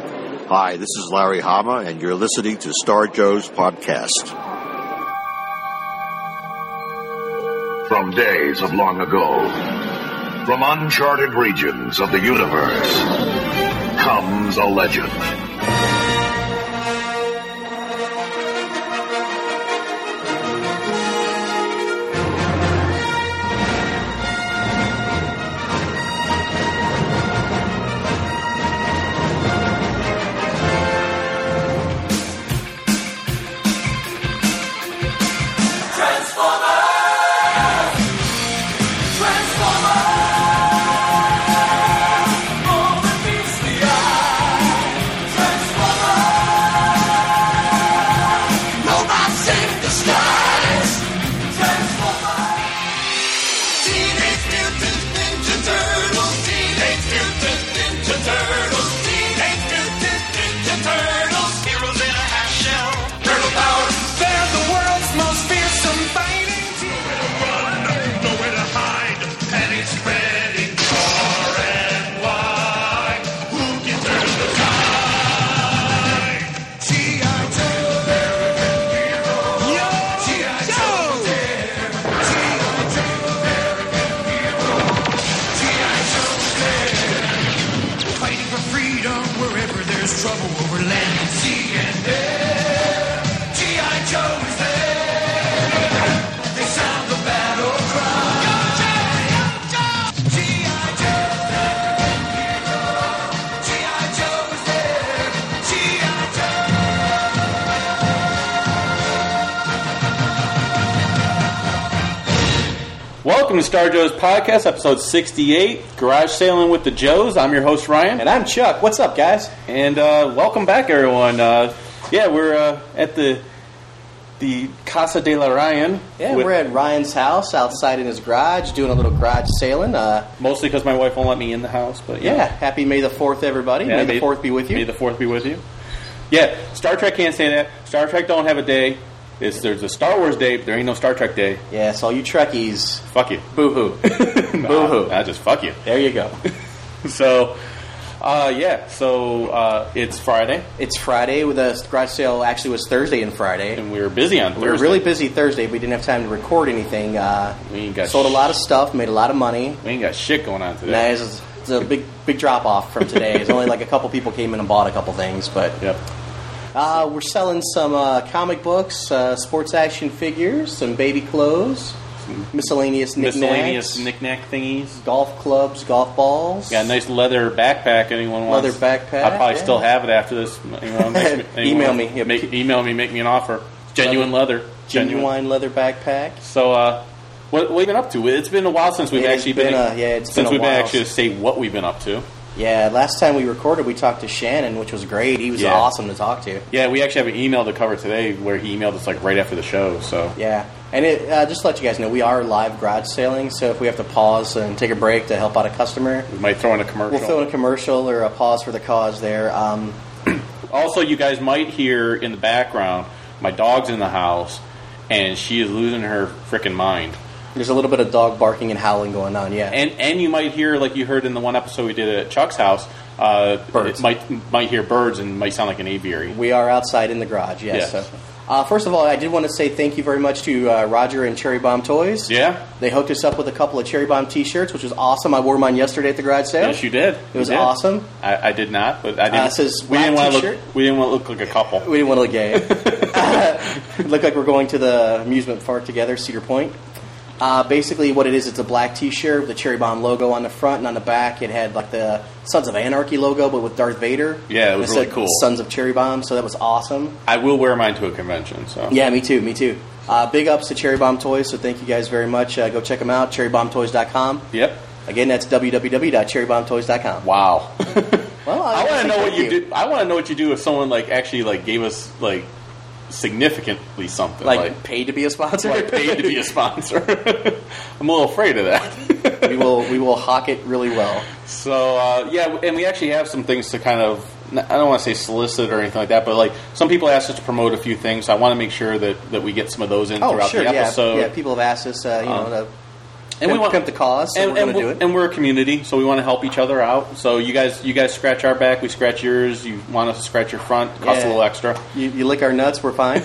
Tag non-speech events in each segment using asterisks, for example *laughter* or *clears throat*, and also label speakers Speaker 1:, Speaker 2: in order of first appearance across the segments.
Speaker 1: Hi, this is Larry Hama, and you're listening to Star Joe's podcast.
Speaker 2: From days of long ago, from uncharted regions of the universe, comes a legend.
Speaker 3: They're the world's most fearsome fighting team.
Speaker 4: Fighting for freedom wherever there's trouble over land and sea and air. G.I. Joe is there. They sound the battle cry. G.I. Joe. G.I. Joe is there. G.I. Joe.
Speaker 5: Welcome to Star Joe's podcast, episode 68, Garage Sailing with the Joes. I'm your host, Ryan.
Speaker 6: And I'm Chuck. What's up, guys?
Speaker 5: And uh, welcome back, everyone. Uh, yeah, we're uh, at the the Casa de la Ryan.
Speaker 6: Yeah,
Speaker 5: with-
Speaker 6: we're at Ryan's house outside in his garage doing a little garage sailing. Uh,
Speaker 5: Mostly because my wife won't let me in the house, but yeah.
Speaker 6: yeah. happy May the 4th, everybody.
Speaker 5: Yeah,
Speaker 6: May, the 4th be with you.
Speaker 5: May the 4th be with you. Yeah, Star Trek can't say that. Star Trek don't have a day. It's, there's a Star Wars day, but there ain't no Star Trek day.
Speaker 6: yes, all you Trekkies,
Speaker 5: Fuck you.
Speaker 6: boo hoo.
Speaker 5: *laughs*
Speaker 6: Boo-hoo.
Speaker 5: I just fuck you.
Speaker 6: there you *laughs* go.
Speaker 5: So, uh, yeah, so uh, it's Friday,
Speaker 6: It's Friday. with The garage sale actually was Thursday and Friday.
Speaker 5: and we were busy on Thursday.
Speaker 6: We were really busy Thursday. We didn't have time to record anything. Uh,
Speaker 5: We ain't got
Speaker 6: sold a
Speaker 5: sh-
Speaker 6: lot of stuff, made a lot of money.
Speaker 5: We ain't got shit going on today.
Speaker 6: Now it's, it's a big big drop off from today. It's only like a
Speaker 5: *laughs*
Speaker 6: couple people came in and bought a couple things, but
Speaker 5: Yep.
Speaker 6: uh, we're selling some uh, comic books, uh, sports action figures, some baby clothes, miscellaneous knickknacks,
Speaker 5: Miscellaneous knickknack thingies.
Speaker 6: golf clubs, golf balls.
Speaker 5: Got a nice leather backpack. Anyone wants?
Speaker 6: Leather backpack,
Speaker 5: I probably
Speaker 6: yeah.
Speaker 5: still have it after this.
Speaker 6: *laughs*
Speaker 5: Anyone makes me- anyone
Speaker 6: Email
Speaker 5: wants-
Speaker 6: me, yep.
Speaker 5: Make, email me. Make me an offer. Genuine leather.
Speaker 6: genuine leather backpack.
Speaker 5: So, uh, what what we been up to? It's been a while since we've
Speaker 6: It has
Speaker 5: actually
Speaker 6: been
Speaker 5: been
Speaker 6: a- yeah, it's been
Speaker 5: since
Speaker 6: a
Speaker 5: we've
Speaker 6: while.
Speaker 5: been actually to say what we've been up to.
Speaker 6: Yeah, last time we recorded, we talked to Shannon, which was great. He was
Speaker 5: Yeah.
Speaker 6: awesome to talk to.
Speaker 5: Yeah, we actually have an email to cover today where he emailed us like right after the show. So
Speaker 6: Yeah, and it, uh, just to let you guys know, we are live garage sailing, so if we have to pause and take a break to help out a customer,
Speaker 5: we might throw in a commercial.
Speaker 6: we'll throw in a commercial or a pause for the cause there. Um,
Speaker 5: *clears throat* Also, you guys might hear in the background my dog's in the house and she is losing her freaking mind.
Speaker 6: there's a little bit of dog barking and howling going on, yeah.
Speaker 5: and and you might hear like you heard in the one episode we did at Chuck's house, uh,
Speaker 6: Birds.
Speaker 5: It might might hear birds and might sound like an aviary.
Speaker 6: we are outside in the garage, yes.
Speaker 5: Yes.
Speaker 6: So. Uh, first of all, I did want to say thank you very much to uh, Roger and Cherry Bomb Toys.
Speaker 5: Yeah,
Speaker 6: They hooked us up with a couple of Cherry Bomb t-shirts, which was awesome. I wore mine yesterday at the garage sale.
Speaker 5: yes, you did.
Speaker 6: It was
Speaker 5: You did.
Speaker 6: awesome. Uh,
Speaker 5: I, I did not, but I didn't.
Speaker 6: it says
Speaker 5: we didn't
Speaker 6: black
Speaker 5: want to
Speaker 6: t-shirt.
Speaker 5: look. We didn't want to look like a couple.
Speaker 6: We didn't want to look gay. look like we're going to the amusement park together, Cedar Point. Uh, basically, what it is, it's a black T-shirt with the Cherry Bomb logo on the front and on the back. It had like the Sons of Anarchy logo, but with Darth Vader.
Speaker 5: Yeah, it was
Speaker 6: And
Speaker 5: really
Speaker 6: said
Speaker 5: cool.
Speaker 6: Sons of Cherry Bomb, so that was awesome.
Speaker 5: I will wear mine to a convention. So
Speaker 6: Yeah, me too, me too. Uh, big ups to Cherry Bomb Toys, so thank you guys very much. Uh, go check them out, cherrybombtoys.com.
Speaker 5: *laughs* Yep.
Speaker 6: Again, that's www.cherrybombtoys.com.
Speaker 5: Wow.
Speaker 6: Well,
Speaker 5: I want to
Speaker 6: think
Speaker 5: know what
Speaker 6: thank
Speaker 5: you do. I want to know what you do if someone like actually like gave us like significantly something
Speaker 6: Like, paid to be a sponsor.
Speaker 5: like paid to be a sponsor. *laughs* I'm a little afraid of
Speaker 6: *laughs*
Speaker 5: that.
Speaker 6: we will we will hawk it really well.
Speaker 5: So uh, yeah, and we actually have some things to kind of. I don't want to say solicit or anything like that, but like some people ask us to promote a few things. So I want to make sure that, that we get some of those in
Speaker 6: Oh,
Speaker 5: throughout
Speaker 6: sure,
Speaker 5: the
Speaker 6: yeah,
Speaker 5: episode. Um,
Speaker 6: yeah. People have asked us, uh, you know,
Speaker 5: And we
Speaker 6: Pimp-
Speaker 5: want
Speaker 6: pimp the cause, so we're gonna
Speaker 5: we-
Speaker 6: do it.
Speaker 5: And we're a community, so we want to help each other out. So you guys, you guys scratch our back, we scratch yours. You want us to scratch your front, cost
Speaker 6: Yeah.
Speaker 5: a little extra.
Speaker 6: You, you lick our nuts, we're
Speaker 5: *laughs*
Speaker 6: fine.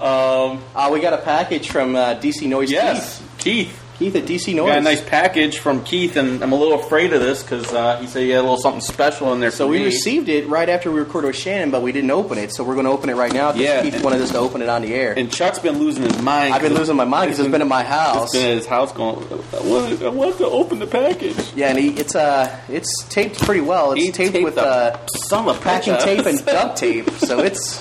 Speaker 6: um, uh, we got a package from uh, DC Noise.
Speaker 5: Yes, Keith.
Speaker 6: Keith, Keith at DC Noise.
Speaker 5: Got a nice package from Keith, and I'm a little afraid of this because uh, he said he had a little something special in there.
Speaker 6: So
Speaker 5: for
Speaker 6: we
Speaker 5: me.
Speaker 6: received it right after we recorded with Shannon, but we didn't open it. So we're going to open it right now. 'cause
Speaker 5: Yeah.
Speaker 6: Keith wanted us to open it on the air.
Speaker 5: and Chuck's been losing his mind.
Speaker 6: I've been losing my mind because it's been in my house.
Speaker 5: It's been at his house going. uh, I want, I want to open the package.
Speaker 6: Yeah, and he, it's uh, it's taped pretty well. It's
Speaker 5: He
Speaker 6: taped,
Speaker 5: taped
Speaker 6: with
Speaker 5: the
Speaker 6: uh,
Speaker 5: Some of
Speaker 6: packing tape and
Speaker 5: *laughs*
Speaker 6: duct tape, so it's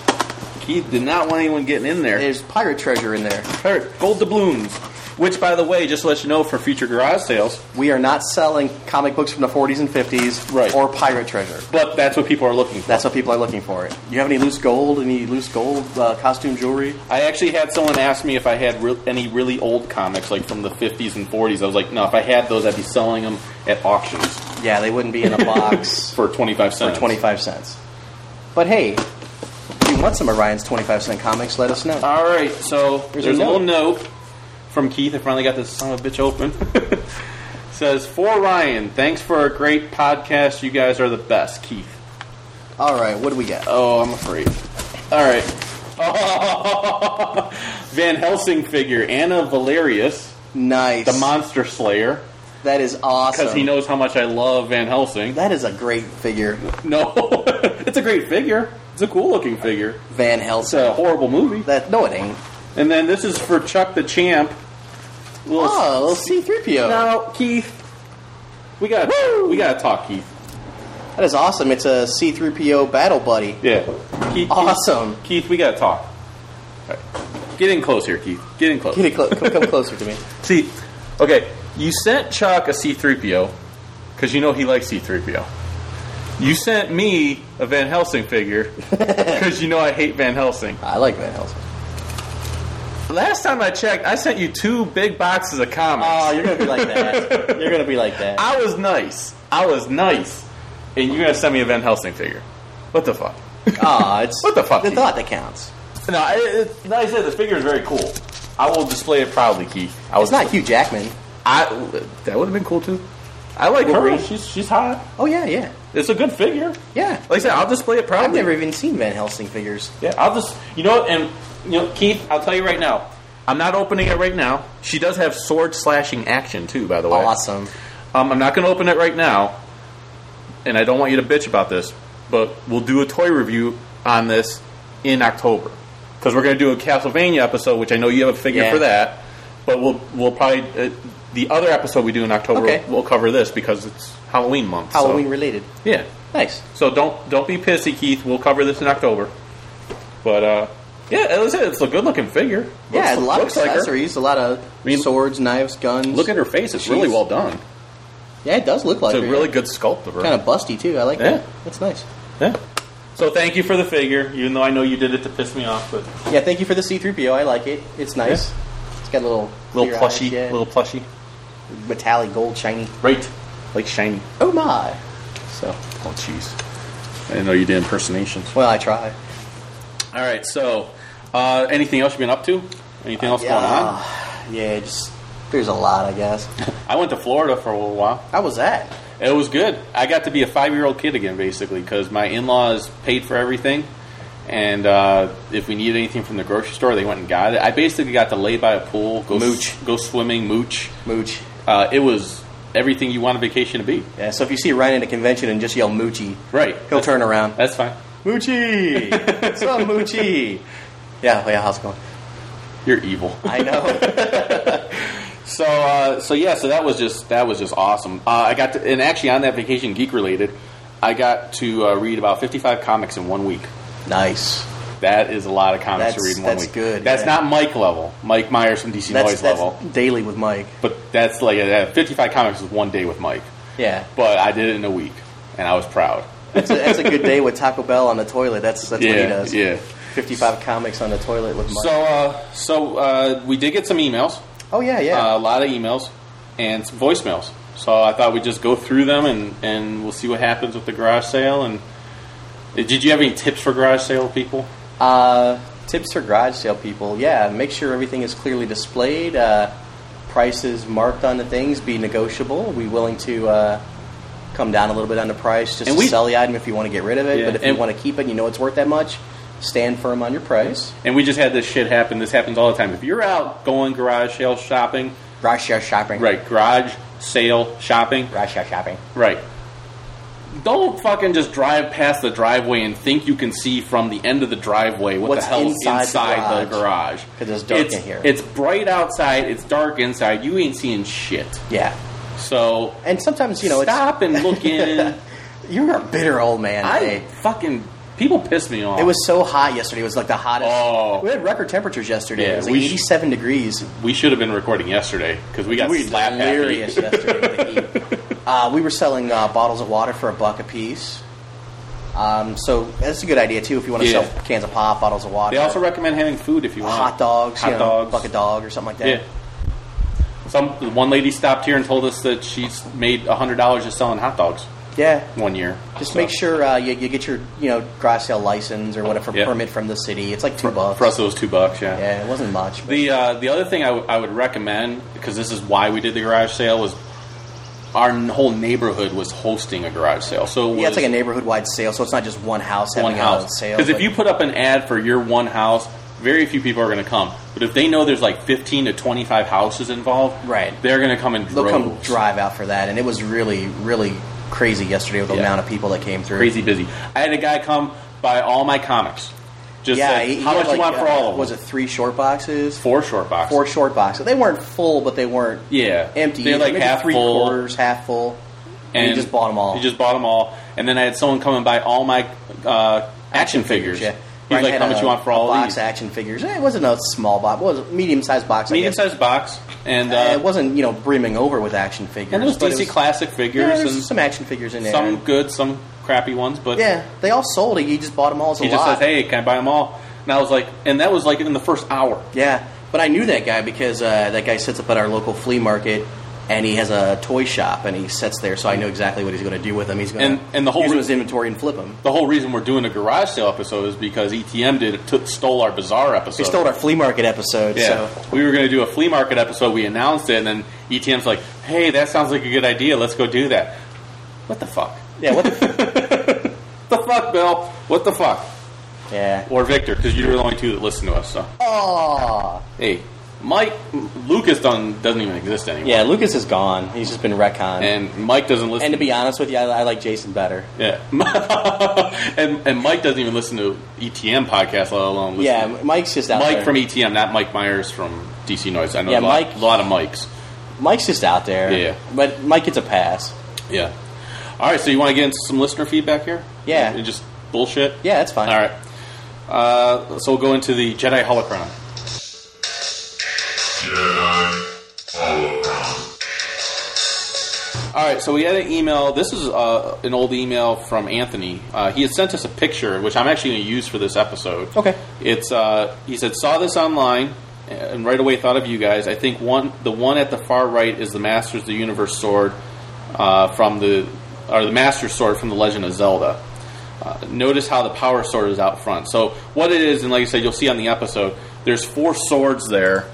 Speaker 5: Keith did not want anyone getting in there.
Speaker 6: there's pirate treasure in there.
Speaker 5: Hurt. Gold doubloons. Which, by the way, just to let you know for future garage sales,
Speaker 6: We are not selling comic books from the 40s and 50s
Speaker 5: Right.
Speaker 6: or pirate treasure.
Speaker 5: but that's what people are looking for.
Speaker 6: That's what people are looking for. You have any loose gold? Any loose gold uh, costume jewelry?
Speaker 5: I actually had someone ask me if I had re- any really old comics, like from the 50s and 40s. I was like, no, if I had those, I'd be selling them at auctions
Speaker 6: Yeah, they wouldn't be in a box
Speaker 5: *laughs* for 25
Speaker 6: for
Speaker 5: cents.
Speaker 6: 25 cents. But hey, if you want some of Ryan's 25 cent comics, let us know.
Speaker 5: All right, so there's,
Speaker 6: a
Speaker 5: a,
Speaker 6: note.
Speaker 5: little note from Keith. I finally got this son of a bitch open. *laughs* Says, for Ryan, thanks for a great podcast. You guys are the best, Keith.
Speaker 6: All right, what do we got?
Speaker 5: Oh, I'm afraid. All right. *laughs* Van Helsing figure, Anna Valerius,
Speaker 6: Nice.
Speaker 5: the Monster Slayer,
Speaker 6: that is awesome.
Speaker 5: because he knows how much I love Van Helsing.
Speaker 6: that is a great figure,
Speaker 5: No, it's a great figure. It's a cool looking figure.
Speaker 6: Van
Speaker 5: It's
Speaker 6: Helsing.
Speaker 5: a horrible movie.
Speaker 6: That no, it ain't.
Speaker 5: And then this is for Chuck the Champ. Little
Speaker 6: Oh, little C three PO.
Speaker 5: Now, Keith, we got to we got to talk, Keith.
Speaker 6: That is awesome. It's a C three PO battle buddy.
Speaker 5: Yeah, Keith.
Speaker 6: Awesome.
Speaker 5: Keith, Keith we got to talk. All right. Get in close here, Keith. Get in close.
Speaker 6: Get it clo- come, come closer to me.
Speaker 5: *laughs* See, okay, you sent Chuck a C3PO because you know he likes C3PO. You sent me a Van Helsing
Speaker 6: *laughs*
Speaker 5: figure because you know I hate Van Helsing.
Speaker 6: I like Van Helsing.
Speaker 5: Last time I checked, I sent you two big boxes of comics.
Speaker 6: *laughs* Oh, you're gonna be like
Speaker 5: *laughs*
Speaker 6: that. you're gonna be like that.
Speaker 5: I was nice. I was nice. And you're going to send me a Van Helsing figure. What the fuck?
Speaker 6: Ah, it's
Speaker 5: *laughs* What the fuck,
Speaker 6: The
Speaker 5: Keith?
Speaker 6: thought that counts.
Speaker 5: No, I it, like I said, the figure is very cool. I will display it proudly, Keith. I was
Speaker 6: It's not Hugh Jackman.
Speaker 5: I that would have been cool too. I like her.
Speaker 6: Wolverine?
Speaker 5: She's she's hot.
Speaker 6: Oh yeah, yeah,
Speaker 5: It's a good figure.
Speaker 6: yeah.
Speaker 5: Like I said, I'll display it proudly.
Speaker 6: I've never even seen Van Helsing figures.
Speaker 5: Yeah, I'll just you know, and you know, Keith, I'll tell you right now, I'm not opening it right now. She does have sword slashing action too, by the way.
Speaker 6: Awesome.
Speaker 5: Um, I'm not going to open it right now, and I don't want you to bitch about this, but we'll do a toy review on this in October because we're going to do a Castlevania episode, which I know you have a figure
Speaker 6: Yeah.
Speaker 5: for that. But we'll we'll probably uh, the other episode we do in October
Speaker 6: Okay.
Speaker 5: we'll cover this because it's Halloween month. so-
Speaker 6: Halloween related.
Speaker 5: yeah.
Speaker 6: Nice.
Speaker 5: So don't don't be pissy, Keith. We'll cover this in October. But uh, yeah, as I said, it's a good looking figure.
Speaker 6: Yeah, a lot of
Speaker 5: looks like her.
Speaker 6: accessories, a lot of
Speaker 5: mean-
Speaker 6: swords, knives, guns.
Speaker 5: Look at her face; it's really
Speaker 6: Jeez.
Speaker 5: well done.
Speaker 6: Yeah, it does look like
Speaker 5: It's a
Speaker 6: her,
Speaker 5: really good sculpt of her.
Speaker 6: kind of busty too. I like
Speaker 5: Yeah.
Speaker 6: that. That's nice.
Speaker 5: Yeah. So thank you for the figure, even though I know you did it to piss me off. But
Speaker 6: Yeah, thank you for the C3PO. I like it. It's nice. It's got a little
Speaker 5: little
Speaker 6: clear
Speaker 5: plushy,
Speaker 6: eyes, yeah.
Speaker 5: little plushy,
Speaker 6: metallic gold shiny.
Speaker 5: right? Like shiny.
Speaker 6: Oh my! So
Speaker 5: Oh jeez. I didn't know you did impersonations.
Speaker 6: well, I try.
Speaker 5: All right. So, uh, anything else you've been up to? Anything else going on?
Speaker 6: *sighs* yeah. Just there's a lot, I guess.
Speaker 5: *laughs* I went to Florida for a little while.
Speaker 6: How was that?
Speaker 5: It was good. I got to be a five year old kid again, basically, because my in laws paid for everything. And uh, if we needed anything from the grocery store, they went and got it. I basically got to lay by a pool, go
Speaker 6: Mooch.
Speaker 5: go swimming, mooch.
Speaker 6: Mooch.
Speaker 5: Uh, it was everything you want a vacation to be.
Speaker 6: Yeah. So if you see Ryan at a convention and just yell Moochie,
Speaker 5: Right.
Speaker 6: he'll turn around.
Speaker 5: That's fine. *laughs*
Speaker 6: Moochie. What's up, Moochie? Yeah. Yeah. How's it going?
Speaker 5: You're evil.
Speaker 6: I know.
Speaker 5: *laughs* So uh, so yeah, so that was just that was just awesome. Uh, I got to, and actually on that vacation, geek related, I got to uh, read about 55 comics in one week.
Speaker 6: nice.
Speaker 5: That is a lot of comics
Speaker 6: That's-
Speaker 5: to read in one
Speaker 6: that's
Speaker 5: week.
Speaker 6: good,
Speaker 5: That's
Speaker 6: yeah.
Speaker 5: not Mike level, Mike Myers from DC
Speaker 6: That's
Speaker 5: Noise
Speaker 6: that's
Speaker 5: level,
Speaker 6: daily with Mike.
Speaker 5: but that's like uh, 55 comics was one day with Mike.
Speaker 6: Yeah.
Speaker 5: But I did it in a week, and I was proud.
Speaker 6: That's a, that's a good day with Taco Bell on the toilet. That's that's what he
Speaker 5: yeah,
Speaker 6: does.
Speaker 5: yeah.
Speaker 6: 55 comics on the toilet with Mike.
Speaker 5: So uh, so uh, we did get some emails,
Speaker 6: oh yeah, yeah.
Speaker 5: uh, a lot of emails, and some voicemails. So I thought we'd just go through them, and and we'll see what happens with the garage sale. And did you have any tips for garage sale people?
Speaker 6: Uh, tips for garage sale people. Yeah, make sure everything is clearly displayed. Uh, prices marked on the things be negotiable. Be willing to uh, come down a little bit on the price just to
Speaker 5: And we-
Speaker 6: sell the item if you want to get rid of it.
Speaker 5: Yeah,
Speaker 6: But if
Speaker 5: and-
Speaker 6: you want to keep it, and you know it's worth that much. Stand firm on your price.
Speaker 5: And we just had this shit happen. This happens all the time. If you're out going garage sale shopping,
Speaker 6: Rush your shopping.
Speaker 5: right, garage sale shopping,
Speaker 6: Rush your shopping.
Speaker 5: right. Don't fucking just drive past the driveway and think you can see from the end of the driveway what
Speaker 6: What's
Speaker 5: the hell
Speaker 6: inside the
Speaker 5: is inside the garage.
Speaker 6: 'Cause it's dark in here.
Speaker 5: It's bright outside, it's dark inside. You ain't seeing shit.
Speaker 6: Yeah.
Speaker 5: So
Speaker 6: And sometimes you know
Speaker 5: stop and look in.
Speaker 6: it's *laughs* you're a bitter old man.
Speaker 5: I
Speaker 6: today.
Speaker 5: fucking people piss me off.
Speaker 6: It was so hot yesterday. It was like the hottest.
Speaker 5: Oh.
Speaker 6: We had record temperatures yesterday.
Speaker 5: Yeah,
Speaker 6: it was like
Speaker 5: we sh-
Speaker 6: 87 degrees.
Speaker 5: we should have been recording yesterday because we got
Speaker 6: we were
Speaker 5: slapped.
Speaker 6: delirious yesterday. with the heat. Uh, we were selling uh, bottles of water for a buck a piece. Um, so that's a good idea too. If you want to
Speaker 5: Yeah.
Speaker 6: sell cans of pop, bottles of water,
Speaker 5: They also recommend having food if you want
Speaker 6: hot dogs,
Speaker 5: Hot
Speaker 6: you know,
Speaker 5: dogs.
Speaker 6: buck a dog or something like that.
Speaker 5: Yeah. Some one lady stopped here and told us that she's made hundred dollars just selling hot dogs
Speaker 6: Yeah.
Speaker 5: one year.
Speaker 6: Just
Speaker 5: So,
Speaker 6: make sure uh, you, you get your you know garage sale license or whatever
Speaker 5: Yeah.
Speaker 6: permit from the city. It's like two bucks.
Speaker 5: for us it was two bucks. Yeah.
Speaker 6: Yeah, it wasn't much. But
Speaker 5: The uh, the other thing I, w- I would recommend because this is why we did the garage sale was our n- whole neighborhood was hosting a garage sale. So it
Speaker 6: yeah, it's
Speaker 5: was
Speaker 6: like a neighborhood wide sale, so it's not just one house having
Speaker 5: one house
Speaker 6: a sale.
Speaker 5: because if
Speaker 6: but-
Speaker 5: you put up an ad for your one house, very few people are going to come. But if they know there's like fifteen to twenty five houses involved,
Speaker 6: Right.
Speaker 5: They're going to come in
Speaker 6: They'll
Speaker 5: droves.
Speaker 6: come drive out for that, and it was really, really crazy yesterday with the
Speaker 5: Yeah.
Speaker 6: amount of people that came through.
Speaker 5: crazy busy. I had a guy come buy all my comics. Just
Speaker 6: Yeah,
Speaker 5: said,
Speaker 6: he- he
Speaker 5: how
Speaker 6: had
Speaker 5: much
Speaker 6: like,
Speaker 5: you want for
Speaker 6: uh,
Speaker 5: all of them?
Speaker 6: Was it three short boxes?
Speaker 5: four short boxes?
Speaker 6: Four short boxes. They weren't full, but they weren't
Speaker 5: Yeah,
Speaker 6: empty.
Speaker 5: They're
Speaker 6: either.
Speaker 5: like
Speaker 6: Maybe
Speaker 5: half
Speaker 6: three
Speaker 5: full,
Speaker 6: quarters, half full. And, you just bought them all.
Speaker 5: You just bought them all, and then I had someone come and buy all my uh, action, figures.
Speaker 6: yeah.
Speaker 5: He's
Speaker 6: Brian
Speaker 5: like,
Speaker 6: had
Speaker 5: how much
Speaker 6: a-
Speaker 5: you want for
Speaker 6: a
Speaker 5: all of
Speaker 6: box
Speaker 5: these?
Speaker 6: action figures? Eh, It wasn't a small box. It was a medium sized box. I
Speaker 5: Medium
Speaker 6: guess.
Speaker 5: sized box, and uh,
Speaker 6: Uh, it wasn't you know brimming over with action figures.
Speaker 5: and there was
Speaker 6: but it
Speaker 5: DC
Speaker 6: was-
Speaker 5: classic
Speaker 6: Yeah,
Speaker 5: figures
Speaker 6: there's
Speaker 5: and
Speaker 6: some action figures in there.
Speaker 5: some good, some crappy ones, but
Speaker 6: yeah, they all sold it. You just bought them all as a
Speaker 5: he just
Speaker 6: lot.
Speaker 5: says, hey, can I buy them all? And I was like, and that was like in the first hour.
Speaker 6: Yeah, but I knew that guy because uh, that guy sits up at our local flea market, and he has a toy shop, and he sits there, so I know exactly what he's going to do with them. He's going
Speaker 5: And- and the whole
Speaker 6: use
Speaker 5: re-
Speaker 6: him as inventory and flip them.
Speaker 5: The whole reason we're doing a garage sale episode is because ETM did took, stole our bazaar
Speaker 6: He
Speaker 5: episode.
Speaker 6: stole our flea market episode,
Speaker 5: Yeah,
Speaker 6: so
Speaker 5: we were going to do a flea market episode. We announced it, and then ETM's like, "Hey, that sounds like a good idea. Let's go do that." What the fuck?
Speaker 6: yeah,
Speaker 5: *laughs*
Speaker 6: what the,
Speaker 5: The fuck, Bill? What the fuck?
Speaker 6: yeah.
Speaker 5: Or Victor, because you're the only two that listen to us. So,
Speaker 6: Oh,
Speaker 5: hey, Mike, Lucas done doesn't even exist anymore,
Speaker 6: yeah. Lucas is gone. He's just been retconned. And,
Speaker 5: and Mike doesn't listen.
Speaker 6: to be honest with you, I, I like Jason better.
Speaker 5: yeah, *laughs* and and Mike doesn't even listen to E ETM podcast, let alone listen
Speaker 6: Yeah,
Speaker 5: to
Speaker 6: Mike's just out
Speaker 5: Mike
Speaker 6: there.
Speaker 5: from ETM, not Mike Myers from DC Noise. I know
Speaker 6: Yeah,
Speaker 5: a, lot,
Speaker 6: Mike-
Speaker 5: a lot of Mikes.
Speaker 6: Mike's just out there.
Speaker 5: Yeah.
Speaker 6: but Mike gets a pass.
Speaker 5: Yeah. All right, so you want to get into some listener feedback here?
Speaker 6: Yeah.
Speaker 5: And just bullshit?
Speaker 6: Yeah, that's fine.
Speaker 5: All right. Uh, so we'll go into the Jedi Holocron. All right, so we had an email. This is uh, an old email from Anthony. Uh, he had sent us a picture, which I'm actually going to use for this episode.
Speaker 6: Okay.
Speaker 5: It's uh, he said saw this online and right away thought of you guys. I think one the one at the far right is the Masters of the Universe sword uh, from the or the Master sword from the Legend of Zelda. Uh, notice how the power sword is out front. So what it is, and like I said, you'll see on the episode. There's four swords there.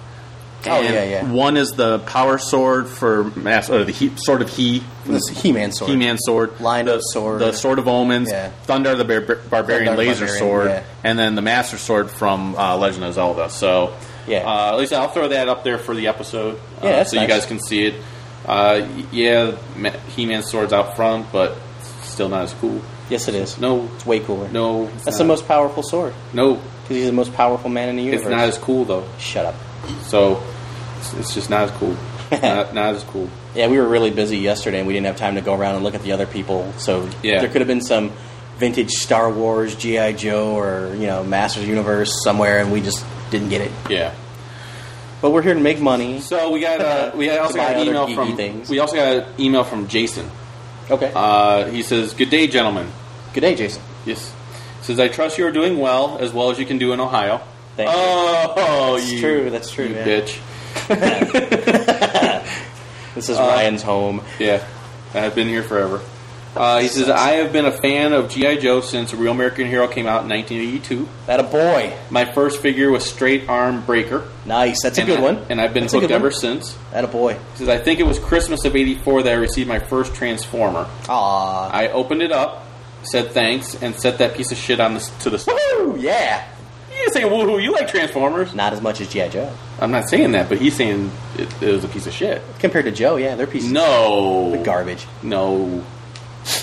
Speaker 6: Oh,
Speaker 5: and
Speaker 6: yeah, yeah.
Speaker 5: One is the power sword for mass, or the he, sword of he
Speaker 6: This He-Man sword.
Speaker 5: He-Man sword,
Speaker 6: Lion
Speaker 5: the
Speaker 6: sword.
Speaker 5: the sword of omens,
Speaker 6: Yeah.
Speaker 5: Thunder the bar- barbarian
Speaker 6: Thunder
Speaker 5: laser
Speaker 6: Barbarian,
Speaker 5: sword,
Speaker 6: yeah.
Speaker 5: and then the Master sword from uh, Legend of Zelda. So,
Speaker 6: Yeah.
Speaker 5: uh, at least I'll throw that up there for the episode,
Speaker 6: Yeah,
Speaker 5: uh,
Speaker 6: that's
Speaker 5: so you
Speaker 6: nice.
Speaker 5: guys can see it. Uh, y- yeah, Ma- He-Man sword's out front, but still not as cool.
Speaker 6: Yes, it is.
Speaker 5: No,
Speaker 6: it's way cooler.
Speaker 5: no,
Speaker 6: that's
Speaker 5: it's not.
Speaker 6: the most powerful sword
Speaker 5: No,
Speaker 6: because he's the most powerful man in the universe.
Speaker 5: it's not as cool though.
Speaker 6: Shut up.
Speaker 5: So, it's, it's just not
Speaker 6: *laughs*
Speaker 5: as cool. not, not as cool.
Speaker 6: Yeah, we were really busy yesterday, and we didn't have time to go around and look at the other people. So
Speaker 5: Yeah.
Speaker 6: there could have been some vintage Star Wars, GI Joe, or you know, Masters of the Universe somewhere, and we just didn't get it.
Speaker 5: Yeah.
Speaker 6: But we're here to make money.
Speaker 5: So we got
Speaker 6: *laughs*
Speaker 5: uh, we also
Speaker 6: buy
Speaker 5: got an
Speaker 6: other
Speaker 5: email
Speaker 6: geeky
Speaker 5: from
Speaker 6: things.
Speaker 5: we also got an email from Jason.
Speaker 6: Okay.
Speaker 5: Uh, he says, "Good day, gentlemen."
Speaker 6: Good day, Jason.
Speaker 5: Yes. Says, "I trust you are doing well, as well as you can do in Ohio."
Speaker 6: Thank you.
Speaker 5: oh,
Speaker 6: That's
Speaker 5: you-
Speaker 6: true, that's true,
Speaker 5: you
Speaker 6: man.
Speaker 5: bitch.
Speaker 6: *laughs* This is Ryan's home.
Speaker 5: Uh, Yeah, I've been here forever. Uh, he says, I have been a fan of G.I. Joe since Real American Hero came out in 1982.
Speaker 6: That a boy.
Speaker 5: My first figure was Straight Arm Breaker.
Speaker 6: Nice. That's a
Speaker 5: and
Speaker 6: good
Speaker 5: I-
Speaker 6: one.
Speaker 5: And I've been
Speaker 6: That's a
Speaker 5: hooked
Speaker 6: good one.
Speaker 5: ever since.
Speaker 6: That a boy.
Speaker 5: He says, I think it was Christmas of 84 that I received my first Transformer.
Speaker 6: Aw.
Speaker 5: I opened it up, said thanks, and set that piece of shit on the, s- to the side.
Speaker 6: Woo! Yeah.
Speaker 5: You didn't say woohoo, you like Transformers.
Speaker 6: Not as much as G.I. Joe.
Speaker 5: I'm not saying that, but he's saying it, it was a piece of shit.
Speaker 6: Compared to Joe, yeah, they're pieces
Speaker 5: No.
Speaker 6: of garbage.
Speaker 5: No.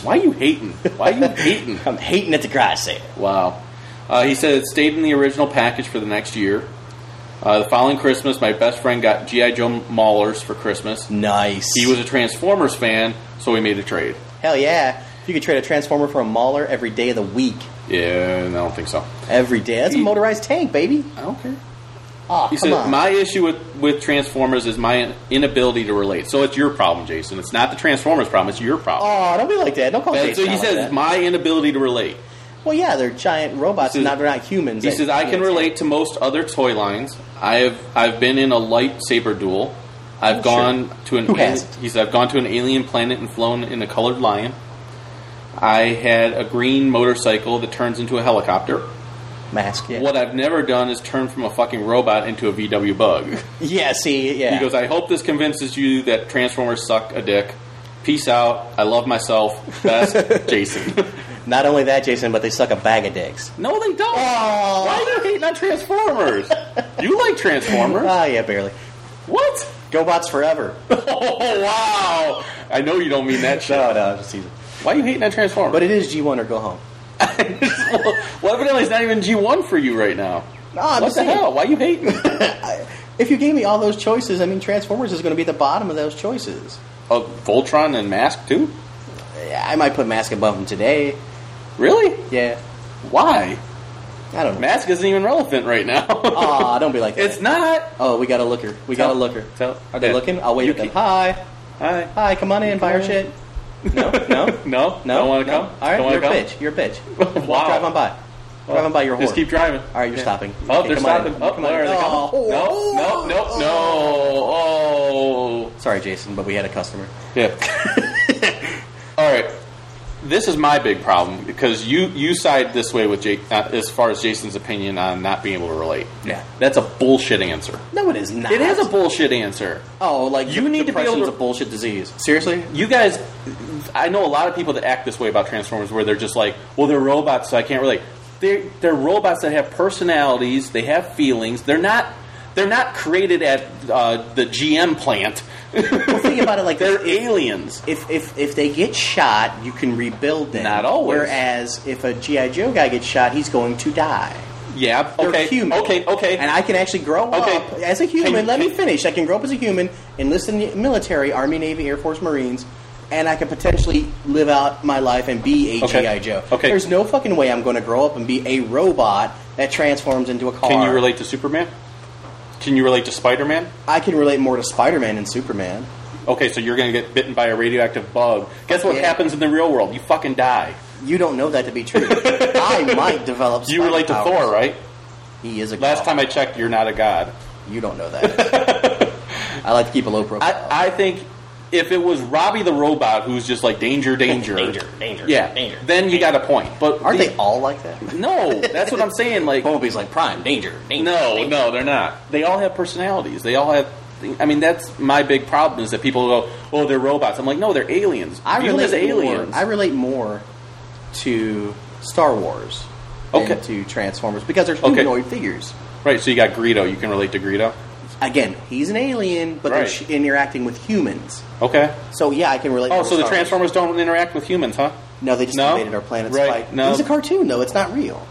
Speaker 5: Why you hating? Why
Speaker 6: *laughs*
Speaker 5: you hating?
Speaker 6: I'm hating it to cry, say it.
Speaker 5: Wow. Uh, he said it stayed in the original package for the next year. Uh, the following Christmas, my best friend got G.I. Joe Maulers for Christmas.
Speaker 6: Nice.
Speaker 5: He was a Transformers fan, so we made a trade.
Speaker 6: Hell yeah. You could trade a Transformer for a Mauler every day of the week.
Speaker 5: Yeah, I don't think so.
Speaker 6: Every day. That's a
Speaker 5: He-
Speaker 6: motorized tank, baby.
Speaker 5: I don't care.
Speaker 6: Aw,
Speaker 5: He
Speaker 6: come
Speaker 5: said,
Speaker 6: on.
Speaker 5: "My issue with, with Transformers is my inability to relate. So it's your problem, Jason. It's not the Transformers' problem. It's your problem."
Speaker 6: Aw, don't be like that. Oh, Don't call
Speaker 5: And
Speaker 6: Jason
Speaker 5: so he
Speaker 6: out like
Speaker 5: says,
Speaker 6: that.
Speaker 5: "My inability to relate."
Speaker 6: Well, yeah, they're giant robots,
Speaker 5: He
Speaker 6: and
Speaker 5: says-
Speaker 6: not, they're not humans.
Speaker 5: He
Speaker 6: That-
Speaker 5: says, "I can relate to most other toy lines. I have I've been in a lightsaber duel. I've gone to an
Speaker 6: Oh, Who
Speaker 5: al-
Speaker 6: hasn't?
Speaker 5: he said I've gone to an alien planet and flown in a colored lion. I had a green motorcycle that turns into a helicopter.
Speaker 6: Mask, yeah.
Speaker 5: What I've never done is turn from a fucking robot into a VW bug."
Speaker 6: *laughs* Yeah, see, yeah.
Speaker 5: He goes, I hope this convinces you that Transformers suck a dick. Peace out. I love
Speaker 6: *laughs*
Speaker 5: myself. Best, Jason.
Speaker 6: not only that, Jason, but they suck a bag of dicks.
Speaker 5: no, they don't.
Speaker 6: Aw.
Speaker 5: Why are you hating on Transformers? you like Transformers?
Speaker 6: Ah, yeah, barely.
Speaker 5: what?
Speaker 6: GoBots forever. no,
Speaker 5: *laughs* Oh, wow. I know you don't mean that shit.
Speaker 6: no, I'm just teasing.
Speaker 5: Why are you hating on Transformers?
Speaker 6: But it is G1 or go home.
Speaker 5: *laughs* well, evidently it's not even G1 for you right now.
Speaker 6: No, I'm
Speaker 5: what
Speaker 6: just
Speaker 5: the
Speaker 6: saying.
Speaker 5: hell? Why are you hating?
Speaker 6: If you gave me all those choices, I mean, Transformers is going to be at the bottom of those choices.
Speaker 5: oh, Voltron and Mask, too?
Speaker 6: Yeah, I might put Mask above them today.
Speaker 5: Really?
Speaker 6: Yeah,
Speaker 5: Why?
Speaker 6: I don't know.
Speaker 5: Mask isn't even relevant right now.
Speaker 6: Aw, don't be like that.
Speaker 5: *laughs* it's not.
Speaker 6: Oh, we got a looker. We got a looker.
Speaker 5: Tell-
Speaker 6: Are they
Speaker 5: yeah.
Speaker 6: looking? I'll wait
Speaker 5: You
Speaker 6: at them.
Speaker 5: keep-
Speaker 6: Hi,
Speaker 5: Hi.
Speaker 6: hi, come on in, buy our shit. No, no, no,
Speaker 5: *laughs* No,
Speaker 6: no.
Speaker 5: Don't want to come.
Speaker 6: All right,
Speaker 5: don't
Speaker 6: you're
Speaker 5: wanna
Speaker 6: a
Speaker 5: come?
Speaker 6: bitch. You're a bitch.
Speaker 5: *laughs* Wow. Oh,
Speaker 6: Walk, drive on by. drive on by your whore.
Speaker 5: Just keep driving.
Speaker 6: All right, you're stopping.
Speaker 5: Oh,
Speaker 6: Okay,
Speaker 5: they're
Speaker 6: come on in.
Speaker 5: stopping. Oh,
Speaker 6: Come on
Speaker 5: where
Speaker 6: in.
Speaker 5: are they coming?
Speaker 6: Oh.
Speaker 5: No, no, no, no. Oh,
Speaker 6: Sorry, Jason, but we had a customer. *laughs*
Speaker 5: yeah. All right. This is my big problem because you you side this way with Jake uh, as far as Jason's opinion on not being able to relate.
Speaker 6: Yeah.
Speaker 5: that's a bullshit answer.
Speaker 6: No, it is not.
Speaker 5: It is a bullshit answer.
Speaker 6: Oh, like
Speaker 5: You
Speaker 6: de-
Speaker 5: need to be able
Speaker 6: depression's
Speaker 5: to-
Speaker 6: a bullshit disease. Seriously?
Speaker 5: You guys, I know a lot of people that act this way about Transformers, where they're just like, "Well, they're robots, so I can't relate." They're they're robots that have personalities, they have feelings. They're not they're not created at uh, the GM plant.
Speaker 6: Think about it
Speaker 5: *laughs*
Speaker 6: like this.
Speaker 5: They're
Speaker 6: If-
Speaker 5: aliens.
Speaker 6: If, if if they get shot, you can rebuild them.
Speaker 5: Not always.
Speaker 6: Whereas if a GI Joe guy gets shot, he's going to die.
Speaker 5: Yeah.
Speaker 6: They're
Speaker 5: Okay.
Speaker 6: human.
Speaker 5: Okay. Okay.
Speaker 6: And I can actually grow
Speaker 5: Okay.
Speaker 6: up as a human.
Speaker 5: Can-
Speaker 6: Let me
Speaker 5: can-
Speaker 6: finish. I can grow up as a human, enlist in the military, Army, Navy, Air Force, Marines, and I can potentially live out my life and be a
Speaker 5: Okay.
Speaker 6: GI Joe.
Speaker 5: Okay.
Speaker 6: There's no fucking way I'm going to grow up and be a robot that transforms into a car.
Speaker 5: Can you relate to Superman? Can you relate to Spider Man?
Speaker 6: I can relate more to Spider-Man and Superman.
Speaker 5: Okay, so you're gonna get bitten by a radioactive bug. Guess what
Speaker 6: Yeah.
Speaker 5: happens in the real world? You fucking die.
Speaker 6: You don't know that to be true. I might develop.
Speaker 5: You relate to Thor, right?
Speaker 6: He is a
Speaker 5: Last
Speaker 6: god.
Speaker 5: time I checked, you're not a god.
Speaker 6: You don't know that.
Speaker 5: *laughs*
Speaker 6: I like to keep a low profile.
Speaker 5: I, I think if it was Robbie the robot who's just like danger, *laughs* danger,
Speaker 6: Danger, danger,
Speaker 5: yeah,
Speaker 6: danger,
Speaker 5: then you got a point. But
Speaker 6: Aren't
Speaker 5: the-
Speaker 6: they all like that?
Speaker 5: No,
Speaker 6: *laughs*
Speaker 5: that's what I'm saying. Like, no,
Speaker 6: Bumblebee's like prime danger. danger danger.
Speaker 5: no, they're not. They all have personalities. They all have. I mean, that's my big problem is that people go, "Oh, they're robots." I'm like, no, they're aliens.
Speaker 6: I
Speaker 5: View them
Speaker 6: relate
Speaker 5: as aliens.
Speaker 6: More, I relate more to Star Wars
Speaker 5: Okay.
Speaker 6: than to Transformers because they're
Speaker 5: Okay.
Speaker 6: humanoid figures.
Speaker 5: right. So you got Greedo. You can relate to Greedo.
Speaker 6: Again, he's an alien, but
Speaker 5: Right.
Speaker 6: they're sh- interacting with humans.
Speaker 5: Okay.
Speaker 6: So yeah, I can relate.
Speaker 5: Oh,
Speaker 6: more to
Speaker 5: so the
Speaker 6: Star Wars.
Speaker 5: Transformers don't interact with humans, huh?
Speaker 6: No, they just
Speaker 5: No?
Speaker 6: invaded our planet.
Speaker 5: Right,
Speaker 6: Spike.
Speaker 5: no.
Speaker 6: It's a cartoon, though. It's not real.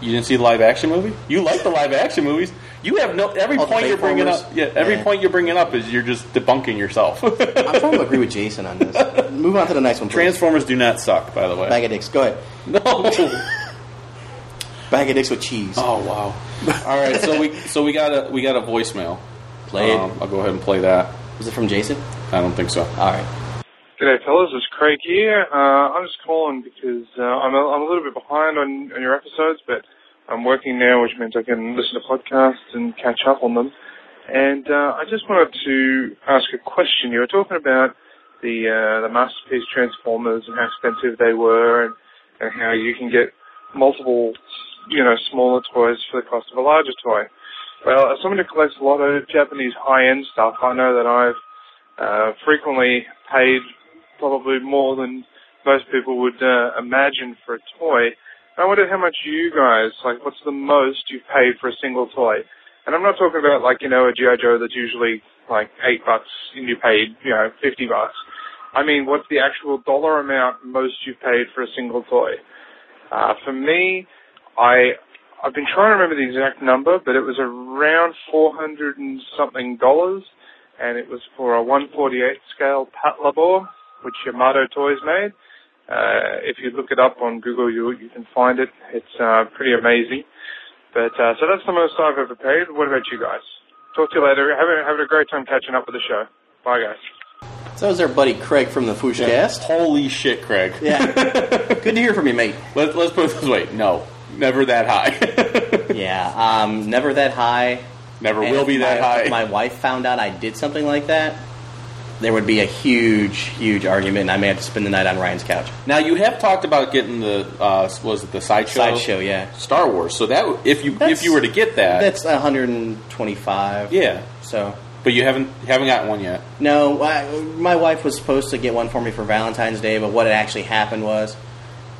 Speaker 5: You didn't see the live action movie? You like the live action movies? You have no every
Speaker 6: Oh, the
Speaker 5: point you're bringing
Speaker 6: Bayformers?
Speaker 5: up. Yeah, every
Speaker 6: Yeah.
Speaker 5: point you're bringing up is you're just debunking yourself. *laughs*
Speaker 6: I'm trying to agree with Jason on this. Move on to the next one. Please.
Speaker 5: Transformers do not suck, by the way.
Speaker 6: Bag of dicks. Go ahead.
Speaker 5: no.
Speaker 6: *laughs* Bag of dicks with cheese.
Speaker 5: Oh
Speaker 6: *laughs*
Speaker 5: wow! All right, so we so we got a we got a voicemail. Um,
Speaker 6: Play it.
Speaker 5: I'll go ahead and play that.
Speaker 6: Was it from Jason?
Speaker 5: I don't think so.
Speaker 6: All right.
Speaker 7: G'day, fellas. It's Craig here. Uh, I'm just calling because uh, I'm, a, I'm a little bit behind on, on your episodes, but I'm working now, which means I can listen to podcasts and catch up on them. And uh, I just wanted to ask a question. You were talking about the uh, the masterpiece Transformers and how expensive they were, and, and how you can get multiple, you know, smaller toys for the cost of a larger toy. Well, as someone who collects a lot of Japanese high-end stuff, I know that I've uh, frequently paid probably more than most people would uh, imagine for a toy. I wonder how much you guys like. What's the most you've paid for a single toy? And I'm not talking about like you know a GI Joe that's usually like eight bucks and you paid you know fifty bucks. I mean, what's the actual dollar amount most you've paid for a single toy? Uh, for me, I I've been trying to remember the exact number, but it was around four hundred and something dollars, and it was for a one forty eight scale Pat Labor, which Yamato Toys made. Uh, if you look it up on Google, you you can find it. It's uh, pretty amazing. But uh, so that's the most I've ever paid. What about you guys? Talk to you later. Having having a great time catching up with the show. Bye guys.
Speaker 6: So is our buddy Craig from the Fooshcast.
Speaker 5: Holy shit, Craig. *laughs*
Speaker 6: Yeah. Good to hear from you, mate.
Speaker 5: Let, let's put it this way. No, never that high. *laughs*
Speaker 6: Yeah. Um, never that high.
Speaker 5: never
Speaker 6: And
Speaker 5: will
Speaker 6: if
Speaker 5: be that
Speaker 6: my-
Speaker 5: high.
Speaker 6: If my wife found out I did something like that, there would be a huge, huge argument, and I may have to spend the night on Ryan's couch.
Speaker 5: now you have talked about getting the uh, was it the sideshow?
Speaker 6: Sideshow, yeah.
Speaker 5: Star Wars. So that w- if you
Speaker 6: That's-
Speaker 5: if you were to get that,
Speaker 6: That's 125.
Speaker 5: yeah.
Speaker 6: So
Speaker 5: But you haven't you haven't gotten one yet.
Speaker 6: No, I, my wife was supposed to get one for me for Valentine's Day, but what had actually happened was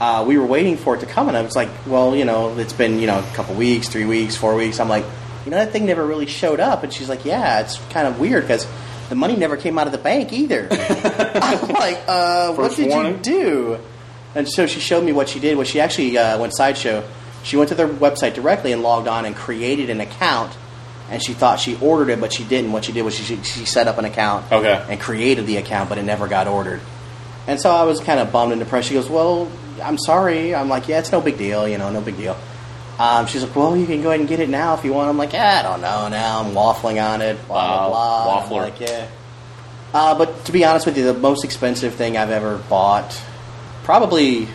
Speaker 6: uh, we were waiting for it to come, and I was like, well, you know, it's been you know a couple weeks, three weeks, four weeks. I'm like, you know, that thing never really showed up, and she's like, yeah, it's kind of weird because the money never came out of the bank
Speaker 5: *laughs*
Speaker 6: either. I'm like, uh, what
Speaker 5: First
Speaker 6: did
Speaker 5: warning.
Speaker 6: you do? And so she showed me what she did. What she actually uh, went sideshow. She went to their website directly and logged on and created an account. And she thought she ordered it, but she didn't. What she did was she, she- she set up an account
Speaker 5: Okay.
Speaker 6: and created the account, but it never got ordered. And so I was kind of bummed and depressed. She goes, "Well, I'm sorry." I'm like, "Yeah, it's no big deal. You know, no big deal." Um, she's like, "Well, you can go ahead and get it now if you want." I'm like, "Yeah, I don't know. Now I'm waffling on it. Blah blah blah."
Speaker 5: Wow, waffler.
Speaker 6: I'm like, yeah. Uh, but to be honest with you, the most expensive thing I've ever bought, probably,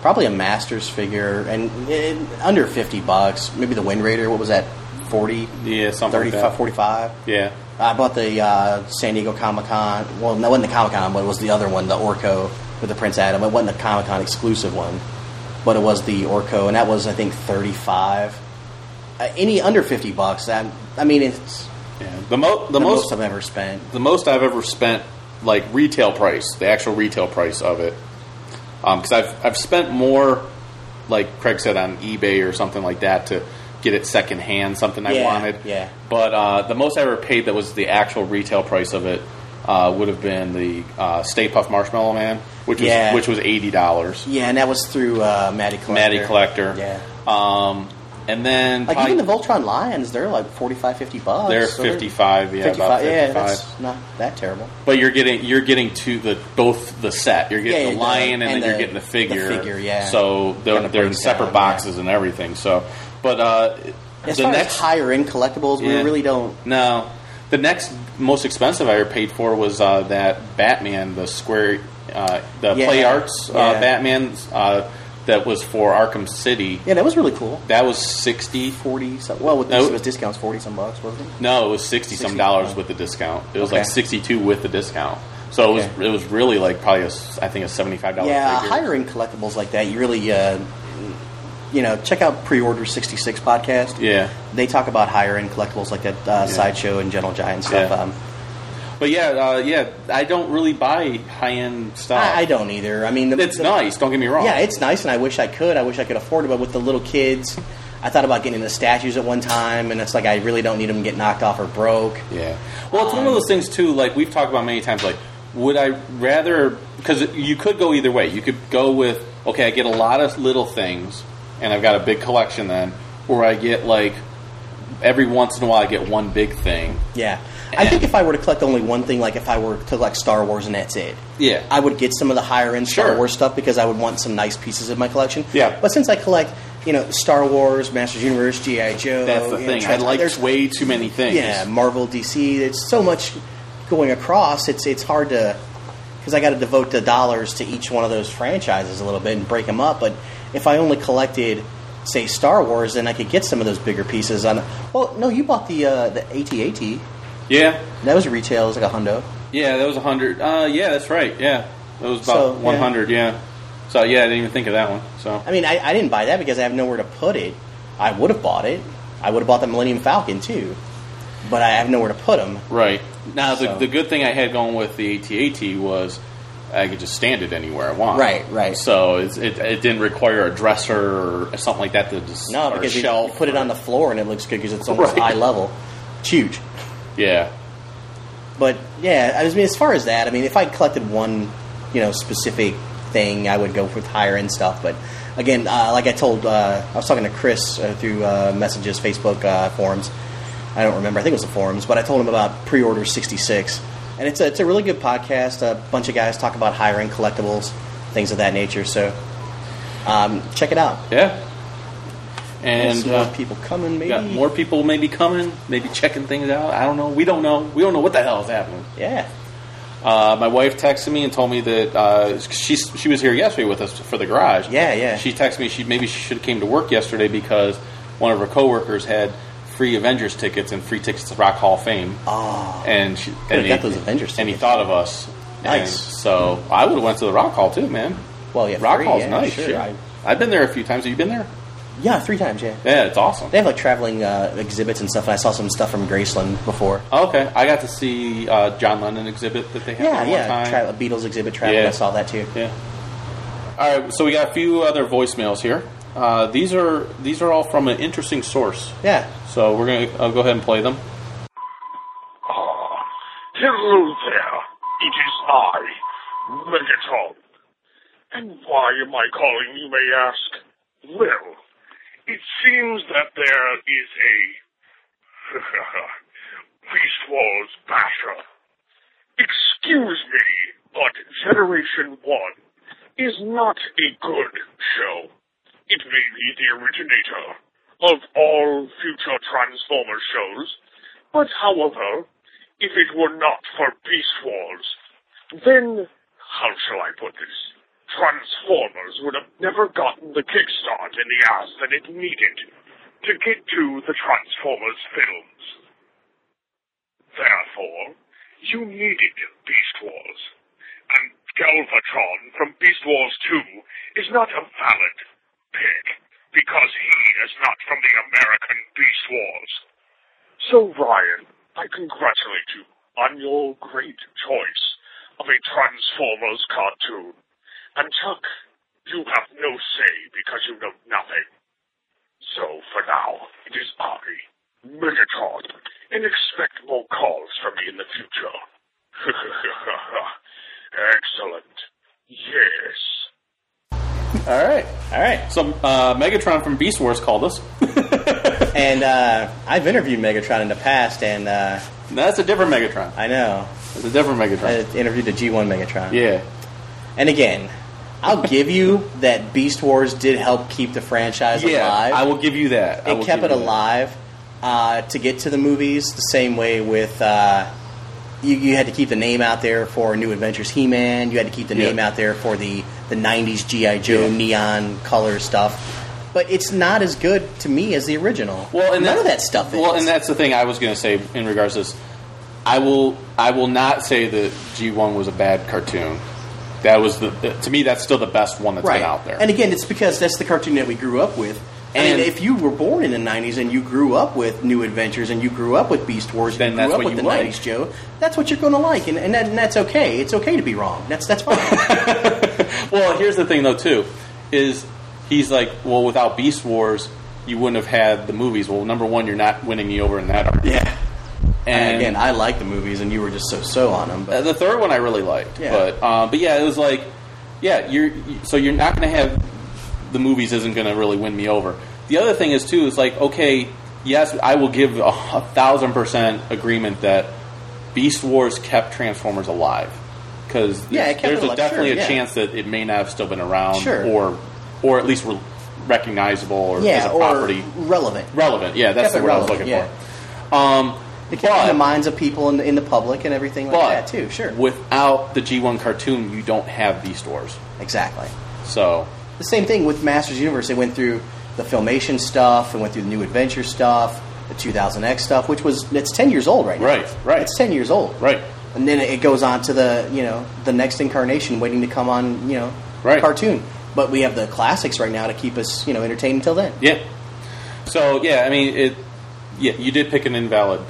Speaker 6: probably a Masters figure, and it, under fifty bucks. Maybe the Wind Raider. What was that? 40,
Speaker 5: Yeah, something like
Speaker 6: 35,
Speaker 5: that.
Speaker 6: 45.
Speaker 5: Yeah.
Speaker 6: I bought the uh, San Diego Comic Con. Well, no, it wasn't the Comic Con, but it was the other one, the Orco with the Prince Adam. It wasn't a Comic Con exclusive one, but it was the Orco, and that was I think thirty five. Uh, any under fifty bucks, I, I mean, it's
Speaker 5: Yeah. The, mo- the,
Speaker 6: the, most,
Speaker 5: most
Speaker 6: I've ever spent.
Speaker 5: the most I've ever spent like retail price, the actual retail price of it, because I've I've spent more, like Craig said, on eBay or something like that to get it secondhand, something I
Speaker 6: Yeah,
Speaker 5: wanted.
Speaker 6: yeah.
Speaker 5: But uh, the most I ever paid that was the actual retail price of it uh, would have been the uh, Stay Puft Marshmallow Man, which was
Speaker 6: Yeah.
Speaker 5: which was eighty dollars.
Speaker 6: Yeah, and that was through uh, Matty Collector.
Speaker 5: Matty Collector.
Speaker 6: Yeah.
Speaker 5: Um, and then
Speaker 6: Like
Speaker 5: probably-
Speaker 6: even the Voltron Lions, they're like 45, 50 bucks.
Speaker 5: they're
Speaker 6: So
Speaker 5: fifty five. Yeah,
Speaker 6: 55,
Speaker 5: about
Speaker 6: yeah,
Speaker 5: fifty five.
Speaker 6: that's not that terrible.
Speaker 5: But you're getting you're getting to the both the set. You're getting
Speaker 6: Yeah,
Speaker 5: the
Speaker 6: the-
Speaker 5: lion and,
Speaker 6: and
Speaker 5: then you're
Speaker 6: the-
Speaker 5: getting the figure.
Speaker 6: the figure, yeah.
Speaker 5: So they're
Speaker 6: Kinda
Speaker 5: they're in
Speaker 6: breaks
Speaker 5: separate
Speaker 6: down,
Speaker 5: boxes and everything. So, but uh,
Speaker 6: As
Speaker 5: the
Speaker 6: far
Speaker 5: next
Speaker 6: as higher end collectibles,
Speaker 5: Yeah.
Speaker 6: we really don't.
Speaker 5: no, the next most expensive I ever paid for was uh, that Batman the square uh, the
Speaker 6: Yeah.
Speaker 5: Play Arts uh,
Speaker 6: Yeah.
Speaker 5: Batman uh, that was for Arkham City.
Speaker 6: Yeah, that was really cool.
Speaker 5: That was sixty.
Speaker 6: Forty, some, well, with
Speaker 5: No.
Speaker 6: this, it was discounts, forty some bucks, wasn't it?
Speaker 5: No, it was sixty some
Speaker 6: 60,
Speaker 5: dollars
Speaker 6: oh.
Speaker 5: with the discount. It was
Speaker 6: Okay.
Speaker 5: like sixty two with the discount. So it was
Speaker 6: Okay.
Speaker 5: it was really like probably a s I think a seventy five dollar
Speaker 6: Yeah,
Speaker 5: figure.
Speaker 6: higher end collectibles like that, you really, uh, you know, check out Pre Order 66 podcast.
Speaker 5: Yeah.
Speaker 6: They talk about higher end collectibles like that, uh, Sideshow and Gentle Giant stuff.
Speaker 5: Yeah.
Speaker 6: Um,
Speaker 5: But yeah, uh, yeah, I don't really buy high end stuff.
Speaker 6: I, I don't either. I mean, the,
Speaker 5: It's
Speaker 6: the-
Speaker 5: nice. Don't get me wrong.
Speaker 6: Yeah, it's nice, and I wish I could. I wish I could afford it, but with the little kids, I thought about getting the statues at one time, and it's like I really don't need them to get knocked off or broke.
Speaker 5: yeah. Well, it's one of those things too. Like we've talked about many times. Like, would I rather? Because you could go either way. You could go with okay, I get a lot of little things, and I've got a big collection then, or I get like every once in a while I get one big thing.
Speaker 6: Yeah. I think if I were to collect only one thing, like if I were to collect Star Wars and that's it,
Speaker 5: Yeah.
Speaker 6: I would get some of the higher end
Speaker 5: Sure.
Speaker 6: Star Wars stuff because I would want some nice pieces in my collection.
Speaker 5: Yeah.
Speaker 6: But since I collect, you know, Star Wars, Masters Universe, GI Joe,
Speaker 5: That's the
Speaker 6: you know,
Speaker 5: thing. I
Speaker 6: Oh, Trans-
Speaker 5: like
Speaker 6: there's-
Speaker 5: way too many things.
Speaker 6: yeah, Marvel, DC. There's so much going across. It's it's hard to because I got to devote the dollars to each one of those franchises a little bit and break them up. But if I only collected, say, Star Wars, then I could get some of those bigger pieces. On well, no, you bought the uh, the AT-AT.
Speaker 5: yeah.
Speaker 6: That was retail. It was like a hundo.
Speaker 5: Yeah, that was 100. Uh, yeah, that's right. Yeah. That was about
Speaker 6: So, yeah.
Speaker 5: 100, yeah. So, yeah, I didn't even think of that one. So,
Speaker 6: I mean, I, I didn't buy that because I have nowhere to put it. I would have bought it. I would have bought the Millennium Falcon too, but I have nowhere to put them.
Speaker 5: right. Now, the,
Speaker 6: So-
Speaker 5: the good thing I had going with the ATAT was I could just stand it anywhere I want.
Speaker 6: Right, right.
Speaker 5: So, it's, it, it didn't require a dresser or something like that to just,
Speaker 6: No,
Speaker 5: or a
Speaker 6: because you,
Speaker 5: shelf.
Speaker 6: you put it on the floor and it looks good because it's almost
Speaker 5: Right.
Speaker 6: eye level. It's huge.
Speaker 5: Yeah.
Speaker 6: But yeah, I mean, as far as that, I mean, if I collected one, you know, specific thing, I would go with higher end stuff. But again, uh, like I told, uh, I was talking to Chris uh, through uh, messages, Facebook uh, forums. I don't remember. I think it was the forums, but I told him about pre-order '66, and it's a it's a really good podcast. A bunch of guys talk about higher end collectibles, things of that nature. So um, check it out.
Speaker 5: Yeah. And
Speaker 6: Some
Speaker 5: uh,
Speaker 6: people coming, maybe
Speaker 5: got more people maybe coming, maybe checking things out. I don't know. We don't know. We don't know what the hell is happening.
Speaker 6: Yeah,
Speaker 5: Uh, my wife texted me and told me that uh, she she was here yesterday with us for the garage.
Speaker 6: Yeah, yeah.
Speaker 5: She texted me she maybe she should have came to work yesterday because one of her coworkers had free Avengers tickets and free tickets to Rock Hall of Fame. Oh, and she and
Speaker 6: got those Avengers
Speaker 5: and he
Speaker 6: tickets.
Speaker 5: thought of us. And
Speaker 6: Nice.
Speaker 5: so I would have went to the Rock Hall too, man.
Speaker 6: Well, yeah,
Speaker 5: Rock
Speaker 6: free,
Speaker 5: Hall's
Speaker 6: yeah,
Speaker 5: nice.
Speaker 6: sure.
Speaker 5: shit.
Speaker 6: I-
Speaker 5: I've been there a few times. Have you been there?
Speaker 6: yeah, three times. Yeah,
Speaker 5: Yeah, it's awesome.
Speaker 6: they have like traveling uh, exhibits and stuff. And I saw some stuff from Graceland before.
Speaker 5: Oh, Okay, I got to see uh, John Lennon exhibit that they had
Speaker 6: Yeah,
Speaker 5: one
Speaker 6: yeah.
Speaker 5: time.
Speaker 6: Tra- a Beatles exhibit traveling.
Speaker 5: Yeah.
Speaker 6: I saw that too.
Speaker 5: Yeah. All right, so we got a few other voicemails here. Uh, these are these are all from an interesting source,
Speaker 6: Yeah.
Speaker 5: so we're gonna I'll go ahead and play them.
Speaker 8: Hello there. It is I, Megatron. And why am I calling, you may ask? Well, it seems that there is a *laughs* Beast Wars basher. Excuse me, but Generation 1 is not a good show. It may be the originator of all future Transformer shows, but however, if it were not for Beast Wars, then, how shall I put this? Transformers would have never gotten the kickstart in the ass that it needed to get to the Transformers films. Therefore, you needed Beast Wars. And Galvatron from Beast Wars 2 is not a valid pick because he is not from the American Beast Wars. So, Ryan, I congratulate you on your great choice of a Transformers cartoon. And Chuck, you have no say because you know nothing. So, for now, it is I, Megatron, and expect more calls from me in the future. *laughs* Excellent. Yes.
Speaker 6: All right. All right.
Speaker 5: So uh, Megatron from Beast Wars called us.
Speaker 6: *laughs* And uh, I've interviewed Megatron in the past, and uh,
Speaker 5: That's a different Megatron.
Speaker 6: I know
Speaker 5: That's a different
Speaker 6: I
Speaker 5: Megatron.
Speaker 6: interviewed the G1 Megatron.
Speaker 5: yeah,
Speaker 6: And again, I'll give you that Beast Wars did help keep the franchise
Speaker 5: yeah.
Speaker 6: alive.
Speaker 5: I will give you that. I
Speaker 6: it
Speaker 5: will
Speaker 6: kept
Speaker 5: give
Speaker 6: it
Speaker 5: you that.
Speaker 6: alive uh, to get to the movies the same way with uh, you, you had to keep the name out there for new adventures he-man you had to keep the
Speaker 5: Yeah.
Speaker 6: name out there for the, the 90s gi joe neon color stuff but it's not as good to me as the original
Speaker 5: Well, and
Speaker 6: none of that
Speaker 5: that's-
Speaker 6: stuff is.
Speaker 5: Well, and that's the thing I was going to say in regards to this. I will. I will not say that G one was a bad cartoon. That was the, the to me. That's still the best one that's
Speaker 6: right
Speaker 5: been out there.
Speaker 6: and again it's because that's the cartoon that we grew up with and
Speaker 5: And-
Speaker 6: if you were born in the 90s and you grew up with New Adventures and you grew up with Beast Wars
Speaker 5: Then
Speaker 6: and you
Speaker 5: that's
Speaker 6: grew up
Speaker 5: what
Speaker 6: with
Speaker 5: you
Speaker 6: the
Speaker 5: like.
Speaker 6: 90s Joe, that's what you're going to like. And, and, that, and that's okay. It's okay to be wrong. That's, that's fine.
Speaker 5: Well, here's the thing though too, is he's like, well, without Beast Wars, you wouldn't have had the movies. Well, number one, you're not winning me over in that argument.
Speaker 6: Yeah.
Speaker 5: And
Speaker 6: Again, I like the movies, and you were just so so on them.
Speaker 5: uh,
Speaker 6: But
Speaker 5: the third one I really liked,
Speaker 6: Yeah.
Speaker 5: but uh, but yeah, it was like, yeah, you're you- so you're not going to have the movies isn't going to really win me over. The other thing is too is like, okay, yes, I will give a, a thousand percent agreement that Beast Wars kept Transformers alive because
Speaker 6: Yeah, it
Speaker 5: there's,
Speaker 6: kept
Speaker 5: there's
Speaker 6: it
Speaker 5: a-
Speaker 6: alive,
Speaker 5: definitely
Speaker 6: sure,
Speaker 5: a
Speaker 6: yeah.
Speaker 5: chance that it may not have still been around
Speaker 6: Sure.
Speaker 5: or or at least re- recognizable or as
Speaker 6: yeah,
Speaker 5: a
Speaker 6: or
Speaker 5: property
Speaker 6: relevant.
Speaker 5: relevant. Yeah, that's
Speaker 6: Kept
Speaker 5: the
Speaker 6: it
Speaker 5: word I was
Speaker 6: relevant,
Speaker 5: looking
Speaker 6: yeah.
Speaker 5: for. Um,
Speaker 6: It kept it in
Speaker 5: but-
Speaker 6: the minds of people in the, in the public and everything like
Speaker 5: but
Speaker 6: that too. Sure,
Speaker 5: without the G1 cartoon, you don't have these stores.
Speaker 6: exactly.
Speaker 5: So,
Speaker 6: The same thing with Masters Universe. They went through the filmation stuff, and went through the New Adventure stuff, the 2000X stuff, which was it's ten years old right now.
Speaker 5: Right, right.
Speaker 6: It's ten years old.
Speaker 5: right.
Speaker 6: and then it goes on to the you know the next incarnation waiting to come on you know
Speaker 5: Right.
Speaker 6: cartoon. But we have the classics right now to keep us you know entertained until then.
Speaker 5: Yeah. So yeah, I mean it. Yeah, you did pick an invalid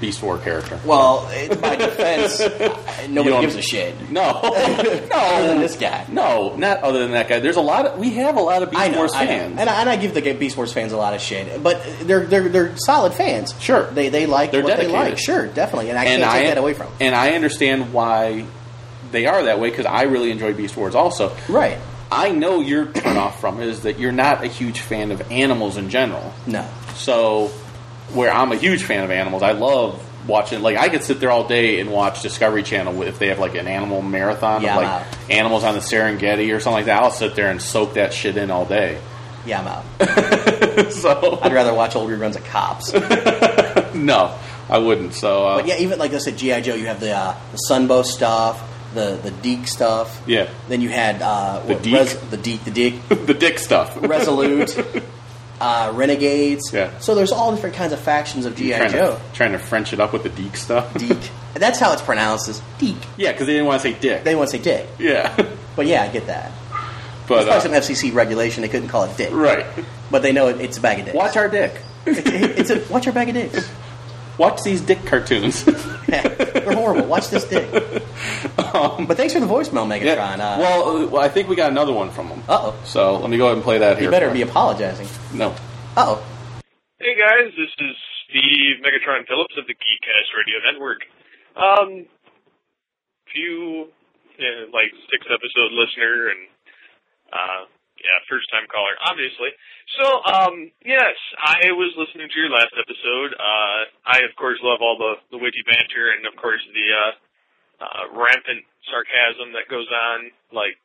Speaker 5: Beast War character.
Speaker 6: Well, it,
Speaker 5: *laughs*
Speaker 6: by defense, I-
Speaker 5: You
Speaker 6: nobody
Speaker 5: don't-
Speaker 6: gives a shit.
Speaker 5: *laughs* No,
Speaker 6: *laughs* Other than this guy.
Speaker 5: no, not other than that guy. There's a lot. Of, we have a lot of Beast
Speaker 6: I know,
Speaker 5: Wars
Speaker 6: I know.
Speaker 5: fans.
Speaker 6: and I, and I give the Beast Wars fans a lot of shit, but they're they're they're solid fans.
Speaker 5: Sure.
Speaker 6: they they like
Speaker 5: They're
Speaker 6: what they
Speaker 5: dedicated.
Speaker 6: like. Sure, definitely, and I
Speaker 5: and
Speaker 6: can't
Speaker 5: I
Speaker 6: take that away from. 'em.
Speaker 5: and I understand why they are that way because I really enjoy Beast Wars also.
Speaker 6: Right?
Speaker 5: I know *clears throat* your turnoff from it is that you're not a huge fan of animals in general.
Speaker 6: No.
Speaker 5: So, where I'm a huge fan of animals, I love watching. Like, I could sit there all day and watch Discovery Channel with- if they have like an animal marathon
Speaker 6: Yeah,
Speaker 5: of
Speaker 6: I'm
Speaker 5: like
Speaker 6: out.
Speaker 5: animals on the Serengeti or something like that. I'll sit there and soak that shit in all day. *laughs*
Speaker 6: Yeah, I'm out.
Speaker 5: so,
Speaker 6: I'd rather watch old reruns of Cops.
Speaker 5: *laughs* no, I wouldn't. So, uh,
Speaker 6: But yeah, even like I said, GI Joe, you have the uh, the Sunbow stuff, the the Deke stuff.
Speaker 5: Yeah.
Speaker 6: Then you had uh,
Speaker 5: The
Speaker 6: what,
Speaker 5: Deke?
Speaker 6: the Deke, the Deke,
Speaker 5: *laughs* the dick stuff. *laughs*
Speaker 6: Resolute, uh, Renegades.
Speaker 5: Yeah.
Speaker 6: So there's all different kinds of factions of GI
Speaker 5: trying,
Speaker 6: Joe.
Speaker 5: to, trying to French it up with the Deke stuff.
Speaker 6: Deke. That's how it's pronounced. Is Deke.
Speaker 5: Yeah, because they didn't want to say dick.
Speaker 6: They want to say Dick,
Speaker 5: yeah,
Speaker 6: but yeah, I get that.
Speaker 5: but
Speaker 6: It's probably
Speaker 5: uh,
Speaker 6: some FCC regulation. They couldn't call it Dick,
Speaker 5: right.
Speaker 6: But they know it, it's a bag of dicks.
Speaker 5: Watch our dick.
Speaker 6: it's a watch your bag of dicks.
Speaker 5: Watch these dick cartoons.
Speaker 6: They're horrible. Watch this dick. but thanks for the voicemail, Megatron.
Speaker 5: Um, Yeah.
Speaker 6: Uh,
Speaker 5: well, uh, well, I think we got another one from them.
Speaker 6: Uh-oh.
Speaker 5: So let me go ahead and play that here.
Speaker 6: you better
Speaker 5: for
Speaker 6: be
Speaker 5: you.
Speaker 6: apologizing.
Speaker 5: No.
Speaker 6: Oh,
Speaker 9: Hey guys, this is Steve Megatron Phillips of the Geekcast Radio Network. Um, few, uh, like sixth episode listener and uh, yeah, first time caller, obviously. So, um, yes, I was listening to your last episode. Uh, I of course love all the the witty banter and of course the uh, uh, rampant sarcasm that goes on, like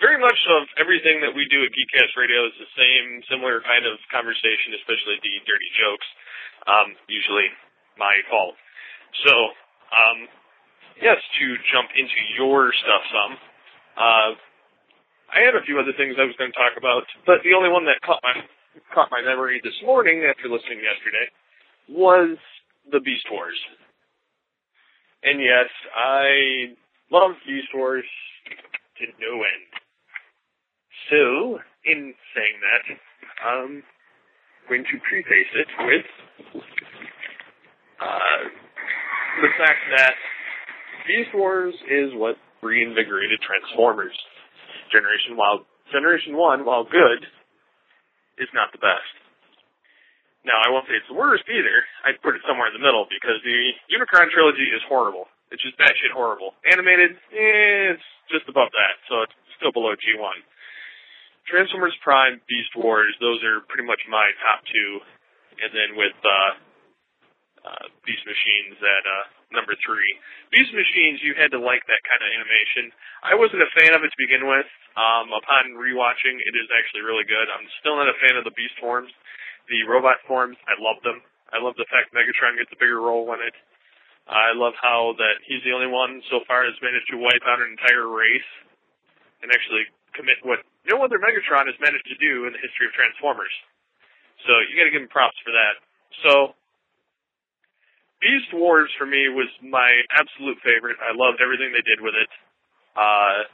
Speaker 9: very much of everything that we do at Geekcast Radio is the same, similar kind of conversation, especially the dirty jokes. Um, usually my fault. So, um, yes, to jump into your stuff some, uh, I had a few other things I was going to talk about, but the only one that caught my caught my memory this morning after listening yesterday was the Beast Wars. And yes, I love Beast Wars to no end. So, in saying that, I'm going to preface it with uh, the fact that Beast Wars is what reinvigorated Transformers. Generation while Generation One, while good, is not the best. Now I won't say it's the worst either. I'd put it somewhere in the middle because the Unicron trilogy is horrible. It's just batshit horrible. Animated, eh, it's just above that, so it's still below G1. Transformers Prime, Beast Wars, those are pretty much my top two, and then with uh, uh, Beast Machines at uh, number three. Beast Machines, you had to like that kind of animation. I wasn't a fan of it to begin with. Um, upon rewatching, it is actually really good. I'm still not a fan of the Beast forms, the robot forms. I love them. I love the fact Megatron gets a bigger role in it. I love how that he's the only one so far that's managed to wipe out an entire race and actually commit what no other Megatron has managed to do in the history of Transformers. So you got to give him props for that. So Beast Wars for me was my absolute favorite. I loved everything they did with it. Uh,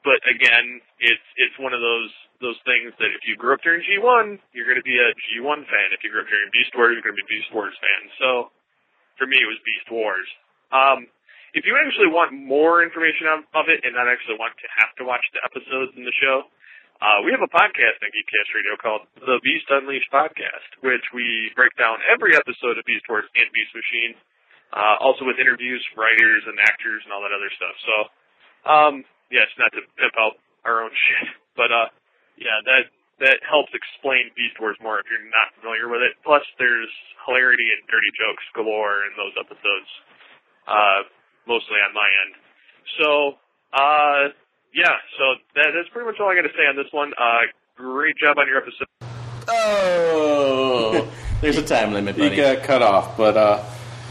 Speaker 9: but again, it's it's one of those those things that if you grew up during G1, you're going to be a G1 fan. If you grew up during Beast Wars, you're going to be a Beast Wars fan. So for me, it was Beast Wars. Um, if you actually want more information of, of it and not actually want to have to watch the episodes in the show, uh, we have a podcast on Geekcast Radio called The Beast Unleashed Podcast, which we break down every episode of Beast Wars and Beast Machine, uh, also with interviews from writers and actors and all that other stuff. So, um, yes, not to pimp out our own *laughs* shit, but uh, yeah, that that helps explain Beast Wars more if you're not familiar with it. Plus, there's hilarity and dirty jokes galore in those episodes, uh, mostly on my end. So, uh, yeah, so that, that's pretty much all I got to say on this one. Uh, great job on your episode.
Speaker 5: Oh,
Speaker 6: *laughs* there's a time limit,
Speaker 5: he
Speaker 6: buddy.
Speaker 5: got cut off, but uh,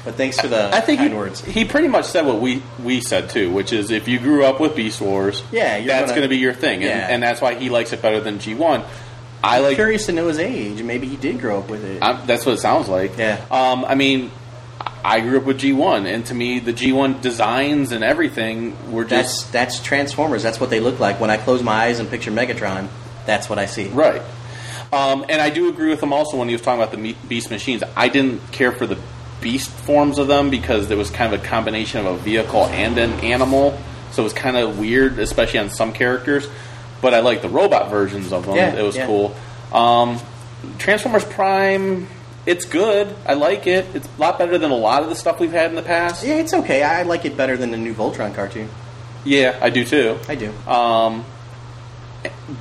Speaker 6: But thanks for the
Speaker 5: I think
Speaker 6: kind
Speaker 5: he,
Speaker 6: words.
Speaker 5: he pretty much said what we we said too, which is if you grew up with Beast Wars,
Speaker 6: Yeah, you're
Speaker 5: that's
Speaker 6: gonna-
Speaker 5: going to be your thing,
Speaker 6: Yeah.
Speaker 5: and, and that's why he likes it better than G one. I like
Speaker 6: Curious to know his age. Maybe he did grow up with it.
Speaker 5: I'm, that's what it sounds like.
Speaker 6: Yeah.
Speaker 5: Um, I mean, I grew up with G1, and to me, the G1 designs and everything were just
Speaker 6: That's that's Transformers. That's what they look like. When I close my eyes and picture Megatron, that's what I see.
Speaker 5: right. Um, and I do agree with him also when he was talking about the me- beast machines. I didn't care for the beast forms of them because it was kind of a combination of a vehicle and an animal, so it was kind of weird, especially on some characters. But I like the robot versions of them.
Speaker 6: Yeah,
Speaker 5: it was
Speaker 6: yeah.
Speaker 5: cool. Um, Transformers Prime, it's good. I like it. It's a lot better than a lot of the stuff we've had in the past.
Speaker 6: Yeah, it's okay. I like it better than the new Voltron cartoon.
Speaker 5: Yeah, I do too.
Speaker 6: I do.
Speaker 5: Um,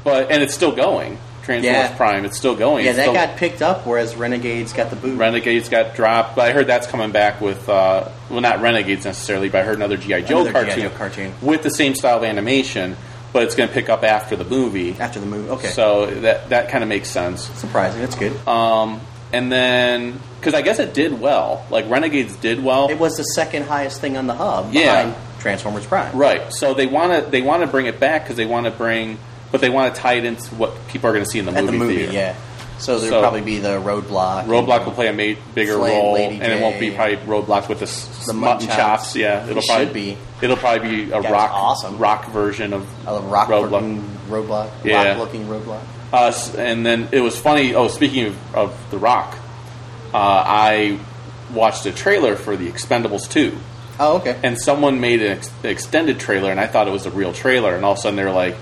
Speaker 5: but and it's still going. Transformers
Speaker 6: Yeah.
Speaker 5: Prime, it's still going.
Speaker 6: yeah,
Speaker 5: It's
Speaker 6: that
Speaker 5: still-
Speaker 6: got picked up, whereas Renegades got the boot.
Speaker 5: Renegades got dropped, but I heard that's coming back with uh, well, not Renegades necessarily, but I heard another GI Joe
Speaker 6: Another G.I.
Speaker 5: cartoon,
Speaker 6: Joe cartoon.
Speaker 5: with the same style of animation, but it's going to pick up after the movie.
Speaker 6: after the movie. Okay,
Speaker 5: So that that kind of makes sense.
Speaker 6: surprising. That's good.
Speaker 5: Um, and then because I guess it did well, like Renegades did well,
Speaker 6: it was the second highest thing on the hub.
Speaker 5: Yeah.
Speaker 6: behind Transformers Prime.
Speaker 5: right? So they want to they want to bring it back because they want to bring, but they want to tie it into what people are going to see in the
Speaker 6: at
Speaker 5: movie.
Speaker 6: the movie.
Speaker 5: theater.
Speaker 6: Yeah, so there'll
Speaker 5: So-
Speaker 6: probably be the Roadblock.
Speaker 5: Roadblock will play a ma- bigger
Speaker 6: Flay and
Speaker 5: role,
Speaker 6: Lady
Speaker 5: and it won't be
Speaker 6: J.
Speaker 5: probably Roadblock with the, s-
Speaker 6: The mutton
Speaker 5: mutton chops.
Speaker 6: chops.
Speaker 5: Yeah, it'll
Speaker 6: It
Speaker 5: probably
Speaker 6: should be.
Speaker 5: It'll probably be a
Speaker 6: That's
Speaker 5: rock
Speaker 6: awesome.
Speaker 5: rock version of
Speaker 6: I love rock
Speaker 5: Roadblock.
Speaker 6: looking Roadblock.
Speaker 5: Yeah.
Speaker 6: Rock looking Roadblock.
Speaker 5: Us, and then it was funny. Oh, speaking of, of the Rock, uh, I watched a trailer for the Expendables two,
Speaker 6: Oh, okay.
Speaker 5: and someone made an ex- extended trailer, and I thought it was a real trailer, and all of a sudden they were like.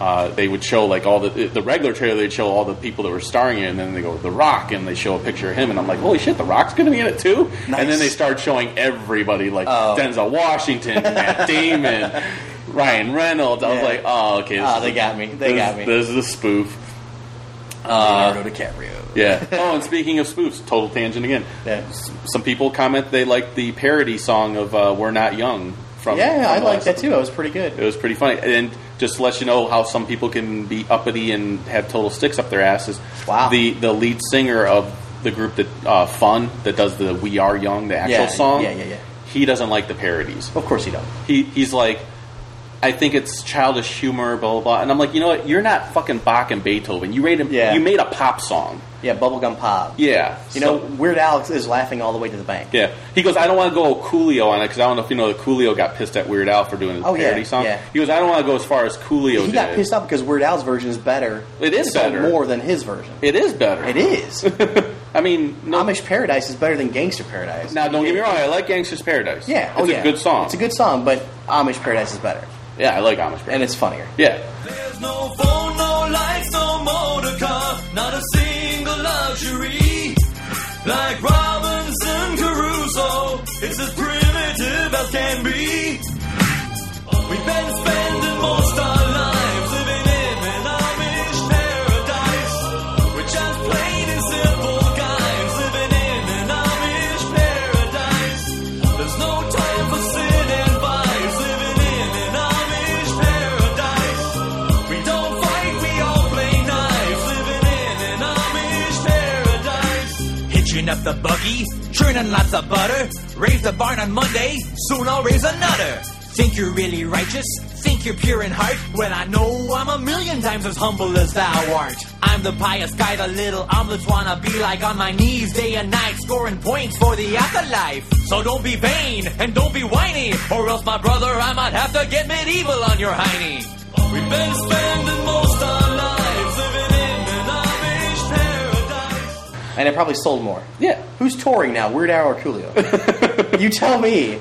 Speaker 5: Uh, they would show like all the the regular trailer. They'd show all the people that were starring in, it, and then they go The Rock, and they show a picture of him, and I'm like, holy shit, The Rock's going to be in it too. And then
Speaker 6: Nice. Oh.
Speaker 5: they start showing everybody like Denzel Washington,
Speaker 6: *laughs*
Speaker 5: Matt Damon, Ryan Reynolds. I was
Speaker 6: Yeah.
Speaker 5: like, oh okay, this
Speaker 6: Ah,
Speaker 5: is
Speaker 6: they
Speaker 5: a-
Speaker 6: got me. They
Speaker 5: this-
Speaker 6: got me.
Speaker 5: This is a spoof.
Speaker 6: Leonardo DiCaprio.
Speaker 5: Yeah. *laughs* oh, and speaking of spoofs, total tangent again.
Speaker 6: Yeah.
Speaker 5: Some people comment they like the parody song of uh, "We're Not Young." From
Speaker 6: Yeah,
Speaker 5: from
Speaker 6: I liked
Speaker 5: last-
Speaker 6: that too. That was pretty good.
Speaker 5: It was pretty funny, and just to let you know how some people can be uppity and have total sticks up their asses.
Speaker 6: Wow.
Speaker 5: The the lead singer of the group that uh, Fun that does the "We Are Young" the actual
Speaker 6: Yeah,
Speaker 5: song.
Speaker 6: yeah, yeah, yeah.
Speaker 5: He doesn't like the parodies.
Speaker 6: Of course you don't.
Speaker 5: He he's like, I think it's childish humor, blah blah blah. And I'm like, you know what? You're not fucking Bach and Beethoven. You made a
Speaker 6: Yeah.
Speaker 5: you made a pop song.
Speaker 6: Yeah, bubblegum pop.
Speaker 5: Yeah.
Speaker 6: You
Speaker 5: so-
Speaker 6: know, Weird Al is laughing all the way to the bank.
Speaker 5: Yeah, he goes. I don't want to go Coolio on it because I don't know if you know that Coolio got pissed at Weird Al for doing his
Speaker 6: Oh, yeah,
Speaker 5: parody song.
Speaker 6: yeah.
Speaker 5: He goes. I don't want to go as far as Coolio
Speaker 6: he
Speaker 5: did.
Speaker 6: got pissed off because Weird Al's version is better.
Speaker 5: It is
Speaker 6: so
Speaker 5: better.
Speaker 6: more than his version.
Speaker 5: It is better.
Speaker 6: It is.
Speaker 5: *laughs* I mean, no.
Speaker 6: Amish Paradise is better than Gangster Paradise.
Speaker 5: Now, don't get me wrong. I like Gangster's Paradise.
Speaker 6: yeah,
Speaker 5: it's
Speaker 6: oh
Speaker 5: a
Speaker 6: yeah.
Speaker 5: good song.
Speaker 6: It's a good song, but Amish Paradise is better
Speaker 5: Yeah, I like Amish Paradise.
Speaker 6: and it's funnier.
Speaker 5: yeah,
Speaker 4: There's no phone, no lights, no motor car, not a single luxury. Like Robinson Crusoe, it's as primitive as can be. We've been spending most our lives living in an Amish paradise. We're just plain and simple guys living in an Amish paradise. There's no time for sin and vice living in an Amish paradise. We don't fight, we all play nice living in an Amish paradise. Hitching up the buggy, churning lots of butter. Raise the barn on Monday, soon I'll raise another. Think you're really righteous? Think you're pure in heart? Well, I know I'm a million times as humble as thou art. I'm the pious guy the little omelets wanna be like on my knees day and night, scoring points for the afterlife. So don't be vain and don't be whiny, or else, my brother, I might have to get medieval on your hiney. We've been spending most our lives living in an Amish paradise.
Speaker 6: And it probably sold
Speaker 5: *laughs*
Speaker 6: more.
Speaker 5: yeah.
Speaker 6: Who's touring now, Weird Al or
Speaker 5: *laughs*
Speaker 6: Coolio? you tell me.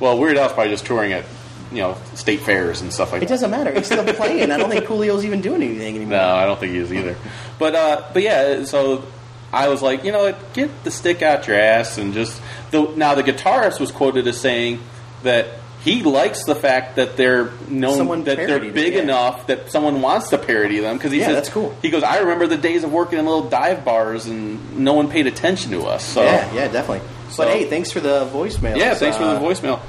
Speaker 5: Well, Weird Al's probably just touring at you know state fairs and stuff like
Speaker 6: It
Speaker 5: that.
Speaker 6: doesn't matter. He's still playing. I don't think Coolio's even doing anything anymore.
Speaker 5: No, I don't think he is either. But uh, but yeah, so I was like, you know what, get the stick out your ass and just. The, now the guitarist was quoted as saying that he likes the fact that they're known
Speaker 6: Someone
Speaker 5: that they're
Speaker 6: parodied it,
Speaker 5: big
Speaker 6: yeah.
Speaker 5: enough that someone wants to parody them because he
Speaker 6: Yeah,
Speaker 5: says
Speaker 6: that's cool.
Speaker 5: He goes, I remember the days of working in little dive bars and no one paid attention to us. So
Speaker 6: Yeah, yeah, definitely.
Speaker 5: So-
Speaker 6: but hey, thanks for the voicemail. uh,
Speaker 5: Yeah, thanks for the voicemail.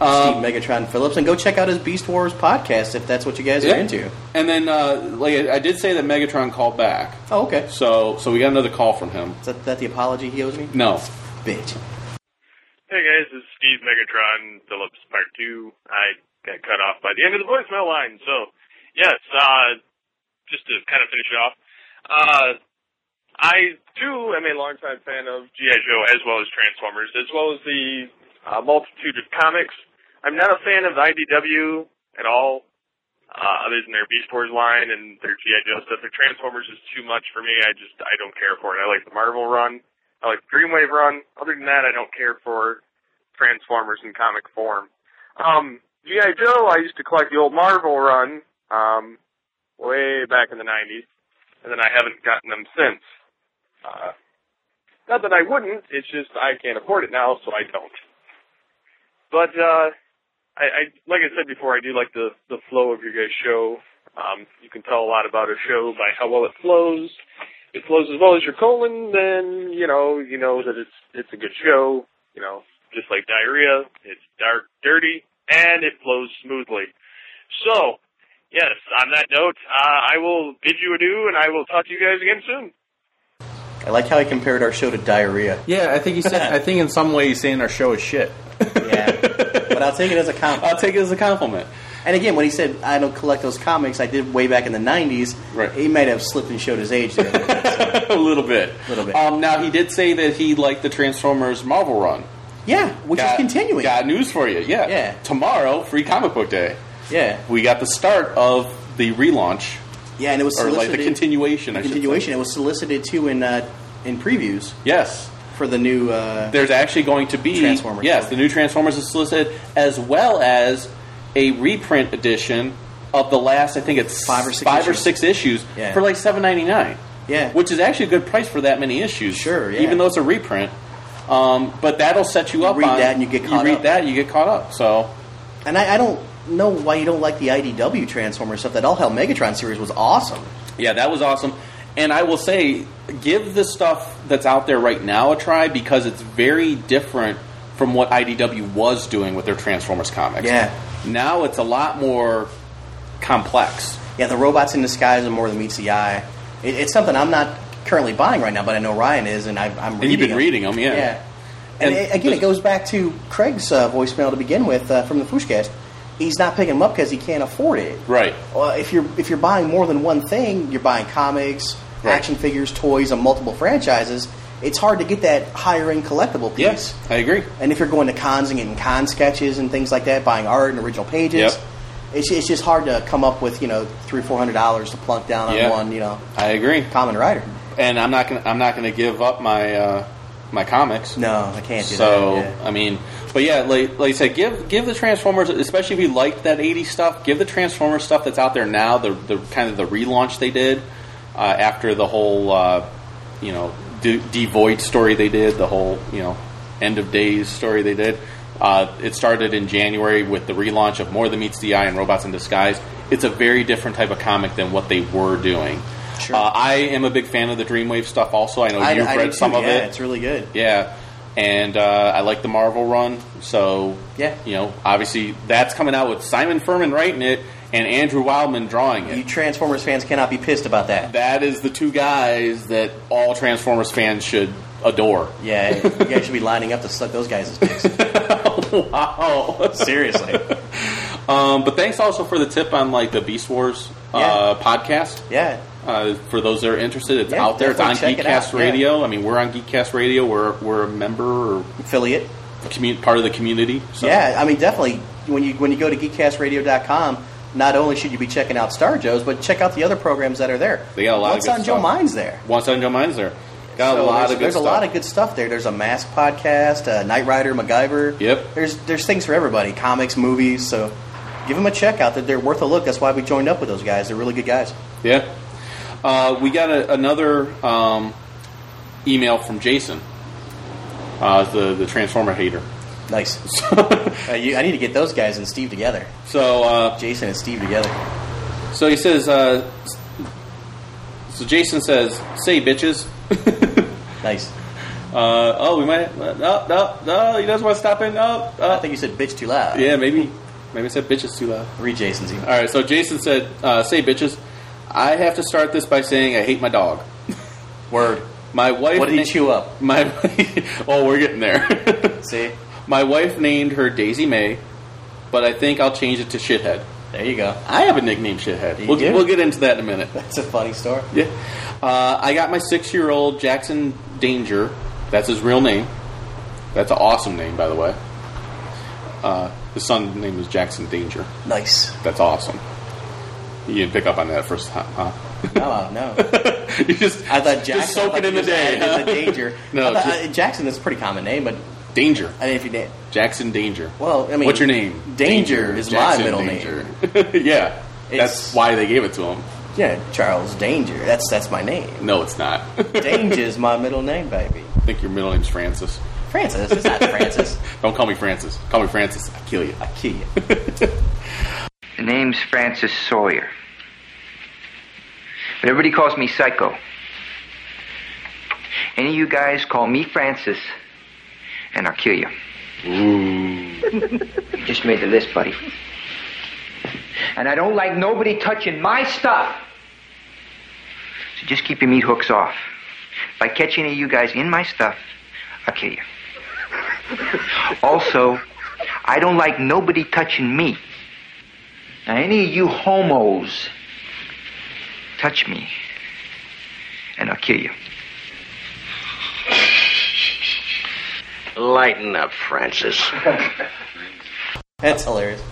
Speaker 5: Um,
Speaker 6: Steve Megatron Phillips, and go check out his Beast Wars podcast if that's what you guys
Speaker 5: Yeah.
Speaker 6: are into.
Speaker 5: And then uh, like I I did say that Megatron called back,
Speaker 6: Oh, okay. Is
Speaker 5: so so we got another call from him.
Speaker 6: that, that the apology he owes me?
Speaker 5: No,
Speaker 6: Bitch.
Speaker 9: Hey guys, this is Steve Megatron Phillips Part 2. I got cut off by the end of the voicemail line, so yes, uh, just to kind of finish it off, uh, I too am a longtime fan of GI Joe as well as Transformers, as well as the uh, multitude of comics. I'm not a fan of the IDW at all, uh, other than their Beast Wars line and their GI Joe stuff. Their Transformers is too much for me. I just I don't care for it. I like the Marvel run. I like the Dreamwave run. Other than that, I don't care for Transformers in comic form. Um, GI Joe, I used to collect the old Marvel run um, way back in the '90s, and then I haven't gotten them since. Uh, not that I wouldn't, it's just I can't afford it now, so I don't. But uh, I, I like I said before, I do like the the flow of your guys' show. Um, you can tell a lot about a show by how well it flows. If it flows as well as your colon, then you know you know that it's it's a good show. You know, just like diarrhea, it's dark, dirty, and it flows smoothly. So, yes, on that note, uh, I will bid you adieu, and I will talk to you guys again soon.
Speaker 6: I like how he compared our show to diarrhea.
Speaker 5: Yeah, I think he said. I think in some way he's saying our show is shit.
Speaker 6: Yeah, but I'll take it as a compliment.
Speaker 5: *laughs* I'll take it as a compliment.
Speaker 6: And again, when he said I don't collect those comics, I did way back in the '90s.
Speaker 5: Right.
Speaker 6: He might have slipped and showed his age there.
Speaker 5: *laughs* *laughs* a little bit.
Speaker 6: Little bit.
Speaker 5: Um, now he did say that he liked the Transformers Marvel run.
Speaker 6: yeah, which is
Speaker 5: Got-
Speaker 6: continuing.
Speaker 5: Got news for you. Yeah.
Speaker 6: Yeah.
Speaker 5: Tomorrow, free comic book day.
Speaker 6: Yeah,
Speaker 5: We got the start of the relaunch,
Speaker 6: yeah, and it was
Speaker 5: or like
Speaker 6: solicited.
Speaker 5: the continuation. I should say.
Speaker 6: continuation. It was solicited too in uh, in previews
Speaker 5: Yes.
Speaker 6: for the new. Uh,
Speaker 5: There's actually going to be
Speaker 6: Transformers.
Speaker 5: Yes, the new Transformers is solicited, as well as a reprint edition of the last. I think it's
Speaker 6: Five or six
Speaker 5: five
Speaker 6: issues.
Speaker 5: or six issues
Speaker 6: Yeah.
Speaker 5: for like seven ninety nine.
Speaker 6: Yeah.
Speaker 5: which is actually a good price for that many issues.
Speaker 6: Sure, yeah.
Speaker 5: even though it's a reprint. Um, but that'll set you, up.
Speaker 6: read
Speaker 5: on,
Speaker 6: that and you get caught
Speaker 5: You read
Speaker 6: up.
Speaker 5: that, you get caught up. So
Speaker 6: and I, I don't know why you don't like the IDW Transformers stuff. That All Hell Megatron series was awesome.
Speaker 5: Yeah, that was awesome. And I will say, give the stuff that's out there right now a try because it's very different from what IDW was doing with their Transformers comics.
Speaker 6: Yeah.
Speaker 5: Now it's a lot more complex.
Speaker 6: Yeah, the robots in disguise are more than meets the eye. It, it's something I'm not currently buying right now, but I know Ryan is, and I, I'm reading.
Speaker 5: And you've been
Speaker 6: them.
Speaker 5: reading them, yeah.
Speaker 6: Yeah. And,
Speaker 5: And
Speaker 6: a- again, it
Speaker 5: there's-
Speaker 6: goes back to Craig's uh, voicemail to begin with uh, from the Fushcast. He's not picking them up because he can't afford it.
Speaker 5: Right.
Speaker 6: Uh, if you're if you're buying more than one thing, you're buying comics,
Speaker 5: Right.
Speaker 6: action figures, toys, on multiple franchises. It's hard to get that higher end collectible piece.
Speaker 5: Yes, I agree.
Speaker 6: And if you're going to cons and getting con sketches and things like that, buying art and original pages,
Speaker 5: Yep.
Speaker 6: it's, it's just hard to come up with you know three four hundred dollars to plunk down on
Speaker 5: Yeah.
Speaker 6: one you know
Speaker 5: I agree.
Speaker 6: common writer.
Speaker 5: And I'm not gonna I'm not gonna give up my uh, my comics.
Speaker 6: No, I can't do
Speaker 5: So
Speaker 6: that. yeah.
Speaker 5: I mean, but yeah, like, like I said, give give the Transformers, especially if you liked that '80s stuff, give the Transformers stuff that's out there now the the kind of the relaunch they did uh, after the whole uh, you know de- devoid story they did, the whole you know end of days story they did. Uh, it started in January with the relaunch of More Than Meets the Eye and Robots in Disguise. It's a very different type of comic than what they were doing.
Speaker 6: Sure.
Speaker 5: Uh, I am a big fan of the Dreamwave stuff. Also, I know
Speaker 6: I,
Speaker 5: you've
Speaker 6: I do
Speaker 5: read some
Speaker 6: too,
Speaker 5: of
Speaker 6: yeah,
Speaker 5: it.
Speaker 6: It's really good.
Speaker 5: Yeah, and uh, I like the Marvel run. So
Speaker 6: Yeah.
Speaker 5: you know, obviously that's coming out with Simon Furman writing it and Andrew Wildman drawing
Speaker 6: You
Speaker 5: it.
Speaker 6: Transformers fans cannot be pissed about that.
Speaker 5: That is the two guys that all Transformers fans should adore.
Speaker 6: Yeah, you guys should be lining up to suck those guys' dicks.
Speaker 5: *laughs* wow.
Speaker 6: Seriously.
Speaker 5: Um, but thanks also for the tip on like the Beast Wars uh, podcast.
Speaker 6: Yeah.
Speaker 5: Uh, for those that are interested, it's
Speaker 6: Yeah,
Speaker 5: out there. It's on
Speaker 6: definitely check it out,
Speaker 5: Geekcast
Speaker 6: yeah.
Speaker 5: Radio. I mean, we're on Geekcast Radio. We're we're a member or
Speaker 6: Affiliate.
Speaker 5: commu- part of the community. So.
Speaker 6: Yeah, I mean, definitely. When you when you go to geekcastradio.com, not only should you be checking out Star Joe's, but check out the other programs that are there.
Speaker 5: They got a lot of
Speaker 6: What's
Speaker 5: good
Speaker 6: on Joe
Speaker 5: stuff.
Speaker 6: Mine's there?
Speaker 5: Once on Joe Mine's there. Got
Speaker 6: So
Speaker 5: a lot
Speaker 6: there's,
Speaker 5: of good
Speaker 6: there's
Speaker 5: stuff.
Speaker 6: a lot of good stuff there. There's a Mask podcast, uh, Knight Rider, MacGyver.
Speaker 5: Yep.
Speaker 6: There's there's things for everybody. Comics, movies. So give them a check out. They're, they're worth a look. That's why we joined up with those guys. They're really good guys.
Speaker 5: Yeah. Uh, we got a, another um, email from Jason, uh, the the Transformer hater.
Speaker 6: Nice.
Speaker 5: *laughs*
Speaker 6: Uh, you, I need to get those guys and Steve together.
Speaker 5: So uh,
Speaker 6: Jason and Steve together.
Speaker 5: so he says. Uh, so Jason says, "Say bitches." *laughs*
Speaker 6: Nice.
Speaker 5: Uh, oh, we might. Uh, no, no, no. He doesn't want to stop in. No,
Speaker 6: I
Speaker 5: uh,
Speaker 6: think you said bitch too loud.
Speaker 5: yeah, maybe. Maybe I said bitches too loud.
Speaker 6: Read Jason's email.
Speaker 5: All right. So Jason said, uh, "Say bitches." I have to start this by saying I hate my dog.
Speaker 6: *laughs* Word.
Speaker 5: My wife.
Speaker 6: What did he
Speaker 5: na-
Speaker 6: chew up?
Speaker 5: My. *laughs* oh, we're getting there. *laughs*
Speaker 6: See?
Speaker 5: My wife named her Daisy May, but I think I'll change it to Shithead.
Speaker 6: There you go.
Speaker 5: I have a nickname, shithead.
Speaker 6: You
Speaker 5: We'll,
Speaker 6: do?
Speaker 5: we'll get into that in a minute.
Speaker 6: *laughs* That's a funny story.
Speaker 5: Yeah. Uh, I got my six year old Jackson Danger. That's his real name. That's an awesome name, by the way. Uh, his son's name is Jackson Danger.
Speaker 6: Nice.
Speaker 5: That's awesome. You didn't pick up on that first time, huh?
Speaker 6: Oh, No, no.
Speaker 5: you *laughs* just
Speaker 6: I thought Jackson.
Speaker 5: just soak
Speaker 6: I
Speaker 5: it
Speaker 6: thought
Speaker 5: in
Speaker 6: you just
Speaker 5: the day.
Speaker 6: added
Speaker 5: huh?
Speaker 6: in the
Speaker 5: *laughs*
Speaker 6: danger.
Speaker 5: No,
Speaker 6: I thought-
Speaker 5: just-
Speaker 6: I- Jackson is a pretty common name, but
Speaker 5: Danger.
Speaker 6: I mean, if you did.
Speaker 5: Jackson Danger.
Speaker 6: Well, I mean,
Speaker 5: what's your name?
Speaker 6: Danger is my middle
Speaker 5: name. *laughs* yeah, that's
Speaker 6: It's-
Speaker 5: why they gave it to him.
Speaker 6: Yeah, Charles Danger. That's that's my name.
Speaker 5: No, it's not. *laughs* I
Speaker 6: Danger is my middle name, baby.
Speaker 5: think your middle name's Francis.
Speaker 6: Francis. It's not Francis.
Speaker 5: *laughs* Don't call me Francis. Call me Francis. I kill you.
Speaker 6: I kill you.
Speaker 10: The name's Francis Sawyer. But everybody calls me Psycho. Any of you guys call me Francis, and I'll kill you. you just made the list, buddy. And I don't like nobody touching my stuff. So just keep your meat hooks off. If I catch any of you guys in my stuff, I'll kill you. also, I don't like nobody touching me. Now, any of you homos touch me, and I'll kill you.
Speaker 11: Lighten up,
Speaker 5: *laughs*
Speaker 11: Francis.
Speaker 6: That's hilarious.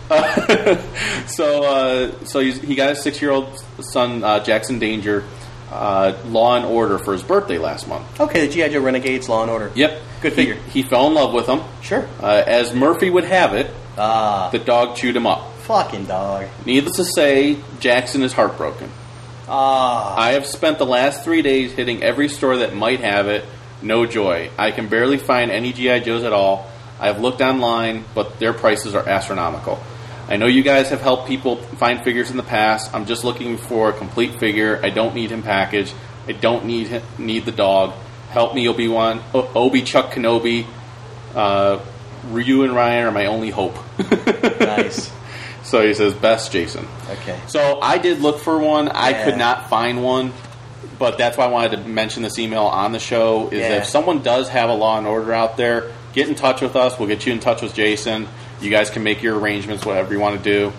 Speaker 5: so uh, so he's, he got his six year old son uh, Jackson Danger uh, Law and Order for his birthday last month.
Speaker 6: Okay, the GI Joe Renegades, Law and Order.
Speaker 5: Yep,
Speaker 6: Good
Speaker 5: He-
Speaker 6: figure.
Speaker 5: He, fell in love with him.
Speaker 6: Sure.
Speaker 5: Uh, as Murphy would have it,
Speaker 6: Ah,
Speaker 5: the dog chewed him up.
Speaker 6: fucking dog.
Speaker 5: Needless to say, Jackson is heartbroken.
Speaker 6: Ah,
Speaker 5: I have spent the last three days hitting every store that might have it. No joy. I can barely find any GI Joes at all. I've looked online, but their prices are astronomical. I know you guys have helped people find figures in the past. I'm just looking for a complete figure. I don't need him packaged. I don't need him, need the dog. Help me, Obi Wan, Obi Chuck Kenobi. Uh, Ryu and Ryan are my only hope. *laughs*
Speaker 6: nice.
Speaker 5: so he says, best Jason.
Speaker 6: Okay.
Speaker 5: So I did look for one. I
Speaker 6: Yeah.
Speaker 5: could not find one, but that's why I wanted to mention this email on the show. Is
Speaker 6: Yeah.
Speaker 5: if someone does have a Law and Order out there, get in touch with us. We'll get you in touch with Jason. You guys can make your arrangements, whatever you want to do.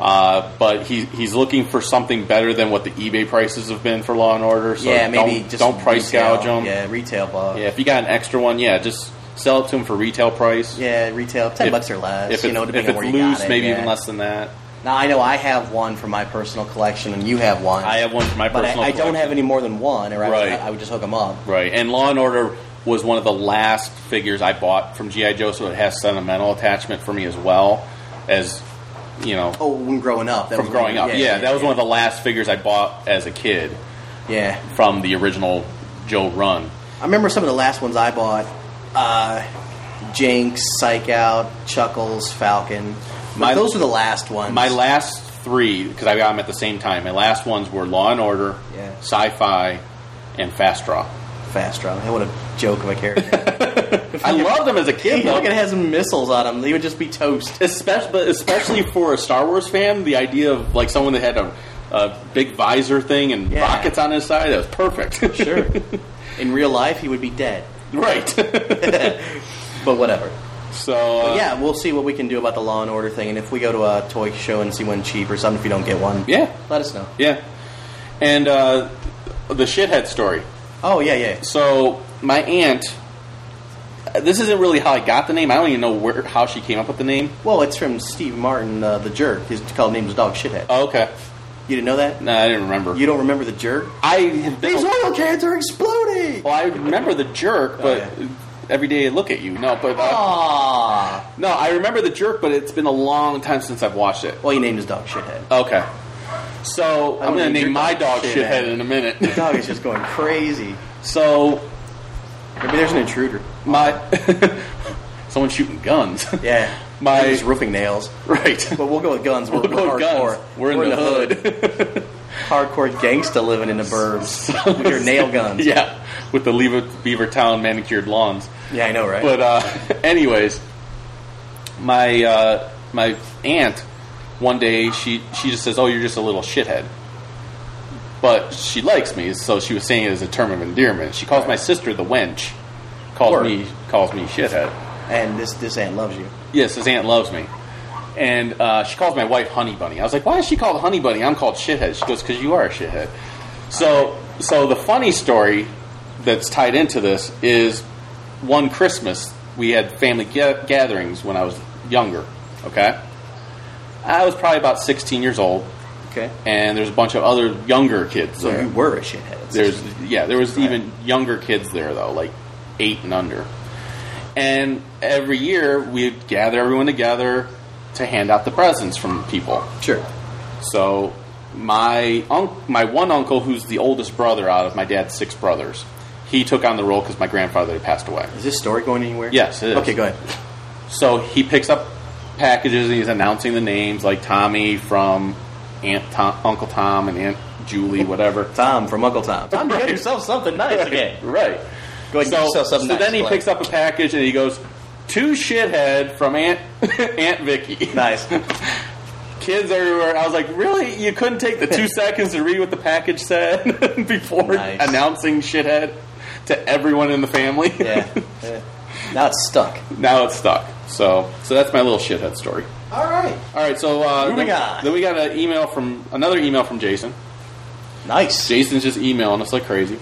Speaker 5: Uh, but he, he's looking for something better than what the eBay prices have been for Law and Order. So
Speaker 6: yeah, maybe
Speaker 5: don't,
Speaker 6: just
Speaker 5: don't price
Speaker 6: retail.
Speaker 5: gouge them.
Speaker 6: Yeah, retail bug.
Speaker 5: Yeah, if you got an extra one, yeah, just sell it to him for retail price.
Speaker 6: Yeah, retail ten
Speaker 5: If-
Speaker 6: bucks or less.
Speaker 5: If,
Speaker 6: you
Speaker 5: it-
Speaker 6: know, depending
Speaker 5: if it's
Speaker 6: on where you
Speaker 5: loose,
Speaker 6: got it.
Speaker 5: maybe
Speaker 6: yeah.
Speaker 5: even less than that.
Speaker 6: Now I know I have one for my personal collection, and you have one.
Speaker 5: I have one for my
Speaker 6: but I,
Speaker 5: personal.
Speaker 6: I don't
Speaker 5: collection.
Speaker 6: have any more than one, or I,
Speaker 5: Right.
Speaker 6: I, I would just hook them up.
Speaker 5: Right, and Law and Order was one of the last figures I bought from GI Joe, so it has sentimental attachment for me as well as you know
Speaker 6: Oh, when growing up, that
Speaker 5: from
Speaker 6: was
Speaker 5: growing
Speaker 6: one,
Speaker 5: up. Yeah, that was one of the last figures I bought as a kid
Speaker 6: Yeah,
Speaker 5: from the original Joe run.
Speaker 6: I remember some of the last ones I bought: uh, Jinx, Psych Out, Chuckles, Falcon. But
Speaker 5: My-
Speaker 6: those were the last ones.
Speaker 5: My last three because I got them at the same time. My last ones were Law and Order,
Speaker 6: Yeah.
Speaker 5: Sci-Fi, and Fast Draw.
Speaker 6: fast draw. What a joke of a
Speaker 5: *laughs*
Speaker 6: character!
Speaker 5: I loved them as a
Speaker 6: he
Speaker 5: kid. though.
Speaker 6: fucking has missiles on him. He would just be toast.
Speaker 5: especially, but especially for a Star Wars fan, the idea of like someone that had a, a big visor thing and
Speaker 6: Yeah.
Speaker 5: rockets on his side, that was perfect.
Speaker 6: Sure.
Speaker 5: *laughs*
Speaker 6: In real life, he would be dead.
Speaker 5: right.
Speaker 6: But whatever.
Speaker 5: so uh,
Speaker 6: yeah, we'll see what we can do about the Law and Order thing, and if we go to a toy show and see one cheap or something, if you don't get one,
Speaker 5: yeah,
Speaker 6: let us know.
Speaker 5: yeah, and uh, the shithead story.
Speaker 6: Oh yeah, yeah.
Speaker 5: So my aunt, this isn't really how I got the name. I don't even know where how she came up with the name.
Speaker 6: Well, it's from Steve Martin, uh, the jerk. His called name was Dog Shithead.
Speaker 5: Oh, okay,
Speaker 6: you didn't know that?
Speaker 5: no, I didn't remember.
Speaker 6: You don't remember the jerk?
Speaker 5: I have been.
Speaker 6: oil cans are exploding. Oh,
Speaker 5: Well, I remember the jerk, but
Speaker 6: yeah.
Speaker 5: every day I look at you. No, but uh,
Speaker 6: Aww.
Speaker 5: no, I remember the jerk, but it's been a long time since I've watched it.
Speaker 6: Well, you named his dog Shithead.
Speaker 5: Okay. So I'm
Speaker 6: don't
Speaker 5: gonna
Speaker 6: need
Speaker 5: name
Speaker 6: your
Speaker 5: my dog
Speaker 6: dog shit,
Speaker 5: shithead
Speaker 6: man.
Speaker 5: in
Speaker 6: *laughs*
Speaker 5: a minute.
Speaker 6: Dog is just going crazy.
Speaker 5: So
Speaker 6: Maybe there's an intruder.
Speaker 5: my *laughs* someone shooting guns. *laughs*
Speaker 6: Yeah.
Speaker 5: My-
Speaker 6: Maybe it's roofing nails.
Speaker 5: right.
Speaker 6: But we'll go with guns. We're,
Speaker 5: *laughs* We're going
Speaker 6: we're hardcore.
Speaker 5: guns. We're in the, hood. *laughs*
Speaker 6: Hardcore gangsta living in the burbs with your nail guns.
Speaker 5: *laughs* yeah, with the Lever, Beaver Town manicured lawns.
Speaker 6: Yeah, I know, right?
Speaker 5: But uh, *laughs* anyways, my uh, my aunt one day she she just says, "Oh, you're just a little shithead." But she likes me, so she was saying it as a term of endearment. She calls my sister the wench. Calls
Speaker 6: Word.
Speaker 5: me calls me shithead.
Speaker 6: and this this aunt loves you.
Speaker 5: Yes, his aunt loves me. And uh, she calls my wife Honey Bunny. I was like, why is she called Honey Bunny? I'm called Shithead. She goes, because you are a shithead. So, so the funny story that's tied into this is one Christmas we had family ga- gatherings when I was younger. Okay, I was probably about 16 years old,
Speaker 6: Okay.
Speaker 5: and there's a bunch of other younger kids
Speaker 6: So
Speaker 5: there.
Speaker 6: you were a shithead.
Speaker 5: There's yeah, there was even younger kids there though, like eight and under. And every year we'd gather everyone together to hand out the presents from people.
Speaker 6: sure.
Speaker 5: So my unc- my one uncle, who's the oldest brother out of my dad's six brothers, he took on the role because my grandfather had passed away.
Speaker 6: Is this story going anywhere?
Speaker 5: Yes, it is.
Speaker 6: Okay, go ahead.
Speaker 5: So he picks up packages and he's announcing the names like Tommy from Aunt Tom, Uncle Tom and Aunt Julie, whatever.
Speaker 6: Tom from Uncle Tom. Tom, you got yourself something nice again.
Speaker 5: right.
Speaker 6: Go ahead,
Speaker 5: so,
Speaker 6: get yourself something
Speaker 5: so
Speaker 6: nice,
Speaker 5: then he
Speaker 6: Glenn.
Speaker 5: picks up a package and he goes, two shithead from Aunt *laughs* Aunt Vicky.
Speaker 6: Nice.
Speaker 5: *laughs* Kids everywhere. I was like, really? You couldn't take
Speaker 6: *laughs*
Speaker 5: the two seconds to read what the package said *laughs* before
Speaker 6: Nice.
Speaker 5: announcing shithead to everyone in the family?
Speaker 6: Yeah. yeah. Now it's stuck.
Speaker 5: now it's stuck. So, so that's my little shithead story.
Speaker 6: All right.
Speaker 5: All right, so uh,
Speaker 6: Moving
Speaker 5: then,
Speaker 6: on.
Speaker 5: then we got an email from another email from Jason.
Speaker 6: Nice.
Speaker 5: Jason's just emailing us like crazy.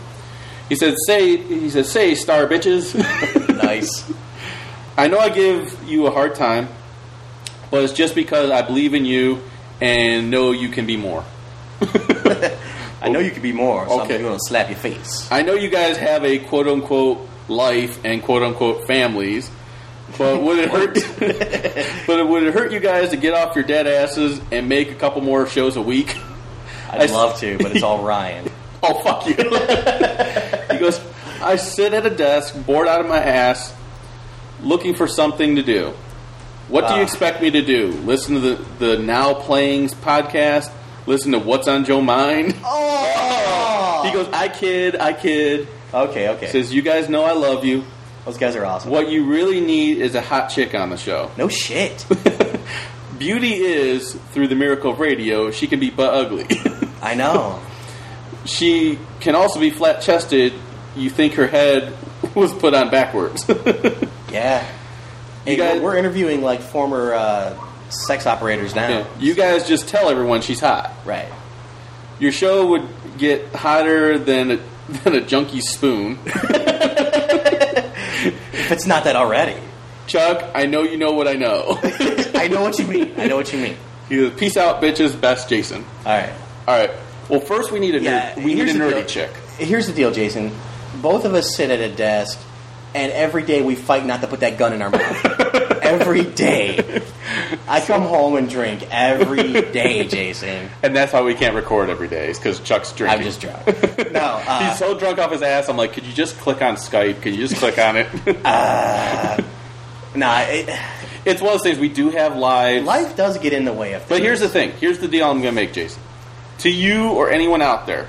Speaker 5: He said, "Say," he said, "Say, star bitches."
Speaker 6: *laughs*
Speaker 5: *laughs*
Speaker 6: nice.
Speaker 5: I know I give you a hard time, but it's just because I believe in you and know you can be more.
Speaker 6: I know you could be more, so
Speaker 5: Okay.
Speaker 6: I'm going to slap your face.
Speaker 5: I know you guys have a quote unquote life and quote unquote families, but would
Speaker 6: *laughs*
Speaker 5: it hurt? but would it hurt you guys to get off your dead asses and make a couple more shows a week? I
Speaker 6: I'd
Speaker 5: s-
Speaker 6: love to, but it's all Ryan.
Speaker 5: *laughs* Oh
Speaker 6: *laughs*
Speaker 5: fuck you! he goes. I sit at a desk, bored out of my ass, looking for something to do. What do you
Speaker 6: Ah.
Speaker 5: expect me to do? Listen to the the Now Playings podcast. Listen to What's on Joe Mind. He
Speaker 6: Oh!
Speaker 5: goes, I kid, I kid.
Speaker 6: Okay, okay.
Speaker 5: Says, you guys know I love you.
Speaker 6: Those guys are awesome.
Speaker 5: What you really need is a hot chick on the show.
Speaker 6: No shit.
Speaker 5: Beauty is through the miracle of radio. She can be but ugly. *laughs*
Speaker 6: I know.
Speaker 5: she can also be flat chested. You think her head was put on backwards. *laughs*
Speaker 6: Yeah. Hey,
Speaker 5: guys-
Speaker 6: we're- we're interviewing like former uh, sex operators now.
Speaker 5: Yeah. You guys just tell everyone she's hot.
Speaker 6: Right.
Speaker 5: Your show would get hotter than a, *laughs* than a junkie spoon.
Speaker 6: If it's not that already.
Speaker 5: Chuck, I know you know what I know.
Speaker 6: *laughs* I know what you mean. I know what you mean.
Speaker 5: He goes, Peace out, bitches. Best, Jason.
Speaker 6: All right.
Speaker 5: All right. Well, first we need a ner- we need a
Speaker 6: here's the
Speaker 5: nerdy
Speaker 6: deal-
Speaker 5: chick.
Speaker 6: Here's the deal, Jason. Both of us sit at a desk, and every day we fight not to put that gun in our
Speaker 5: *laughs*
Speaker 6: mouth. every day. I come home and drink every day, Jason.
Speaker 5: *laughs* And that's why we can't record every day, is because Chuck's drinking.
Speaker 6: I'm just
Speaker 5: *laughs*
Speaker 6: drunk. No, uh,
Speaker 5: He's so drunk off his ass. I'm like, could you just click on Skype? Could you just click on it? *laughs*
Speaker 6: Uh, nah. It,
Speaker 5: it's one of those things we do have live.
Speaker 6: life does get in the way of.
Speaker 5: But
Speaker 6: things.
Speaker 5: here's the thing. Here's the deal I'm going to make, Jason. To you or anyone out there,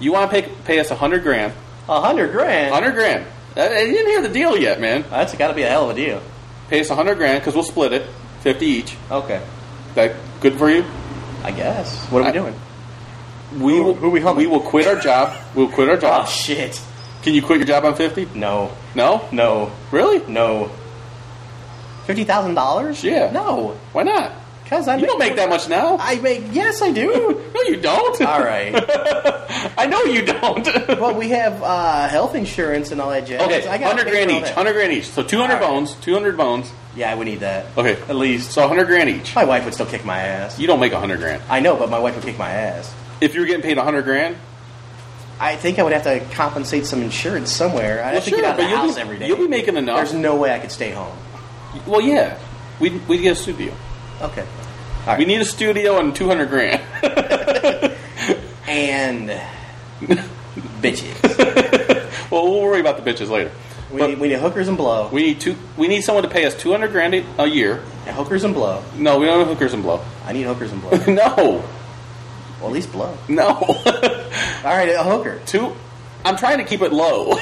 Speaker 5: you want to pay, pay us a hundred grand.
Speaker 6: a hundred grand.
Speaker 5: Hundred grand. I, I didn't hear the deal yet, man.
Speaker 6: That's got to be a hell of a deal.
Speaker 5: Pay us a hundred grand because we'll split it, fifty each.
Speaker 6: Okay,
Speaker 5: That good for you?
Speaker 6: I guess. What are we
Speaker 5: I-
Speaker 6: doing?
Speaker 5: We
Speaker 6: Who-
Speaker 5: will.
Speaker 6: who we humming?
Speaker 5: we will quit our job. We'll quit
Speaker 6: *laughs*
Speaker 5: our
Speaker 6: Oh
Speaker 5: job.
Speaker 6: shit!
Speaker 5: Can you quit your job on fifty?
Speaker 6: No,
Speaker 5: No.
Speaker 6: no,
Speaker 5: Really?
Speaker 6: no. Fifty thousand dollars?
Speaker 5: Yeah.
Speaker 6: No,
Speaker 5: Why not?
Speaker 6: because I
Speaker 5: You don't make that much now.
Speaker 6: I make yes, I *laughs* do.
Speaker 5: No, you don't.
Speaker 6: All right.
Speaker 5: I know you don't.
Speaker 6: Well, we have uh, health insurance and all that jazz.
Speaker 5: *laughs* okay,
Speaker 6: I gotta
Speaker 5: hundred
Speaker 6: pay
Speaker 5: grand
Speaker 6: for all
Speaker 5: each.
Speaker 6: that.
Speaker 5: Hundred grand each. So two hundred
Speaker 6: All right.
Speaker 5: bones. Two hundred bones.
Speaker 6: Yeah, we need that.
Speaker 5: Okay,
Speaker 6: At least.
Speaker 5: So hundred grand each.
Speaker 6: My wife would still kick my ass.
Speaker 5: You don't make hundred grand.
Speaker 6: I know, but my wife would kick my ass.
Speaker 5: If you're getting paid hundred grand,
Speaker 6: I think I would have to compensate some insurance somewhere. I'd
Speaker 5: well,
Speaker 6: have to
Speaker 5: sure,
Speaker 6: get out of
Speaker 5: but
Speaker 6: the
Speaker 5: you'll
Speaker 6: house
Speaker 5: be,
Speaker 6: every day.
Speaker 5: you'll be making enough.
Speaker 6: There's no way I could stay home.
Speaker 5: well, yeah, we'd, we'd get a studio.
Speaker 6: Okay. All right.
Speaker 5: We need a studio and two hundred grand.
Speaker 6: *laughs*
Speaker 5: *laughs*
Speaker 6: and bitches.
Speaker 5: well, we'll worry about the bitches later.
Speaker 6: We
Speaker 5: But-
Speaker 6: need, we need hookers and blow.
Speaker 5: We need two. We need someone to pay us two hundred grand a a year.
Speaker 6: hookers and blow.
Speaker 5: No, we don't have hookers and blow.
Speaker 6: I need hookers
Speaker 5: *laughs*
Speaker 6: and blow.
Speaker 5: No,
Speaker 6: well, at least blow.
Speaker 5: no, *laughs*
Speaker 6: All right, a hooker
Speaker 5: two. I'm trying to keep it low.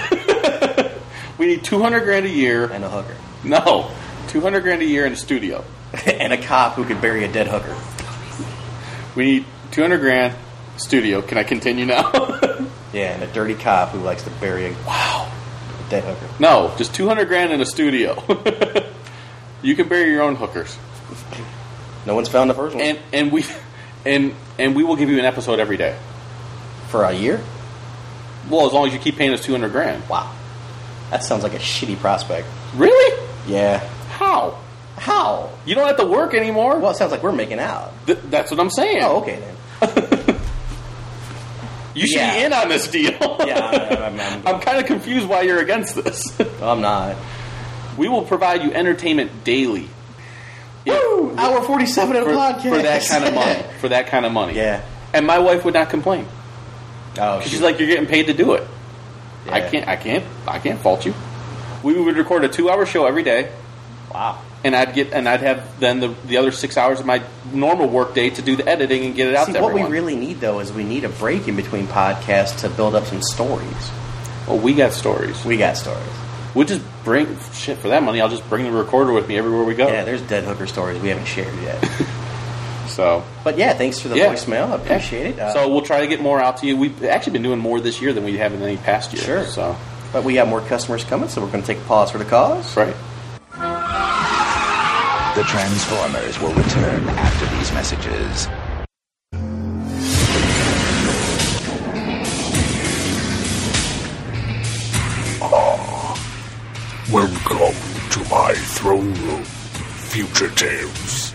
Speaker 5: we need two hundred grand a year.
Speaker 6: and a hooker
Speaker 5: No, two hundred grand a year in a studio.
Speaker 6: *laughs* and a cop who could bury a dead hooker.
Speaker 5: We need two hundred grand studio. Can I continue now? *laughs*
Speaker 6: Yeah, and a dirty cop who likes to bury a wow dead hooker.
Speaker 5: *laughs* No, just 200 grand in a studio. you can bury your own hookers.
Speaker 6: No one's found the first one
Speaker 5: and and we and and we will give you an episode every day.
Speaker 6: for a year.
Speaker 5: Well, as long as you keep paying us two hundred grand.
Speaker 6: Wow, that sounds like a shitty prospect.
Speaker 5: Really?
Speaker 6: Yeah.
Speaker 5: How?
Speaker 6: How?
Speaker 5: You don't have to work anymore.
Speaker 6: Well, it sounds like we're making out.
Speaker 5: Th- that's what I'm saying.
Speaker 6: Oh, okay then.
Speaker 5: You should be
Speaker 6: Yeah.
Speaker 5: in on this deal.
Speaker 6: Yeah, I- I'm, I'm,
Speaker 5: *laughs* I'm kind of confused why you're
Speaker 6: *laughs*
Speaker 5: against this.
Speaker 6: I'm not.
Speaker 5: we will provide you entertainment daily. Yeah.
Speaker 6: Woo! Hour forty-seven of
Speaker 5: for,
Speaker 6: podcast
Speaker 5: for that kind
Speaker 6: *laughs*
Speaker 5: of money. For that kind of money.
Speaker 6: yeah.
Speaker 5: And my wife would not complain.
Speaker 6: Oh,
Speaker 5: She's like, "You're getting paid to do it. I
Speaker 6: Yeah.
Speaker 5: can't. I can't. I can't fault you." We would record a two-hour show every day,
Speaker 6: wow.
Speaker 5: and I'd get and I'd have then the, the other six hours of my normal work day to do the editing and get it out
Speaker 6: See,
Speaker 5: to
Speaker 6: what
Speaker 5: everyone.
Speaker 6: we really need though is we need a break in between podcasts to build up some stories.
Speaker 5: well, Oh, we got stories.
Speaker 6: We got stories.
Speaker 5: We'll just bring shit for that money. I'll just bring the recorder with me everywhere we go.
Speaker 6: Yeah, there's dead hooker stories we haven't shared yet.
Speaker 5: *laughs* So
Speaker 6: but yeah, thanks for the
Speaker 5: Yeah.
Speaker 6: voicemail. I appreciate it. Uh,
Speaker 5: so we'll try to get more out to you. We've actually been doing more this year than we have in any past year.
Speaker 6: Sure.
Speaker 5: So
Speaker 6: but we got more customers coming, so we're going to take a pause for the cause.
Speaker 5: that's right.
Speaker 11: The Transformers will return after these messages.
Speaker 2: Welcome to my throne room, Future Tales.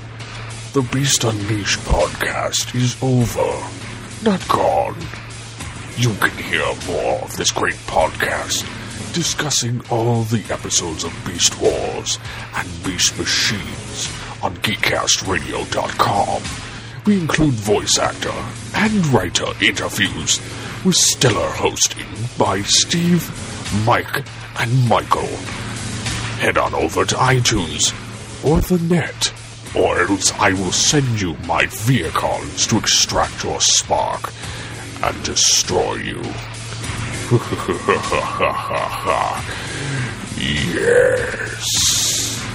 Speaker 2: The Beast Unleashed podcast is over, not gone. You can hear more of this great podcast discussing all the episodes of Beast Wars and Beast Machines on GeekCastRadio.com. We include voice actor and writer interviews with stellar hosting by Steve, Mike, and Michael head on over to iTunes or the net, or else I will send you my vehicles to extract your spark and destroy you. yes.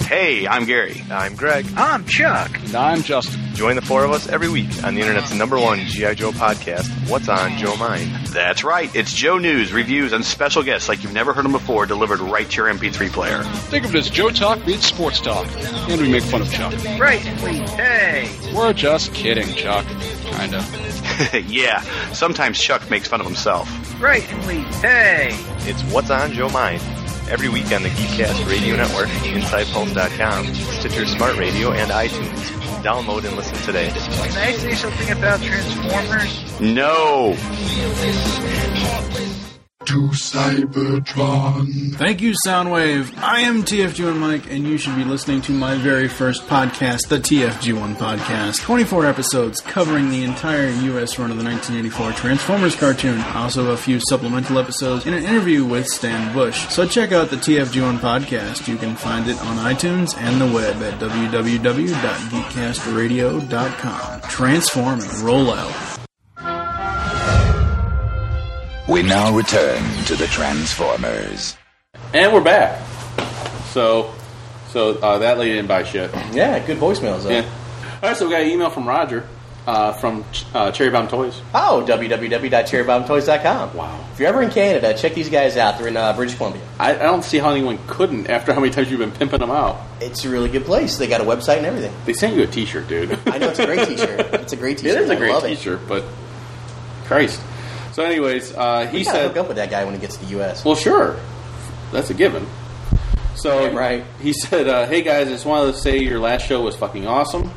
Speaker 12: Hey, I'm Gary. I'm Greg. I'm Chuck. And I'm Justin. Join the four of us every week on the internet's number one G.I. Joe podcast, What's on Joe Mind?
Speaker 1: That's right. It's Joe News, reviews, and special guests like you've never heard them before delivered right to your MP3 player.
Speaker 13: Think of it as Joe Talk meets Sports Talk, and we make fun of Chuck.
Speaker 12: Right. Hey.
Speaker 13: We're just kidding, Chuck. Kinda.
Speaker 1: *laughs* yeah, sometimes Chuck makes fun of himself.
Speaker 12: Right. Hey. It's What's on Joe Mind. Every week on the Geekcast Radio Network, InsidePulse.com, Stitcher Smart Radio, and iTunes. Download and listen today.
Speaker 4: Can I say something about Transformers?
Speaker 1: No!
Speaker 13: To Cybertron.
Speaker 14: Thank you, Soundwave. I am TFG1 Mike, and you should be listening to my very first podcast, the TFG1 Podcast. 24 episodes covering the entire U.S. run of the 1984 Transformers cartoon. Also, a few supplemental episodes and an interview with Stan Bush. So, check out the TFG1 Podcast. You can find it on iTunes and the web at www.geekcastradio.com. Transform and roll out.
Speaker 11: We now return to the Transformers.
Speaker 5: And we're back. So so uh, that lady didn't buy shit.
Speaker 6: Yeah, good voicemails. Though.
Speaker 5: Yeah. All right. So we got an email from Roger uh, from uh, Cherry Bomb Toys.
Speaker 6: Oh, www.cherrybottomtoys.com.
Speaker 5: Wow.
Speaker 6: If you're ever in Canada, check these guys out. They're in uh, British Columbia.
Speaker 5: I, I don't see how anyone couldn't after how many times you've been pimping them out.
Speaker 6: It's a really good place. They got a website and everything.
Speaker 5: They sent you a T-shirt, dude.
Speaker 6: *laughs* I know it's a
Speaker 5: *laughs*
Speaker 6: great T-shirt. It's a great
Speaker 5: It
Speaker 6: T-shirt.
Speaker 5: is a
Speaker 6: I
Speaker 5: great
Speaker 6: love it.
Speaker 5: T-shirt, but Christ. So, anyways, uh, he
Speaker 6: We gotta
Speaker 5: said,
Speaker 6: hook up with that guy when he gets to the U.S.
Speaker 5: "Well, sure, that's a given." So
Speaker 6: Yeah, right.
Speaker 5: he said, uh, "Hey guys, I just wanted to say your last show was fucking awesome."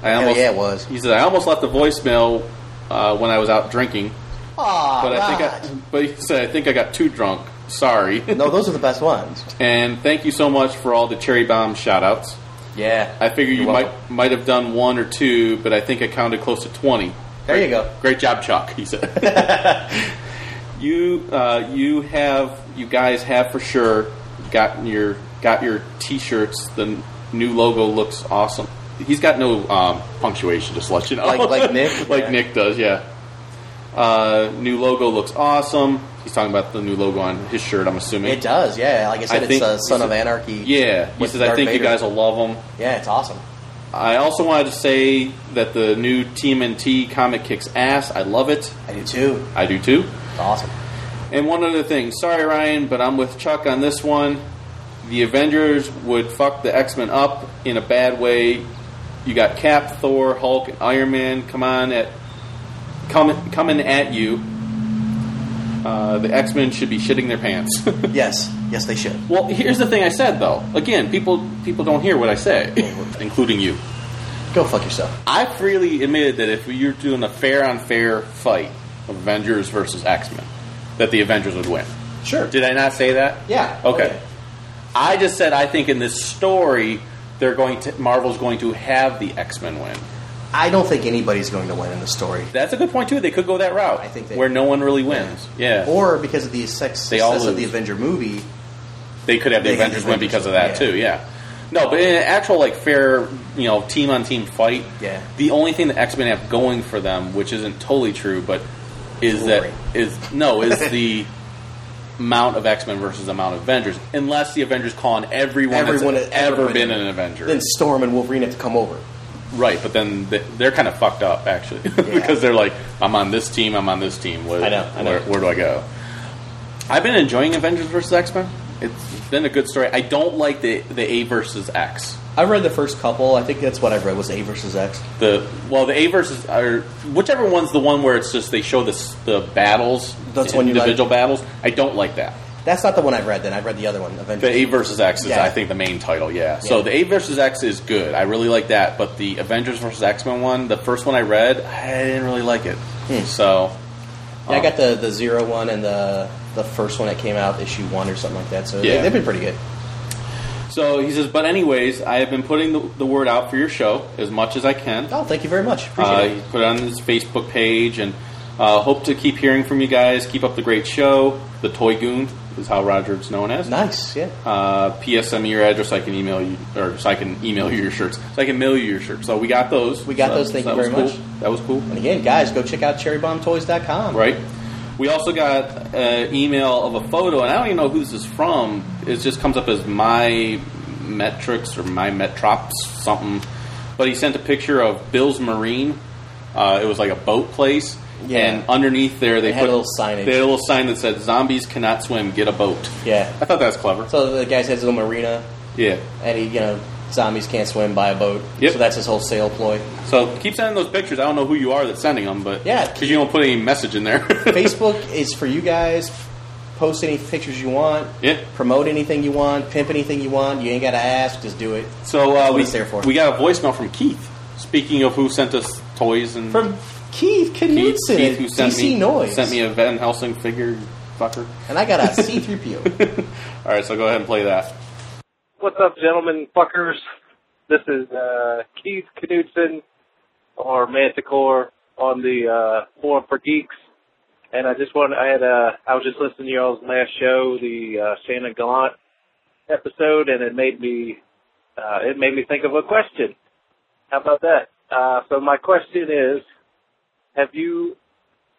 Speaker 5: I
Speaker 6: Hell yeah, it was.
Speaker 5: He said, "I almost left a voicemail uh, when I was out drinking,
Speaker 6: Aw,
Speaker 5: but I
Speaker 6: Rod.
Speaker 5: think I, *laughs* but he said I think I got too drunk. Sorry."
Speaker 6: no,
Speaker 5: *laughs*
Speaker 6: those are the best ones.
Speaker 5: and thank you so much for all the cherry bomb shoutouts.
Speaker 6: Yeah.
Speaker 5: I figure you
Speaker 6: You're welcome.
Speaker 5: might might have done one or two, but I think I counted close to twenty.
Speaker 6: There you go.
Speaker 5: Great job, Chuck.
Speaker 6: *laughs*
Speaker 5: He said. you uh, you have you guys have for sure gotten your got your t-shirts. The n- new logo looks awesome. He's got no um, punctuation, just to let you know.
Speaker 6: Like- like Nick?
Speaker 5: *laughs* like
Speaker 6: Yeah.
Speaker 5: Nick does, yeah. Uh, new logo looks awesome. He's talking about the new logo on his shirt. I'm assuming
Speaker 6: It does, yeah. Like I said,
Speaker 5: I think-
Speaker 6: it's uh, Son
Speaker 5: he
Speaker 6: of
Speaker 5: said-
Speaker 6: Anarchy.
Speaker 5: Yeah, he
Speaker 6: with
Speaker 5: says I
Speaker 6: Darth
Speaker 5: think you
Speaker 6: Vader."
Speaker 5: guys will love them.
Speaker 6: Yeah, it's awesome.
Speaker 5: I also wanted to say that the new TMNT comic kicks ass. I love it.
Speaker 6: I do too.
Speaker 5: I do too.
Speaker 6: It's awesome.
Speaker 5: And one other thing. Sorry, Ryan, but I'm with Chuck on this one. the Avengers would fuck the X Men up in a bad way. You got Cap, Thor, Hulk, and Iron Man. Come on at coming coming at you. Uh, the X Men should be shitting their pants. *laughs*
Speaker 6: yes, yes, they should.
Speaker 5: Well, here's the thing I said though. Again, people people don't hear what I
Speaker 6: *laughs*
Speaker 5: say, including you.
Speaker 6: Go fuck yourself.
Speaker 5: I freely admitted that if you're doing a fair on fair fight of Avengers versus X Men, that the Avengers would win.
Speaker 6: Sure.
Speaker 5: Did I not say that?
Speaker 6: Yeah.
Speaker 5: Okay. I just said I think in this story they're going to Marvel's going to have the X Men win.
Speaker 6: I don't think anybody's going to win in the story.
Speaker 5: That's a good point too. They could go that route. I think
Speaker 6: they-
Speaker 5: where no one really wins. Yeah.
Speaker 6: Or because of the sex-
Speaker 5: They all
Speaker 6: success of the
Speaker 5: lose.
Speaker 6: Avenger movie,
Speaker 5: they could have the
Speaker 6: They had
Speaker 5: Avengers
Speaker 6: the
Speaker 5: win because of that too. Yeah. No, but in an actual like fair, you know, team on team fight,
Speaker 6: Yeah.
Speaker 5: The only thing that X Men have going for them, which isn't totally true, but is
Speaker 6: Glory.
Speaker 5: that is no
Speaker 6: *laughs*
Speaker 5: is the amount of X Men versus the amount of Avengers, unless the Avengers call on everyone,
Speaker 6: everyone
Speaker 5: that's
Speaker 6: had
Speaker 5: ever
Speaker 6: been-
Speaker 5: been an Avenger.
Speaker 6: Then Storm and Wolverine have to come over.
Speaker 5: Right, but then th- they're kind of fucked up actually *laughs* because they're like, I'm on this team, I'm on this team. Where,
Speaker 6: I know, I know.
Speaker 5: Where, where do I go? I've been enjoying Avengers versus X Men. It's been a good story. I don't like the the A versus X.
Speaker 6: I read the first couple. I think that's what I read was A versus X.
Speaker 5: The well, the A versus or whichever one's the one where it's just they show this the battles.
Speaker 6: That's
Speaker 5: the
Speaker 6: one you like?
Speaker 5: individual battles. I don't like that.
Speaker 6: That's not the one I've read. Then I've read the other one. Avengers.
Speaker 5: The A versus X is,
Speaker 6: Yeah.
Speaker 5: I think, the main title. Yeah. So the A versus X is good. I really like that. But the Avengers versus X Men one, the first one I read, I didn't really like it. So
Speaker 6: Hmm. Yeah, I
Speaker 5: um,
Speaker 6: got the the zero one and the the first one that came out issue one or something like that. So
Speaker 5: Yeah.
Speaker 6: they, have been pretty good.
Speaker 5: So he says, but anyways, I have been putting the, the word out for your show as much as I can.
Speaker 6: Oh, thank you very much. Appreciate
Speaker 5: Uh,
Speaker 6: it.
Speaker 5: he put it on his Facebook page and uh, hope to keep hearing from you guys. Keep up the great show. The Toy Goon is how Roger's known as.
Speaker 6: Nice, yeah.
Speaker 5: Uh, PSM your address. so I can email you, or so I can email *laughs* you your shirts. So I can mail you your shirts. So we got those.
Speaker 6: We got
Speaker 5: So-
Speaker 6: those. Thank
Speaker 5: so
Speaker 6: you
Speaker 5: that
Speaker 6: very
Speaker 5: was
Speaker 6: much.
Speaker 5: cool. That was cool.
Speaker 6: And again, guys, go check out cherrybombtoys.com.
Speaker 5: Right. We also got an email of a photo, and I don't even know who this is from. It just comes up as my metrics or my metrops something. But he sent a picture of Bill's Marine. Uh, it was like a boat place,
Speaker 6: Yeah.
Speaker 5: and underneath there they,
Speaker 6: They had
Speaker 5: put
Speaker 6: a little signage.
Speaker 5: They had a little sign that said "Zombies cannot swim. Get a boat." *laughs*
Speaker 6: Yeah.
Speaker 5: I thought that was clever.
Speaker 6: So the guy has his own marina,
Speaker 5: Yeah.
Speaker 6: and he you know zombies can't swim by a boat. So that's his whole sale ploy.
Speaker 5: So keep sending those pictures. I don't know who you are that's sending them, but
Speaker 6: Yeah.
Speaker 5: because you don't put any message in there. *laughs*
Speaker 6: Facebook is for you guys. Post any pictures you want.
Speaker 5: Yeah.
Speaker 6: Promote anything you want. Pimp anything you want. You ain't got to ask. Just do it.
Speaker 5: So uh,
Speaker 6: That's what
Speaker 5: we,
Speaker 6: it's there for.
Speaker 5: we got a voicemail from Keith. Speaking of who sent us toys and
Speaker 6: from Keith Knudsen
Speaker 5: Keith,
Speaker 6: at
Speaker 5: who sent
Speaker 6: DC
Speaker 5: me
Speaker 6: Noise.
Speaker 5: sent me a Van Helsing figure, fucker.
Speaker 6: and I got a *laughs* C3PO.
Speaker 5: *laughs* All right, so go ahead and play that.
Speaker 15: What's up, gentlemen, fuckers? This is uh, Keith Knudsen, or Manticore, on the uh, forum for geeks. And I just wanted—I had uh, I was just listening to y'all's last show, the uh, Shannon Gallant episode, and it made me—it made me think of a question. How about that? Uh, so my question is: Have you,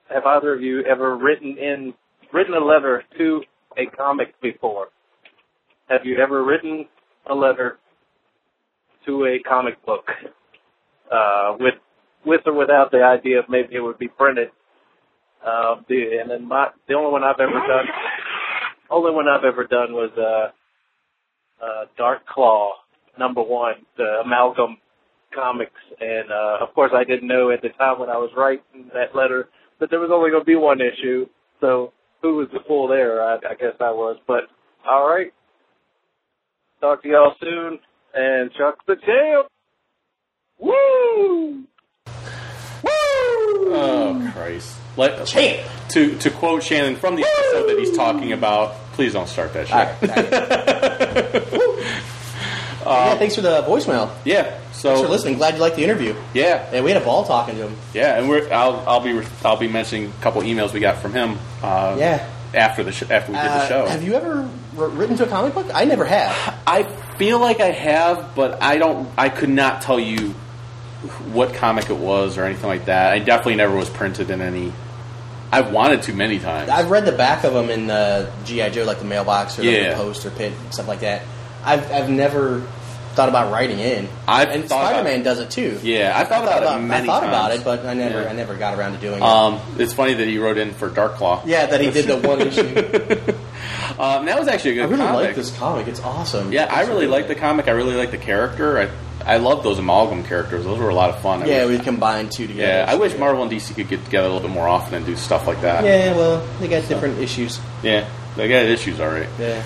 Speaker 15: have either of you ever written in, written a letter to a comic before? Have you ever written a letter to a comic book uh, with with or without the idea of maybe it would be printed? Uh, the, and then my the only one I've ever done only one I've ever done was uh, uh, Dark Claw number one, the Amalgam comics, and uh, of course I didn't know at the time when I was writing that letter that there was only going to be one issue. So who was the fool there? I, I guess I was, but all right. Talk to y'all soon. And Chuck the Champ. Woo!
Speaker 5: Oh Christ! Let, To to quote Shannon from the episode that he's talking about. Please don't start that shit. *laughs*
Speaker 6: yeah, thanks for the voicemail.
Speaker 5: Um, Yeah. So
Speaker 6: thanks for listening. Glad you liked the interview.
Speaker 5: Yeah.
Speaker 6: Yeah, we had a ball talking to him.
Speaker 5: Yeah, and we're I'll I'll be I'll be mentioning a couple emails we got from him. Uh,
Speaker 6: Yeah.
Speaker 5: After the sh- after we did
Speaker 6: Uh,
Speaker 5: the show,
Speaker 6: Have you ever wr- written to a comic book? I never have.
Speaker 5: I feel like I have, but I don't. I could not tell you what comic it was or anything like that. I definitely never was printed in any. I've wanted to many times.
Speaker 6: I've read the back of them in uh, GI Joe, like the mailbox or like,
Speaker 5: Yeah.
Speaker 6: the post or pit stuff like that. I've I've never thought about writing in.
Speaker 5: I've
Speaker 6: and
Speaker 5: thought about-
Speaker 6: Spider Man does it too.
Speaker 5: Yeah, I've thought
Speaker 6: I
Speaker 5: about it many
Speaker 6: I thought about
Speaker 5: times.
Speaker 6: it, but I never
Speaker 5: Yeah.
Speaker 6: I never got around to doing it.
Speaker 5: Um, it's funny that he wrote in for Dark Claw. *laughs*
Speaker 6: yeah, that he did the one issue.
Speaker 5: Um, that was actually a good
Speaker 6: I really
Speaker 5: comic.
Speaker 6: like this comic. It's awesome.
Speaker 5: Yeah, I really like the comic. I really like the character. I I love those amalgam characters. Those were a lot of fun. I
Speaker 6: Yeah,
Speaker 5: wish-
Speaker 6: we combined two together.
Speaker 5: yeah, I wish Marvel and DC could get together a little bit more often and do stuff like that.
Speaker 6: Yeah, well, they got different issues.
Speaker 5: Yeah, they got issues, all right.
Speaker 6: Yeah.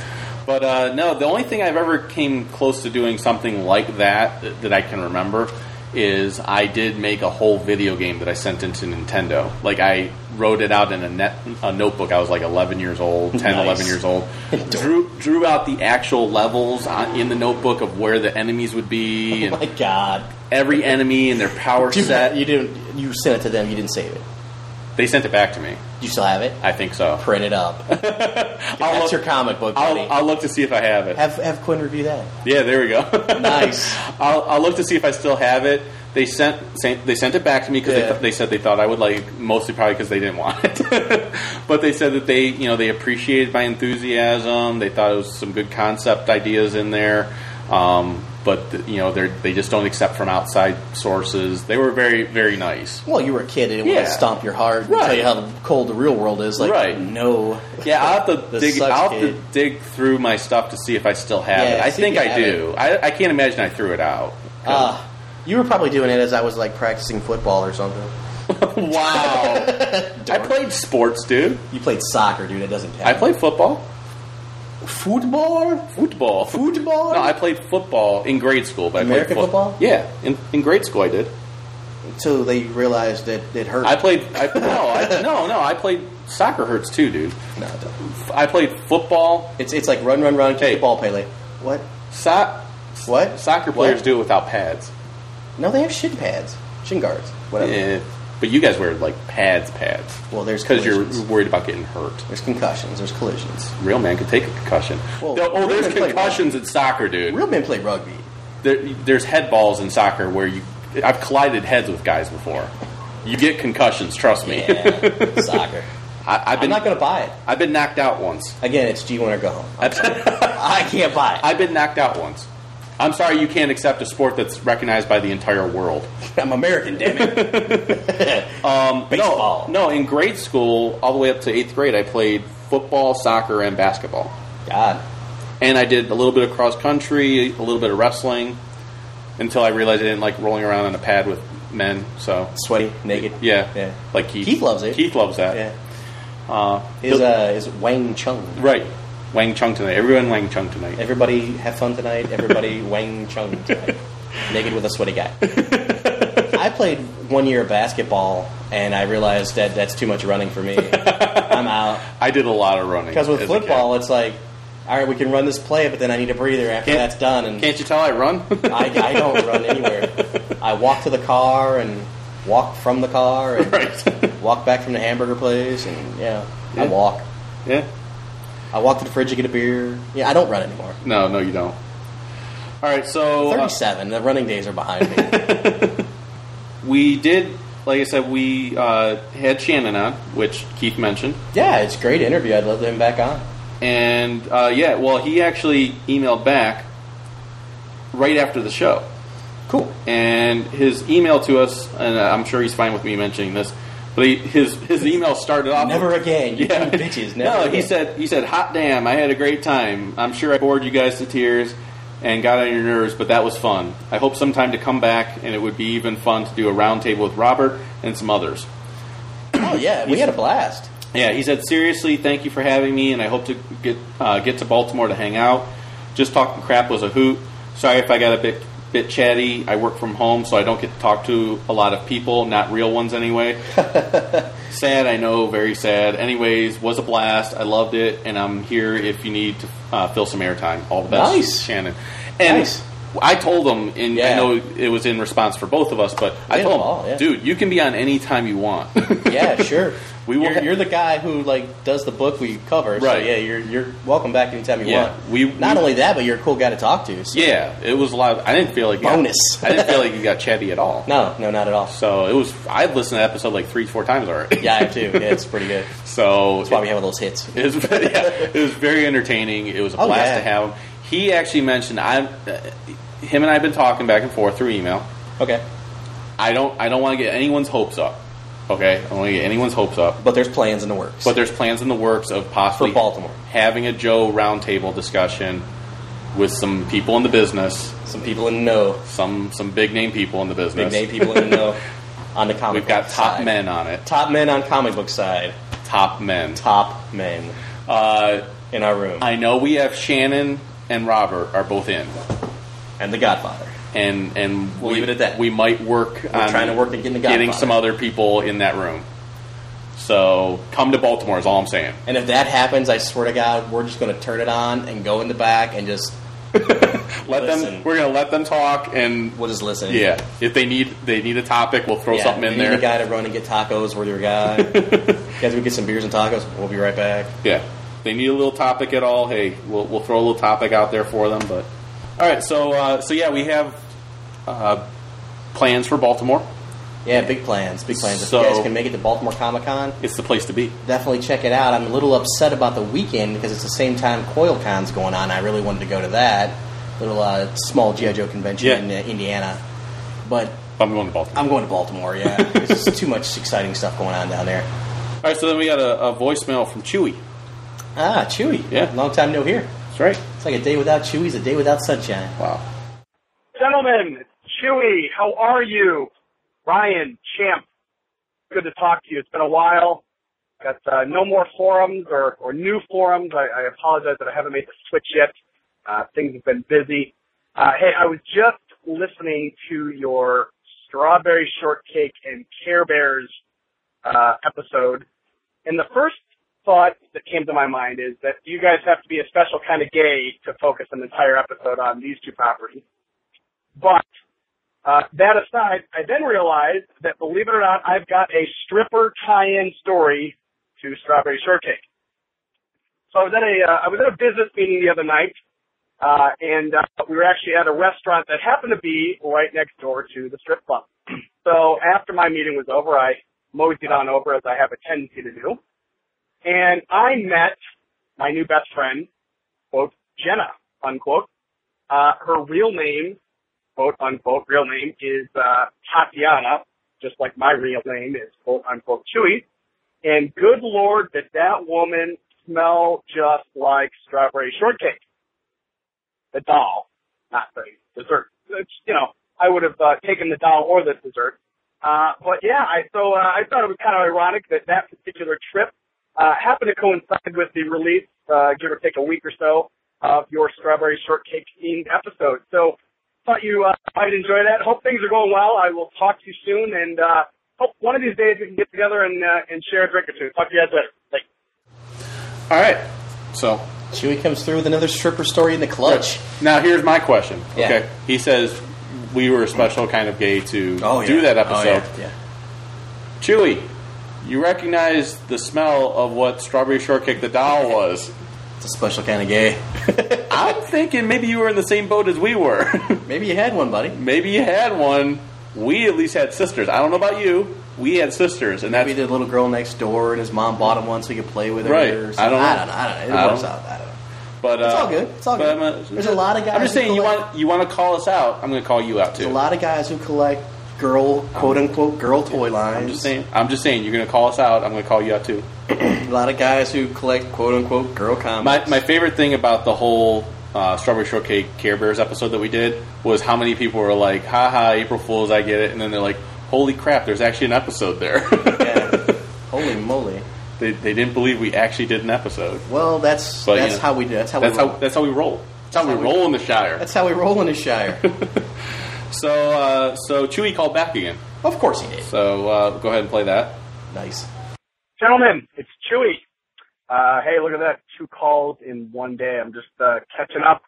Speaker 5: But uh, no, the only thing I've ever came close to doing something like that th- that I can remember is I did make a whole video game that I sent into Nintendo. Like I wrote it out in a net a notebook. I was like 11 years old, 10,
Speaker 6: Nice.
Speaker 5: 11
Speaker 6: *laughs*
Speaker 5: years old. drew drew out the actual levels on, in the notebook of where the enemies would be.
Speaker 6: Oh
Speaker 5: and
Speaker 6: my god!
Speaker 5: Every enemy and their
Speaker 6: *laughs*
Speaker 5: power
Speaker 6: Dude,
Speaker 5: set.
Speaker 6: You didn't. You sent it to them. You didn't save it.
Speaker 5: They sent it back to me.
Speaker 6: You still have it?
Speaker 5: I think so.
Speaker 6: Print it
Speaker 5: *laughs*
Speaker 6: up. That's your comic book, buddy.
Speaker 5: I'll look to see if I have it.
Speaker 6: have have Quinn review that.
Speaker 5: Yeah, there we go.
Speaker 6: nice.
Speaker 5: *laughs* I'll, I'll look to see if I still have it. They sent, sent they sent it back to me because they,
Speaker 6: Yeah.
Speaker 5: th- they said they thought I would like mostly probably because they didn't want it, *laughs* but they said that they you know they appreciated my enthusiasm. They thought it was some good concept ideas in there, um, but th- you know they they just don't accept from outside sources. They were very very nice.
Speaker 6: Well, you were a kid and it
Speaker 5: Yeah.
Speaker 6: would stomp your heart and
Speaker 5: Right.
Speaker 6: tell you how cold the real world is. Like,
Speaker 5: Right.
Speaker 6: no.
Speaker 5: Yeah, I'll have to
Speaker 6: This
Speaker 5: dig.
Speaker 6: sucks,
Speaker 5: I'll have to
Speaker 6: kid.
Speaker 5: dig through my stuff to see if I still have
Speaker 6: Yeah,
Speaker 5: it.
Speaker 6: see
Speaker 5: I
Speaker 6: if
Speaker 5: think
Speaker 6: you
Speaker 5: I
Speaker 6: have
Speaker 5: do. I, I can't imagine I threw it out.
Speaker 6: Ah, you were probably doing it as I was like practicing football or
Speaker 5: *laughs*
Speaker 6: something. *laughs*
Speaker 5: I played sports, dude.
Speaker 6: You played soccer, dude. It doesn't count.
Speaker 5: I played football.
Speaker 6: Football?
Speaker 5: Football.
Speaker 6: Football?
Speaker 5: No, I played football in grade school. But I played
Speaker 6: American
Speaker 5: fo-
Speaker 6: football?
Speaker 5: Yeah, in, in grade school I did.
Speaker 6: Until they realized that it hurt.
Speaker 5: I played. I, no, I, no, no. I played soccer hurts too, dude.
Speaker 6: No,
Speaker 5: I played football.
Speaker 6: It's it's like run, run, run, kick the ball, Pele. What?
Speaker 5: So-
Speaker 6: What?
Speaker 5: Soccer
Speaker 6: What?
Speaker 5: players do it without pads.
Speaker 6: No, they have shin pads, shin guards, whatever.
Speaker 5: Eh, but you guys wear like pads, pads.
Speaker 6: Well, there's
Speaker 5: because you're
Speaker 6: collisions.
Speaker 5: worried about getting hurt.
Speaker 6: There's concussions. There's collisions.
Speaker 5: Real man could take a concussion.
Speaker 6: Well,
Speaker 5: No, oh,
Speaker 6: real
Speaker 5: there's
Speaker 6: men play
Speaker 5: concussions in soccer, dude.
Speaker 6: Real men play rugby.
Speaker 5: There, there's head balls in soccer where you. I've collided heads with guys before. You get concussions. Trust me.
Speaker 6: Yeah, soccer.
Speaker 5: *laughs* I, I've
Speaker 6: I'm
Speaker 5: been
Speaker 6: not going to buy it.
Speaker 5: I've been knocked out once.
Speaker 6: Again, it's G1 or go home.
Speaker 5: I've *laughs* been,
Speaker 6: *laughs* I can't buy
Speaker 5: I've been knocked out once. I'm sorry you can't accept a sport that's recognized by the entire world.
Speaker 6: it. *laughs* I'm American, damn it.
Speaker 5: Um, Baseball. No, no, in grade school, all the way up to eighth grade, I played football, soccer, and basketball.
Speaker 6: God.
Speaker 5: And I did a little bit of cross country, a little bit of wrestling, until I realized I didn't like rolling around on a pad with men. So
Speaker 6: Sweaty, naked.
Speaker 5: yeah,
Speaker 6: Yeah.
Speaker 5: like Keith.
Speaker 6: Keith loves it.
Speaker 5: Keith loves that.
Speaker 6: Yeah.
Speaker 5: Uh,
Speaker 6: Is uh is Wang Chung.
Speaker 5: right. Wang Chung tonight. Everyone Wang Chung tonight.
Speaker 6: Everybody have fun tonight. *laughs* Everybody Wang Chung tonight. Naked with a sweaty *laughs* guy. I played one year of basketball and I realized that that's too much running *laughs* for me. I'm out.
Speaker 5: I did a lot of running
Speaker 6: Because with
Speaker 5: as a kid.
Speaker 6: football, it's like, all right, we can run this play, but then I need a breather after
Speaker 5: Can't-
Speaker 6: that's done. And
Speaker 5: Can't you tell I run?
Speaker 6: I, I don't run
Speaker 5: *laughs*
Speaker 6: anywhere. I walk to the car and walk from the car
Speaker 5: *laughs*
Speaker 6: and walk back from the hamburger place and yeah, I
Speaker 5: Yeah.
Speaker 6: walk.
Speaker 5: yeah.
Speaker 6: I walk to the fridge to get a beer. Yeah, I don't run anymore.
Speaker 5: No, no, you don't. All right, so uh,
Speaker 6: Thirty-seven. The running days are behind me.
Speaker 5: *laughs* we did, like I said, we uh, had Shannon on, which Keith mentioned,
Speaker 6: yeah, it's a great interview. I'd love to have him back on.
Speaker 5: and uh, yeah, well, he actually emailed back right after the show,
Speaker 6: Cool.
Speaker 5: and his email to us, and I'm sure he's fine with me mentioning this, but he, his his email started off
Speaker 6: Never again. You
Speaker 5: Yeah.
Speaker 6: two bitches. Never.
Speaker 5: No, he
Speaker 6: again.
Speaker 5: said he said, "Hot damn, I had a great time. I'm sure I bored you guys to tears and got on your nerves, but that was fun. I hope sometime to come back, and it would be even fun to do a roundtable with Robert and some others."
Speaker 6: "Oh yeah, we had a blast."
Speaker 5: Yeah, he said, "Seriously, thank you for having me, and I hope to get uh, get to Baltimore to hang out. Just talking crap was a hoot. Sorry if I got a bit." Bit chatty. I work from home, so I don't get to talk to a lot of people, not real
Speaker 6: *laughs*
Speaker 5: ones anyway. Sad, I know, very sad. Anyways, was a blast. I loved it, and I'm here if you need to uh, fill some airtime. All the best,
Speaker 6: Nice.
Speaker 5: Shannon. And
Speaker 6: Nice.
Speaker 5: I told him, and I
Speaker 6: Yeah.
Speaker 5: know it was in response for both of us, but I
Speaker 6: Yeah,
Speaker 5: told him,
Speaker 6: all, yeah.
Speaker 5: dude, you can be on any time
Speaker 6: *laughs*
Speaker 5: you want. *laughs*
Speaker 6: Yeah, sure.
Speaker 5: We will
Speaker 6: You're,
Speaker 5: ha-
Speaker 6: you're the guy who like does the book we cover. So
Speaker 5: Right.
Speaker 6: yeah, you're you're welcome back anytime you
Speaker 5: Yeah,
Speaker 6: want.
Speaker 5: we-
Speaker 6: not
Speaker 5: we-
Speaker 6: only that, but you're a cool guy to talk to. So.
Speaker 5: yeah, it was a lot. Of, I didn't feel like
Speaker 6: Bonus.
Speaker 5: *laughs* I didn't feel like you got chatty at all.
Speaker 6: No, no, not at all.
Speaker 5: So it was. I've listened to the episode like three, four times already.
Speaker 6: Yeah, I have too. Yeah, it's
Speaker 5: *laughs*
Speaker 6: pretty good.
Speaker 5: So
Speaker 6: That's why we have all those hits.
Speaker 5: *laughs* It was, yeah, it was very entertaining. It was a
Speaker 6: Oh,
Speaker 5: blast
Speaker 6: yeah.
Speaker 5: to have him. He actually mentioned I, uh, him and I have been talking back and forth through email.
Speaker 6: Okay.
Speaker 5: I don't I don't want to get anyone's hopes up. Okay, I don't want to get anyone's hopes up.
Speaker 6: But there's plans in the works.
Speaker 5: But there's plans in the works of possibly
Speaker 6: For Baltimore.
Speaker 5: having a Joe roundtable discussion with some people in the business,
Speaker 6: some people in know,
Speaker 5: some some big name people in the
Speaker 6: Big
Speaker 5: business,
Speaker 6: name people in the know
Speaker 5: *laughs*
Speaker 6: on the comic.
Speaker 5: We've got
Speaker 6: book
Speaker 5: top
Speaker 6: side.
Speaker 5: men on it.
Speaker 6: Top men on comic book side.
Speaker 5: Top men.
Speaker 6: Top men.
Speaker 5: Uh,
Speaker 6: in our room.
Speaker 5: I know we have Shannon and Robert are both in,
Speaker 6: and the Godfather.
Speaker 5: And and
Speaker 6: We'll
Speaker 5: we,
Speaker 6: leave it at that.
Speaker 5: We might work.
Speaker 6: We're
Speaker 5: on
Speaker 6: trying to work to get in the
Speaker 5: getting
Speaker 6: Godfather.
Speaker 5: some other people in that room. So come to Baltimore is all I'm saying.
Speaker 6: And if that happens, I swear to God, we're just going to turn it on and go in the back and just
Speaker 5: Let them. We're gonna let them talk, and
Speaker 6: we'll just listen.
Speaker 5: Yeah, if they need they need a topic, we'll throw
Speaker 6: Yeah,
Speaker 5: something
Speaker 6: we
Speaker 5: in
Speaker 6: need
Speaker 5: there.
Speaker 6: a guy to run and get tacos. We're your guy.
Speaker 5: *laughs*
Speaker 6: guys, we get some beers and tacos. We'll be right back.
Speaker 5: Yeah, If they need a little topic at all. Hey, we'll we'll throw a little topic out there for them. But all right, so uh, so yeah, we have uh, plans for Baltimore.
Speaker 6: Yeah, big plans, big plans.
Speaker 5: So-
Speaker 6: if you guys can make it to Baltimore Comic Con,
Speaker 5: It's the place to be.
Speaker 6: definitely check it out. I'm a little upset about the weekend because it's the same time Coil Con's going on. I really wanted to go to that little uh, small GI Joe convention
Speaker 5: Yeah.
Speaker 6: in uh, Indiana, but
Speaker 5: I'm going to Baltimore.
Speaker 6: I'm going to Baltimore.
Speaker 5: *laughs*
Speaker 6: Yeah, it's just too much exciting stuff going on down there.
Speaker 5: All right, so then we got a, a voicemail from Chewy.
Speaker 6: Ah, Chewy.
Speaker 5: Yeah.
Speaker 6: long time no here.
Speaker 5: That's right.
Speaker 6: It's like a day without Chewy's a day without sunshine.
Speaker 5: Wow.
Speaker 16: Gentlemen, Chewy, how are you? Ryan, champ, good to talk to you. It's been a while. Got uh, no more forums or, or new forums. I, I apologize that I haven't made the switch yet. Uh, things have been busy. Uh, hey, I was just listening to your strawberry shortcake and Care Bears uh, episode, and the first thought that came to my mind is that you guys have to be a special kind of gay to focus an entire episode on these two properties. But uh, that aside, I then realized that, believe it or not, I've got a stripper tie-in story to Strawberry Shortcake. So I was at a uh, I was at a business meeting the other night, uh, and uh, we were actually at a restaurant that happened to be right next door to the strip club. *clears throat* So after my meeting was over, I moseyed on over as I have a tendency to do, and I met my new best friend, quote Jenna, unquote. Uh, her real name quote unquote real name is uh, Tatiana, just like my real name is quote unquote Chewy. And good lord, did that woman smell just like strawberry shortcake? The doll, not the dessert. It's, you know, I would have uh, taken the doll or the dessert. Uh, but yeah, I so uh, I thought it was kind of ironic that that particular trip uh, happened to coincide with the release, uh, give or take a week or so, of your strawberry shortcake themed episode. So thought you uh, might enjoy that. Hope things are going well. I will talk to you soon, and uh, hope one of these days we can get together and uh, and share a drink or two. Talk to you guys later. Thanks.
Speaker 5: All right, so
Speaker 6: Chewy comes through with another stripper story in the clutch.
Speaker 5: now here's my question.
Speaker 6: Yeah.
Speaker 5: Okay, he says we were a special kind of gay to do
Speaker 6: yeah.
Speaker 5: that
Speaker 6: Oh,
Speaker 5: episode.
Speaker 6: yeah,
Speaker 5: Chewy, you recognize the smell of what Strawberry Shortcake the doll was.
Speaker 6: It's a special kind of gay.
Speaker 5: *laughs* I'm thinking maybe you were in the same boat as we were. *laughs*
Speaker 6: maybe you had one, buddy.
Speaker 5: Maybe you had one. We at least had sisters. I don't know about you. We had sisters, and that's
Speaker 6: Maybe the little girl next door and his mom bought him one so he could play with her.
Speaker 5: right.
Speaker 6: or something.
Speaker 5: I don't know.
Speaker 6: I don't know. I don't know. It
Speaker 5: I
Speaker 6: works
Speaker 5: don't-
Speaker 6: out. I don't know.
Speaker 5: But
Speaker 6: It's
Speaker 5: uh,
Speaker 6: all good. It's all
Speaker 5: but
Speaker 6: good.
Speaker 5: I'm
Speaker 6: There's a lot of guys
Speaker 5: I'm just
Speaker 6: who
Speaker 5: saying, you want you want to call us out. I'm going to call you out too. Um,
Speaker 6: A lot of guys who collect girl, quote unquote, girl toy lines.
Speaker 5: I'm just saying. I'm just saying. You're going to call us out. I'm going to call you out too.
Speaker 6: *clears throat* A lot of guys who collect, quote unquote, girl
Speaker 5: My,
Speaker 6: comics.
Speaker 5: my favorite thing about the whole uh, Strawberry Shortcake Care Bears episode that we did was how many people were like, "Ha ha, April Fools, I get it," and then they're like, "Holy crap, there's actually an episode there." *laughs*
Speaker 6: Holy moly!
Speaker 5: They, they didn't believe we actually did an episode.
Speaker 6: well, that's
Speaker 5: But, you
Speaker 6: that's
Speaker 5: know,
Speaker 6: how we do. That's how
Speaker 5: that's
Speaker 6: we roll.
Speaker 5: how that's how we roll. That's, how, we roll in the Shire.
Speaker 6: that's how we roll in the Shire.
Speaker 5: *laughs* So uh, so Chewy called back again.
Speaker 6: Of course he did.
Speaker 5: So uh, go ahead and play that.
Speaker 6: Nice.
Speaker 16: Gentlemen, it's Chewy. Uh, hey, look at that. Two calls in one day. I'm just uh, catching up.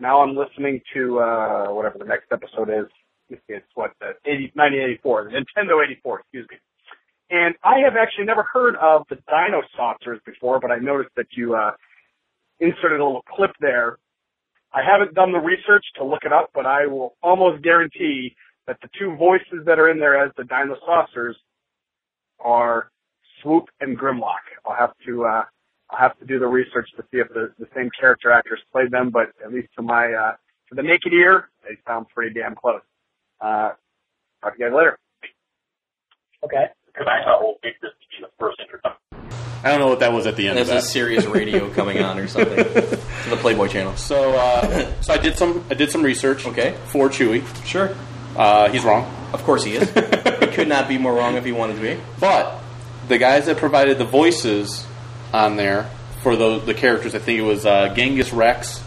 Speaker 16: Now I'm listening to uh, whatever the next episode is. It's what, the 80, 1984, the Nintendo 84, excuse me. And I have actually never heard of the Dino Saucers before, but I noticed that you uh, inserted a little clip there. I haven't done the research to look it up, but I will almost guarantee that the two voices that are in there as the Dino Saucers are Swoop and Grimlock. I'll have to uh, I'll have to do the research to see if the, the same character actors played them, but at least to my uh, to the naked ear, they sound pretty damn close. Uh, talk to you guys later. Okay.
Speaker 17: because I hope it this to be the first introduction.
Speaker 5: I don't know what that was at the end.
Speaker 6: There's
Speaker 5: of
Speaker 6: a
Speaker 5: that.
Speaker 6: serious radio
Speaker 5: *laughs*
Speaker 6: coming on or something to the Playboy Channel.
Speaker 5: So, uh, so I did some I did some research. Okay. For Chewy.
Speaker 6: Sure.
Speaker 5: Uh, he's wrong.
Speaker 6: Of course
Speaker 5: *laughs*
Speaker 6: he is. he could not be more wrong if he wanted to be.
Speaker 5: But the guys that provided the voices on there for those the characters, I think it was uh, Genghis Rex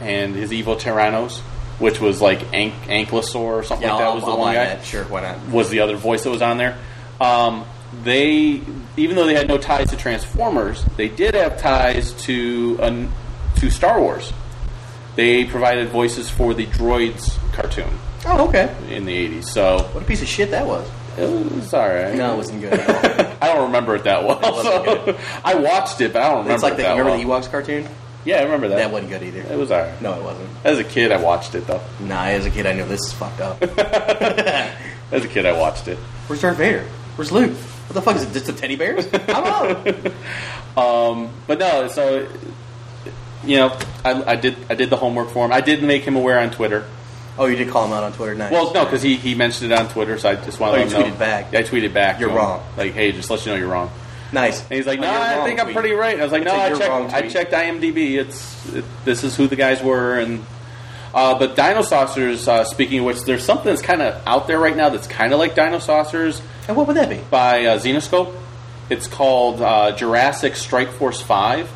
Speaker 5: and his evil Tyrannos, which was like Ank- Ankylosaur or something
Speaker 6: Yeah,
Speaker 5: like that.
Speaker 6: I'll-
Speaker 5: was
Speaker 6: I'll
Speaker 5: the one
Speaker 6: buy
Speaker 5: guy.
Speaker 6: that. Sure, why not?
Speaker 5: Was the other voice that was on there. Um, they, even though they had no ties to Transformers, they did have ties to an, to Star Wars. They provided voices for the Droids cartoon
Speaker 6: Oh, okay.
Speaker 5: in the 80s. So
Speaker 6: What a piece of shit that was.
Speaker 5: it was all right.
Speaker 6: No, it wasn't good. At all.
Speaker 5: *laughs* I don't remember it that well. *laughs* so- I watched it, but I don't remember
Speaker 6: It's like
Speaker 5: it
Speaker 6: the,
Speaker 5: that
Speaker 6: remember
Speaker 5: well.
Speaker 6: the Ewoks cartoon?
Speaker 5: Yeah, I remember that.
Speaker 6: That wasn't good either.
Speaker 5: It was alright.
Speaker 6: No, it wasn't.
Speaker 5: As a kid, I watched it though.
Speaker 6: Nah, as a kid, I knew this is fucked up.
Speaker 5: *laughs* As a kid, I watched it.
Speaker 6: Where's Darth Vader? Where's Luke? What the fuck is it? Just the teddy bears? I'm out.
Speaker 5: *laughs* Um, but no, so you know, I, I did I did the homework for him. I did make him aware on Twitter.
Speaker 6: Oh, you did call him out on Twitter. Nice.
Speaker 5: Well, no, because he, he mentioned it on Twitter, so I just wanted
Speaker 6: Oh,
Speaker 5: to
Speaker 6: you
Speaker 5: let him
Speaker 6: tweeted
Speaker 5: know.
Speaker 6: back.
Speaker 5: Yeah, I tweeted back. to
Speaker 6: You're
Speaker 5: him.
Speaker 6: wrong.
Speaker 5: Like, hey, just let you know you're wrong.
Speaker 6: Nice.
Speaker 5: And he's like,
Speaker 6: Oh,
Speaker 5: no,
Speaker 6: you're
Speaker 5: I
Speaker 6: wrong
Speaker 5: think I'm
Speaker 6: tweet.
Speaker 5: pretty right. And I was like, no,
Speaker 6: It's a
Speaker 5: I
Speaker 6: you're wrong
Speaker 5: checked, I
Speaker 6: tweet.
Speaker 5: checked IMDb. It's it, this is who the guys were, and uh, but Dino Saucers. Uh, speaking of which, there's something that's kind of out there right now that's kind of like Dino Saucers.
Speaker 6: And what would that be?
Speaker 5: By uh, Xenoscope. It's called uh, Jurassic Strike Force Five.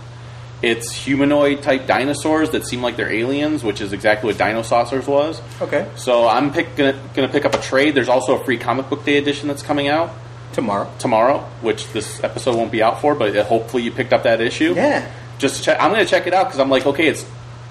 Speaker 5: It's humanoid type dinosaurs that seem like they're aliens, which is exactly what Dino Saucers was.
Speaker 6: Okay.
Speaker 5: So I'm pick, gonna, gonna pick up a trade. There's also a free comic book day edition that's coming out
Speaker 6: tomorrow.
Speaker 5: Tomorrow, which this episode won't be out for, but uh, hopefully you picked up that issue.
Speaker 6: Yeah.
Speaker 5: Just to check. I'm gonna check it out because I'm like, okay, it's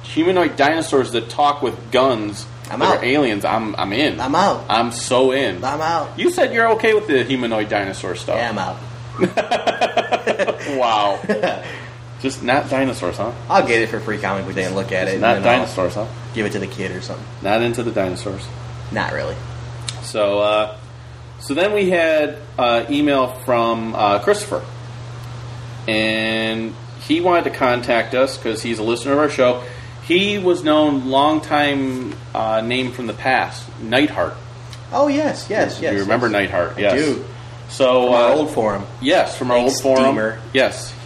Speaker 5: humanoid dinosaurs that talk with guns. I'm
Speaker 6: out.
Speaker 5: aliens. I'm I'm in.
Speaker 6: I'm out.
Speaker 5: I'm so in.
Speaker 6: I'm out.
Speaker 5: You said you're okay with the humanoid dinosaur stuff.
Speaker 6: Yeah, I'm out.
Speaker 5: *laughs* wow.
Speaker 6: *laughs*
Speaker 5: Just not dinosaurs, huh?
Speaker 6: I'll get it for free comic book day and look at it. and
Speaker 5: Not
Speaker 6: then I'll
Speaker 5: dinosaurs, huh?
Speaker 6: Give it to the kid or something.
Speaker 5: Not into the dinosaurs.
Speaker 6: Not really.
Speaker 5: So, uh, so then we had uh, email from uh, Christopher, and he wanted to contact us because he's a listener of our show. He was known long time uh, name from the past, Nightheart.
Speaker 6: Oh yes, yes,
Speaker 5: Do
Speaker 6: yes.
Speaker 5: you remember
Speaker 6: yes.
Speaker 5: Nightheart?
Speaker 6: I
Speaker 5: Yes.
Speaker 6: do.
Speaker 5: So
Speaker 6: From our
Speaker 5: uh,
Speaker 6: old forum.
Speaker 5: Yes, from our
Speaker 6: Thanks,
Speaker 5: old forum.
Speaker 6: Deemer.
Speaker 5: Yes. *laughs*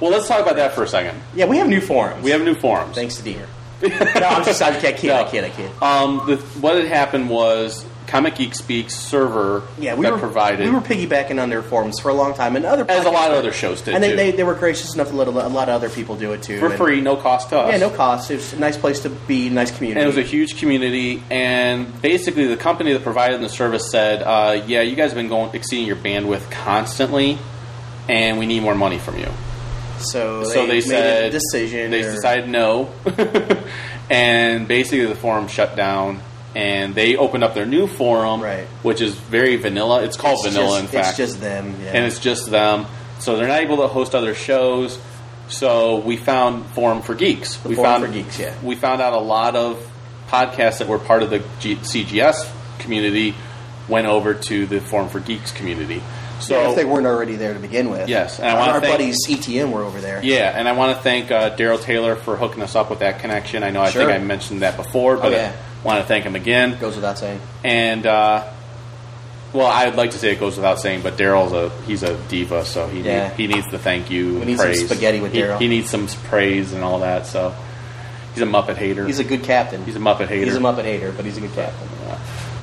Speaker 5: well, let's talk about that for a second.
Speaker 6: Yeah, we have new forums.
Speaker 5: We have new forums.
Speaker 6: Thanks to Deemer. no, I'm just I'm, I
Speaker 5: *laughs*
Speaker 6: can't, I can't, I can't.
Speaker 5: Um, the, what had happened was Comic Geek Speaks server
Speaker 6: Yeah, we
Speaker 5: that
Speaker 6: were
Speaker 5: provided
Speaker 6: we were piggybacking on their forums for a long time, and other
Speaker 5: as a lot
Speaker 6: podcasts-
Speaker 5: of other shows did
Speaker 6: and they,
Speaker 5: too.
Speaker 6: they, they were gracious enough to let a lo- a lot of other people do it too
Speaker 5: for
Speaker 6: and-
Speaker 5: free, no cost to us.
Speaker 6: Yeah, no cost. It was a nice place to be, nice community.
Speaker 5: And it was a huge community, and basically the company that provided the service said, uh, "Yeah, you guys have been going exceeding your bandwidth constantly, and we need more money from you."
Speaker 6: so they,
Speaker 5: so they
Speaker 6: made
Speaker 5: said
Speaker 6: a decision.
Speaker 5: They
Speaker 6: or-
Speaker 5: decided no, *laughs* and basically the forum shut down, and they opened up their new forum, which is very vanilla. It's called
Speaker 6: It's
Speaker 5: vanilla,
Speaker 6: just-
Speaker 5: in fact.
Speaker 6: It's just them. Yeah.
Speaker 5: and it's just them. So they're not able to host other shows. So we found Forum for Geeks. we
Speaker 6: Forum
Speaker 5: found
Speaker 6: for Geeks, yeah.
Speaker 5: We found out a lot of podcasts that were part of the G- CGS community went over to the Forum for Geeks community. So
Speaker 6: Yeah, if they weren't already there to begin with.
Speaker 5: Yes, and I
Speaker 6: Our-
Speaker 5: wanna
Speaker 6: our
Speaker 5: thank-
Speaker 6: buddies ETM were over there.
Speaker 5: yeah, and I want to thank uh, Daryl Taylor for hooking us up with that connection. I know I
Speaker 6: Sure.
Speaker 5: think I mentioned that before, but
Speaker 6: Oh, yeah.
Speaker 5: I want to thank him again.
Speaker 6: Goes without saying.
Speaker 5: And uh, well, I'd like to say it goes without saying, but Daryl's a he's a diva, so he
Speaker 6: Yeah.
Speaker 5: need, he needs the thank you. and
Speaker 6: need some
Speaker 5: praise.
Speaker 6: spaghetti with
Speaker 5: He-
Speaker 6: Daryl.
Speaker 5: He, needs some praise and all that. So he's a Muppet hater.
Speaker 6: He's a good captain.
Speaker 5: He's a Muppet hater.
Speaker 6: He's a Muppet hater, but he's a good captain.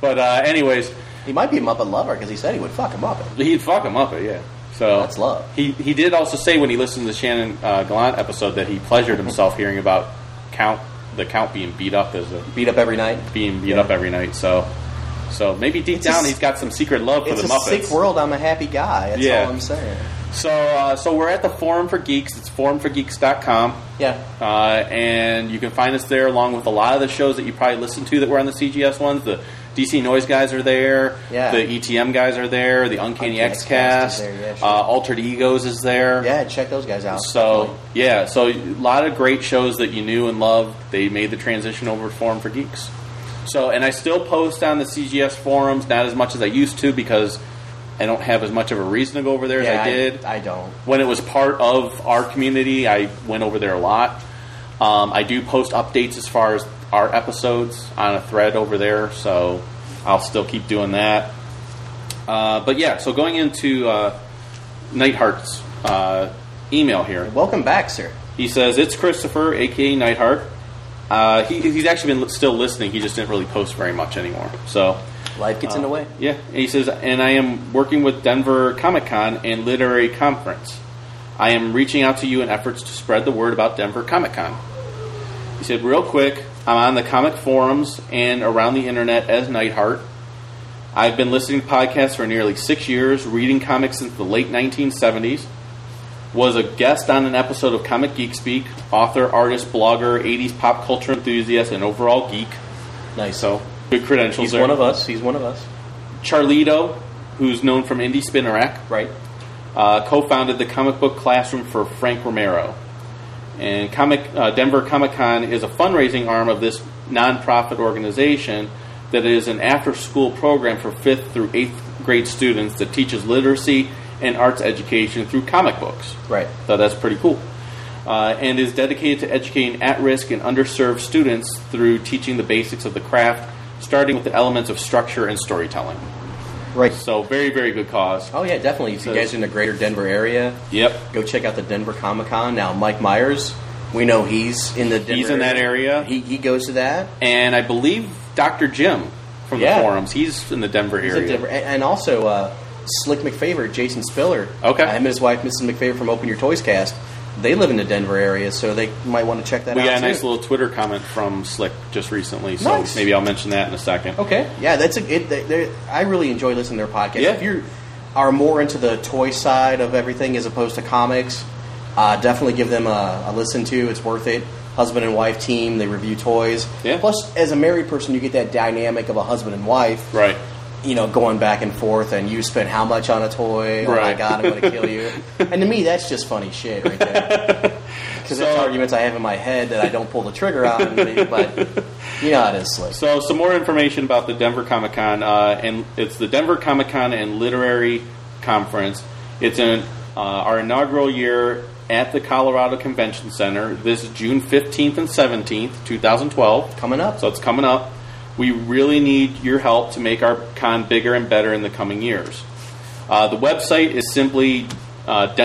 Speaker 5: But uh, anyways,
Speaker 6: he might be a Muppet lover because he said he would fuck a Muppet.
Speaker 5: He'd fuck him up, yeah. So that's
Speaker 6: love.
Speaker 5: He he did also say when he listened to the Shannon uh, Gallant episode that he pleasured himself hearing about count the count being beat up as a
Speaker 6: beat up every night,
Speaker 5: being beat up every night. So so maybe deep down he's got some secret love for
Speaker 6: It's
Speaker 5: the
Speaker 6: a
Speaker 5: Muppets.
Speaker 6: sick world. I'm a happy guy. That's
Speaker 5: Yeah.
Speaker 6: all I'm saying.
Speaker 5: So uh, so we're at the Forum for Geeks. It's forumforgeeks.com.
Speaker 6: Yeah.
Speaker 5: Uh, and you can find us there along with a lot of the shows that you probably listen to that were on the CGS ones. The DC Noise guys are there.
Speaker 6: Yeah.
Speaker 5: The ETM guys are there. The
Speaker 6: Uncanny
Speaker 5: Uncanny, X
Speaker 6: X-Cast
Speaker 5: Cast.
Speaker 6: is there, yeah,
Speaker 5: uh, Altered Egos is there.
Speaker 6: Yeah, check those guys out.
Speaker 5: So yeah, so a lot of great shows that you knew and loved. They made the transition over to Forum for Geeks. So and I still post on the CGS forums, not as much as I used to because I don't have as much of a reason to go over there
Speaker 6: Yeah,
Speaker 5: as I
Speaker 6: I-
Speaker 5: did.
Speaker 6: I don't.
Speaker 5: When it was part of our community, I went over there a lot. Um, I do post updates as far as our episodes on a thread over there, so I'll still keep doing that. Uh, but yeah, so going into uh, Nightheart's uh, email here.
Speaker 6: Welcome back, sir.
Speaker 5: He says it's Christopher, aka Nightheart. Uh, he, he's actually been li- still listening. He just didn't really post very much anymore. So uh,
Speaker 6: Life gets in the way.
Speaker 5: yeah, and he says, and I am working with Denver Comic Con and Literary Conference. I am reaching out to you in efforts to spread the word about Denver Comic Con. He said, real quick, I'm on the comic forums and around the internet as Nightheart. I've been listening to podcasts for nearly six years, reading comics since the late 1970s. Was a guest on an episode of Comic Geek Speak, author, artist, blogger, 80s pop culture enthusiast, and overall geek.
Speaker 6: Nice.
Speaker 5: So, good credentials
Speaker 6: He's
Speaker 5: there.
Speaker 6: one of us. He's one of us.
Speaker 5: Charlito, who's known from Indie Spinnerack,
Speaker 6: right,
Speaker 5: uh, co-founded the comic book classroom for Frank Romero. And comic uh, Denver Comic Con is a fundraising arm of this nonprofit organization that is an after-school program for fifth through eighth grade students that teaches literacy and arts education through comic books.
Speaker 6: Right.
Speaker 5: So that's pretty cool. Uh, and is dedicated to educating at risk and underserved students through teaching the basics of the craft, starting with the elements of structure and storytelling.
Speaker 6: Right.
Speaker 5: So, very, very good cause.
Speaker 6: Oh, yeah, definitely. If you guys are in the greater Denver area,
Speaker 5: yep.
Speaker 6: go check out the Denver Comic Con. Now, Mike Myers, we know he's in the Denver
Speaker 5: He's in that area.
Speaker 6: He, he goes to that.
Speaker 5: And I believe Dr. Jim from
Speaker 6: Yeah.
Speaker 5: the forums, he's in the Denver
Speaker 6: He's
Speaker 5: area.
Speaker 6: in Denver. And, and also, uh, Slick McFavor, Jason Spiller.
Speaker 5: Okay.
Speaker 6: him and his wife, Mrs. McFavor from Open Your Toys cast, they live in the Denver area, so they might want to check that
Speaker 5: we
Speaker 6: out.
Speaker 5: got a
Speaker 6: too.
Speaker 5: nice little Twitter comment from Slick just recently, so
Speaker 6: Nice.
Speaker 5: maybe I'll mention that in a second.
Speaker 6: Okay. Yeah, that's a, it. They, they're- I really enjoy listening to their podcast.
Speaker 5: Yeah.
Speaker 6: If you are more into the toy side of everything as opposed to comics, uh, definitely give them a, a listen to. It's worth it. Husband and wife team. They review toys. Plus, as a married person, you get that dynamic of a husband and wife.
Speaker 5: Right.
Speaker 6: You know, going back and forth, and you spent how much on a toy? Oh my
Speaker 5: Right.
Speaker 6: god, I'm going to kill
Speaker 5: *laughs*
Speaker 6: you! and to me, that's just funny shit right there. Because that's arguments I have in my head that I don't pull the trigger on, but you know how it is, Slick.
Speaker 5: So, some more information about the Denver Comic Con, uh, and it's the Denver Comic Con and Literary Conference. It's in uh, our inaugural year at the Colorado Convention Center this June 15th and 17th, 2012.
Speaker 6: Coming up.
Speaker 5: So, it's coming up. We really need your help to make our con bigger and better in the coming years. Uh, the website is simply uh,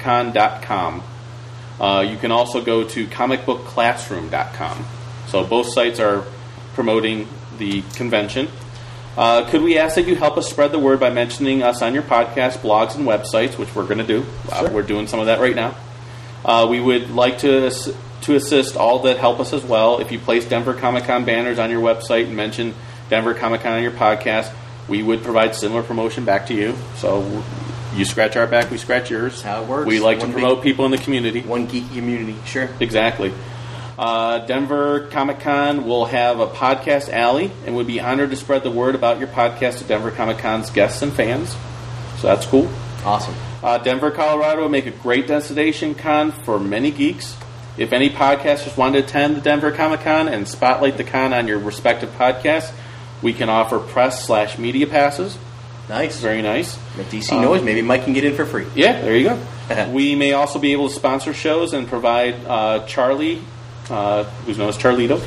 Speaker 5: denvercomiccon.com. Uh, you can also go to comicbookclassroom.com. So both sites are promoting the convention. Uh, could we ask that you help us spread the word by mentioning us on your podcast, blogs, and websites, which we're going to do. Uh, we're doing some of that right now. Uh, we would like to ass- to assist all that help us as well. If you place Denver Comic Con banners on your website and mention Denver Comic Con on your podcast, we would provide similar promotion back to you. So w- you scratch our back, we scratch yours.
Speaker 6: How it works.
Speaker 5: We like
Speaker 6: One
Speaker 5: to
Speaker 6: big-
Speaker 5: promote people in the community.
Speaker 6: One geeky community, sure.
Speaker 5: Exactly. Uh, Denver Comic Con will have a podcast alley, and we'd be honored to spread the word about your podcast to Denver Comic Con's guests and fans. So that's cool.
Speaker 6: Awesome.
Speaker 5: Uh, Denver, Colorado would make a great destination con for many geeks. If any podcasters want to attend the Denver Comic Con and spotlight the con on your respective podcast, we can offer press slash media passes.
Speaker 6: Nice.
Speaker 5: Very nice. Um,
Speaker 6: Make DC noise. Maybe Mike can get in for free.
Speaker 5: Yeah, there you
Speaker 6: *laughs*
Speaker 5: go. we may also be able to sponsor shows and provide uh, Charlie, uh, who's known as Charlito,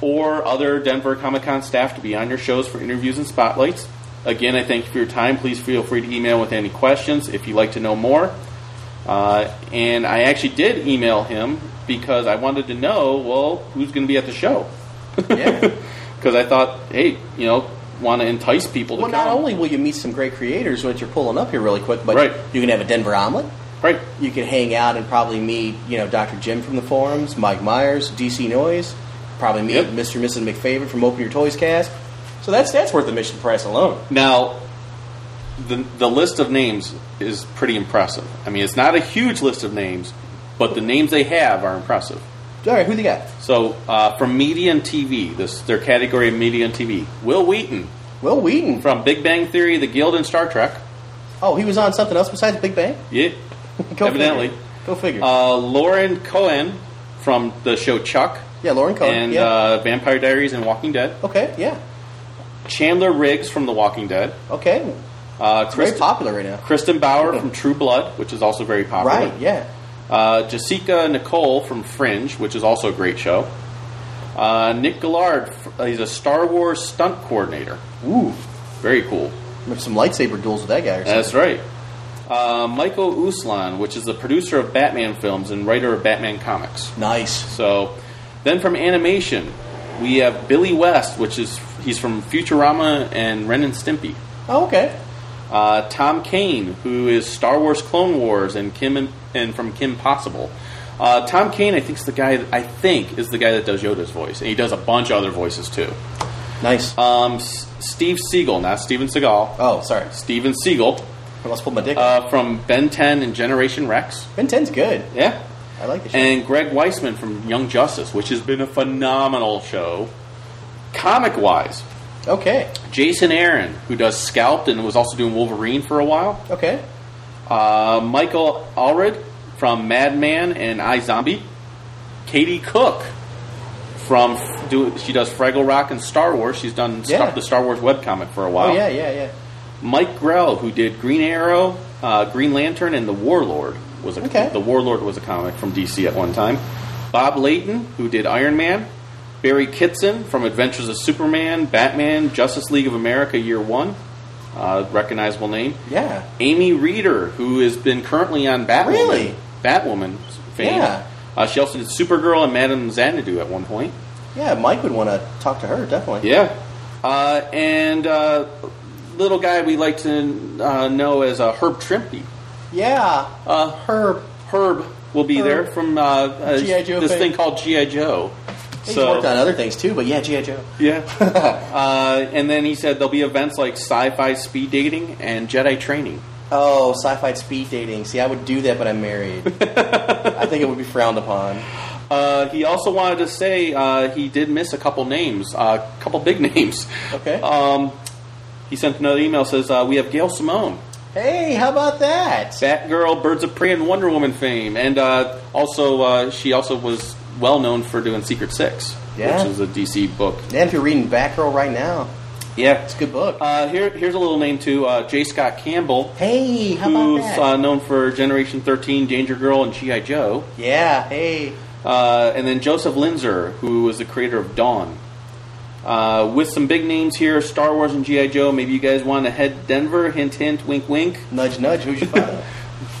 Speaker 5: or other Denver Comic Con staff to be on your shows for interviews and spotlights. Again, I thank you for your time. Please feel free to email with any questions if you'd like to know more. Uh, and I actually did email him because I wanted to know, well, who's going to be at the show? *laughs* Because I thought, hey, you know, want to entice people to
Speaker 6: Well,
Speaker 5: come.
Speaker 6: not only will you meet some great creators, which you're pulling up here really quick, but
Speaker 5: Right.
Speaker 6: you can have a Denver omelet.
Speaker 5: Right.
Speaker 6: You can hang out and probably meet, you know, Dr. Jim from the forums, Mike Myers, DC Noise, probably meet Mr. and Mrs. McFavor from Open Your Toys cast. So that's that's worth the mission price alone.
Speaker 5: Now, the the list of names is pretty impressive. I mean, it's not a huge list of names, but the names they have are impressive.
Speaker 6: All right, who they got?
Speaker 5: So, uh, from media and TV, this their category of media and TV. Will Wheaton.
Speaker 6: Will Wheaton
Speaker 5: from Big Bang Theory, The Guild, and Star Trek.
Speaker 6: Oh, he was on something else besides Big Bang?
Speaker 5: Yeah,
Speaker 6: *laughs* Go
Speaker 5: evidently.
Speaker 6: Figure. Go figure.
Speaker 5: Uh, Lauren Cohen from the show Chuck
Speaker 6: yeah, Lauren Cohen.
Speaker 5: and
Speaker 6: yeah.
Speaker 5: uh, Vampire Diaries and Walking Dead.
Speaker 6: okay, yeah.
Speaker 5: Chandler Riggs from The Walking Dead.
Speaker 6: Okay.
Speaker 5: Uh,
Speaker 6: It's very
Speaker 5: Kristen-
Speaker 6: popular right now.
Speaker 5: Kristen Bauer
Speaker 6: *laughs*
Speaker 5: from True Blood, which is also very popular.
Speaker 6: Right, yeah.
Speaker 5: Uh, Jessica Nicole from Fringe, which is also a great show. Uh, Nick Gillard, f- he's a Star Wars stunt coordinator.
Speaker 6: Ooh.
Speaker 5: Very cool.
Speaker 6: There's some lightsaber duels with that guy. Or something.
Speaker 5: That's right. Uh, Michael Uslan, which is the producer of Batman films and writer of Batman comics.
Speaker 6: Nice.
Speaker 5: So, then from animation, we have Billy West, which is he's from Futurama and Ren and Stimpy.
Speaker 6: Oh, okay.
Speaker 5: Uh, Tom Kane, who is Star Wars Clone Wars and Kim and, and from Kim Possible. Uh, Tom Kane, I think, is the guy. that- I think is the guy that does Yoda's voice, and he does a bunch of other voices too.
Speaker 6: Nice.
Speaker 5: Um, S- Steve Siegel, not Steven Seagal.
Speaker 6: Oh, sorry,
Speaker 5: Steven Siegel.
Speaker 6: I must pull my dick.
Speaker 5: Uh, from Ben 10 and Generation Rex.
Speaker 6: Ben 10's good.
Speaker 5: Yeah.
Speaker 6: I like it.
Speaker 5: And Greg Weisman from Young Justice, which has been a phenomenal show, comic wise.
Speaker 6: Okay.
Speaker 5: Jason Aaron, who does Scalped and was also doing Wolverine for a while.
Speaker 6: Okay.
Speaker 5: Uh, Michael Allred from Madman and I Zombie. Katie Cook from do, she does Fraggle Rock and Star Wars. She's done
Speaker 6: Yeah.
Speaker 5: Star, the Star Wars webcomic for a while.
Speaker 6: Oh yeah, yeah, yeah.
Speaker 5: Mike Grell, who did Green Arrow, uh, Green Lantern, and The Warlord was a
Speaker 6: Okay.
Speaker 5: the Warlord was a comic from DC at one time. Bob Layton, who did Iron Man, Barry Kitson from Adventures of Superman, Batman, Justice League of America Year One, uh, recognizable name.
Speaker 6: Yeah.
Speaker 5: Amy Reeder, who has been currently on Batwoman,
Speaker 6: Really?
Speaker 5: Batwoman fame.
Speaker 6: Yeah.
Speaker 5: Uh, she also did Supergirl and Madame Xanadu at one point.
Speaker 6: Yeah, Mike would want to talk to her definitely.
Speaker 5: Yeah. Uh, and uh, little guy we like to uh, know as uh, Herb Trimpe.
Speaker 6: Yeah.
Speaker 5: Uh,
Speaker 6: Herb.
Speaker 5: Herb will be
Speaker 6: Herb.
Speaker 5: there from uh, uh,
Speaker 6: G.I. Joe
Speaker 5: this
Speaker 6: fame.
Speaker 5: thing called G.I. Joe.
Speaker 6: He's worked on other things too, but yeah, GI Joe. *laughs*
Speaker 5: Yeah. uh, and then he said there'll be events like sci fi speed dating and Jedi training.
Speaker 6: Oh, sci-fi speed dating. See, I would do that, but I'm married. I think it would be frowned upon.
Speaker 5: Uh, he also wanted to say uh, he did miss a couple names, a couple big *laughs* names.
Speaker 6: Okay.
Speaker 5: Um, he sent another email says uh, we have Gail Simone,
Speaker 6: Hey, how about that?
Speaker 5: Batgirl, Birds of Prey, and Wonder Woman fame, and uh, also uh, she also was well known for doing Secret Six,
Speaker 6: Yeah.
Speaker 5: which is a DC book.
Speaker 6: And if you're reading Batgirl right now,
Speaker 5: Yeah, it's a
Speaker 6: good book.
Speaker 5: Uh, here, here's a little name too, uh, J. Scott Campbell.
Speaker 6: Hey, how about
Speaker 5: who's
Speaker 6: that?
Speaker 5: Uh, known for Generation 13, Danger Girl, and G.I. Joe.
Speaker 6: yeah. Hey,
Speaker 5: Uh, and then Joseph Linzer, who was the creator of Dawn. Uh, with some big names here, Star Wars and G.I. Joe. Maybe you guys want to head Denver. Hint, hint, wink, wink.
Speaker 6: Nudge, nudge. Who's your
Speaker 5: *laughs*
Speaker 6: father?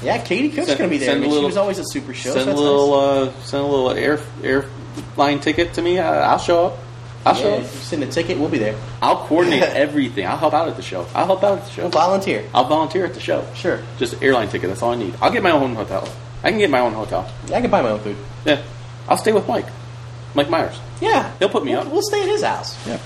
Speaker 6: yeah, Katie Cook's
Speaker 5: Send-
Speaker 6: gonna be there. I
Speaker 5: send
Speaker 6: mean,
Speaker 5: a
Speaker 6: she
Speaker 5: little-
Speaker 6: was always at Super Show. so
Speaker 5: send a
Speaker 6: that's
Speaker 5: little, uh, send a little air airline ticket to me. I, I'll show up. I'll
Speaker 6: nice.
Speaker 5: show
Speaker 6: yeah,
Speaker 5: up.
Speaker 6: if you send a ticket. We'll be there. *laughs*
Speaker 5: I'll coordinate everything. I'll help out at the show. I'll help out at the show.
Speaker 6: We'll volunteer.
Speaker 5: I'll volunteer at the show.
Speaker 6: Sure.
Speaker 5: Just an airline ticket. That's all I need. I'll get my own hotel. I can get my own hotel.
Speaker 6: I can buy my own food.
Speaker 5: Yeah. I'll stay with Mike. Mike Myers.
Speaker 6: Yeah,
Speaker 5: He'll put me
Speaker 6: we'll,
Speaker 5: up.
Speaker 6: We'll stay at his house. *laughs*
Speaker 5: Yeah.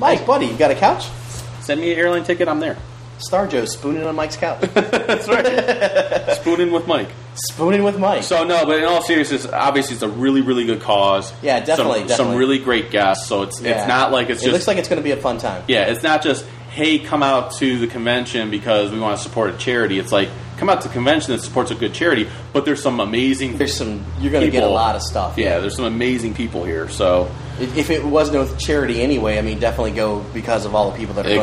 Speaker 6: Mike, buddy, you got a couch?
Speaker 5: uh, Send me an airline ticket. I'm there.
Speaker 6: Star Joe spooning on Mike's
Speaker 5: *laughs*
Speaker 6: couch.
Speaker 5: That's right. Spooning with Mike.
Speaker 6: spooning with Mike.
Speaker 5: So no, but in all seriousness, obviously it's a really, really good cause.
Speaker 6: Yeah, definitely,
Speaker 5: Some,
Speaker 6: definitely.
Speaker 5: some really great guests. So it's
Speaker 6: Yeah.
Speaker 5: it's not like it's
Speaker 6: it
Speaker 5: just
Speaker 6: looks like it's going to be a fun
Speaker 5: *laughs*
Speaker 6: time.
Speaker 5: yeah, it's not just hey, come out to the convention because we want to support a charity. It's like come out to the convention that supports a good charity. But there's some amazing.
Speaker 6: There's some. You're going to get a lot of stuff.
Speaker 5: Yeah, there's some amazing people here. So
Speaker 6: If if it wasn't with charity anyway, I mean, definitely go because of all the people that are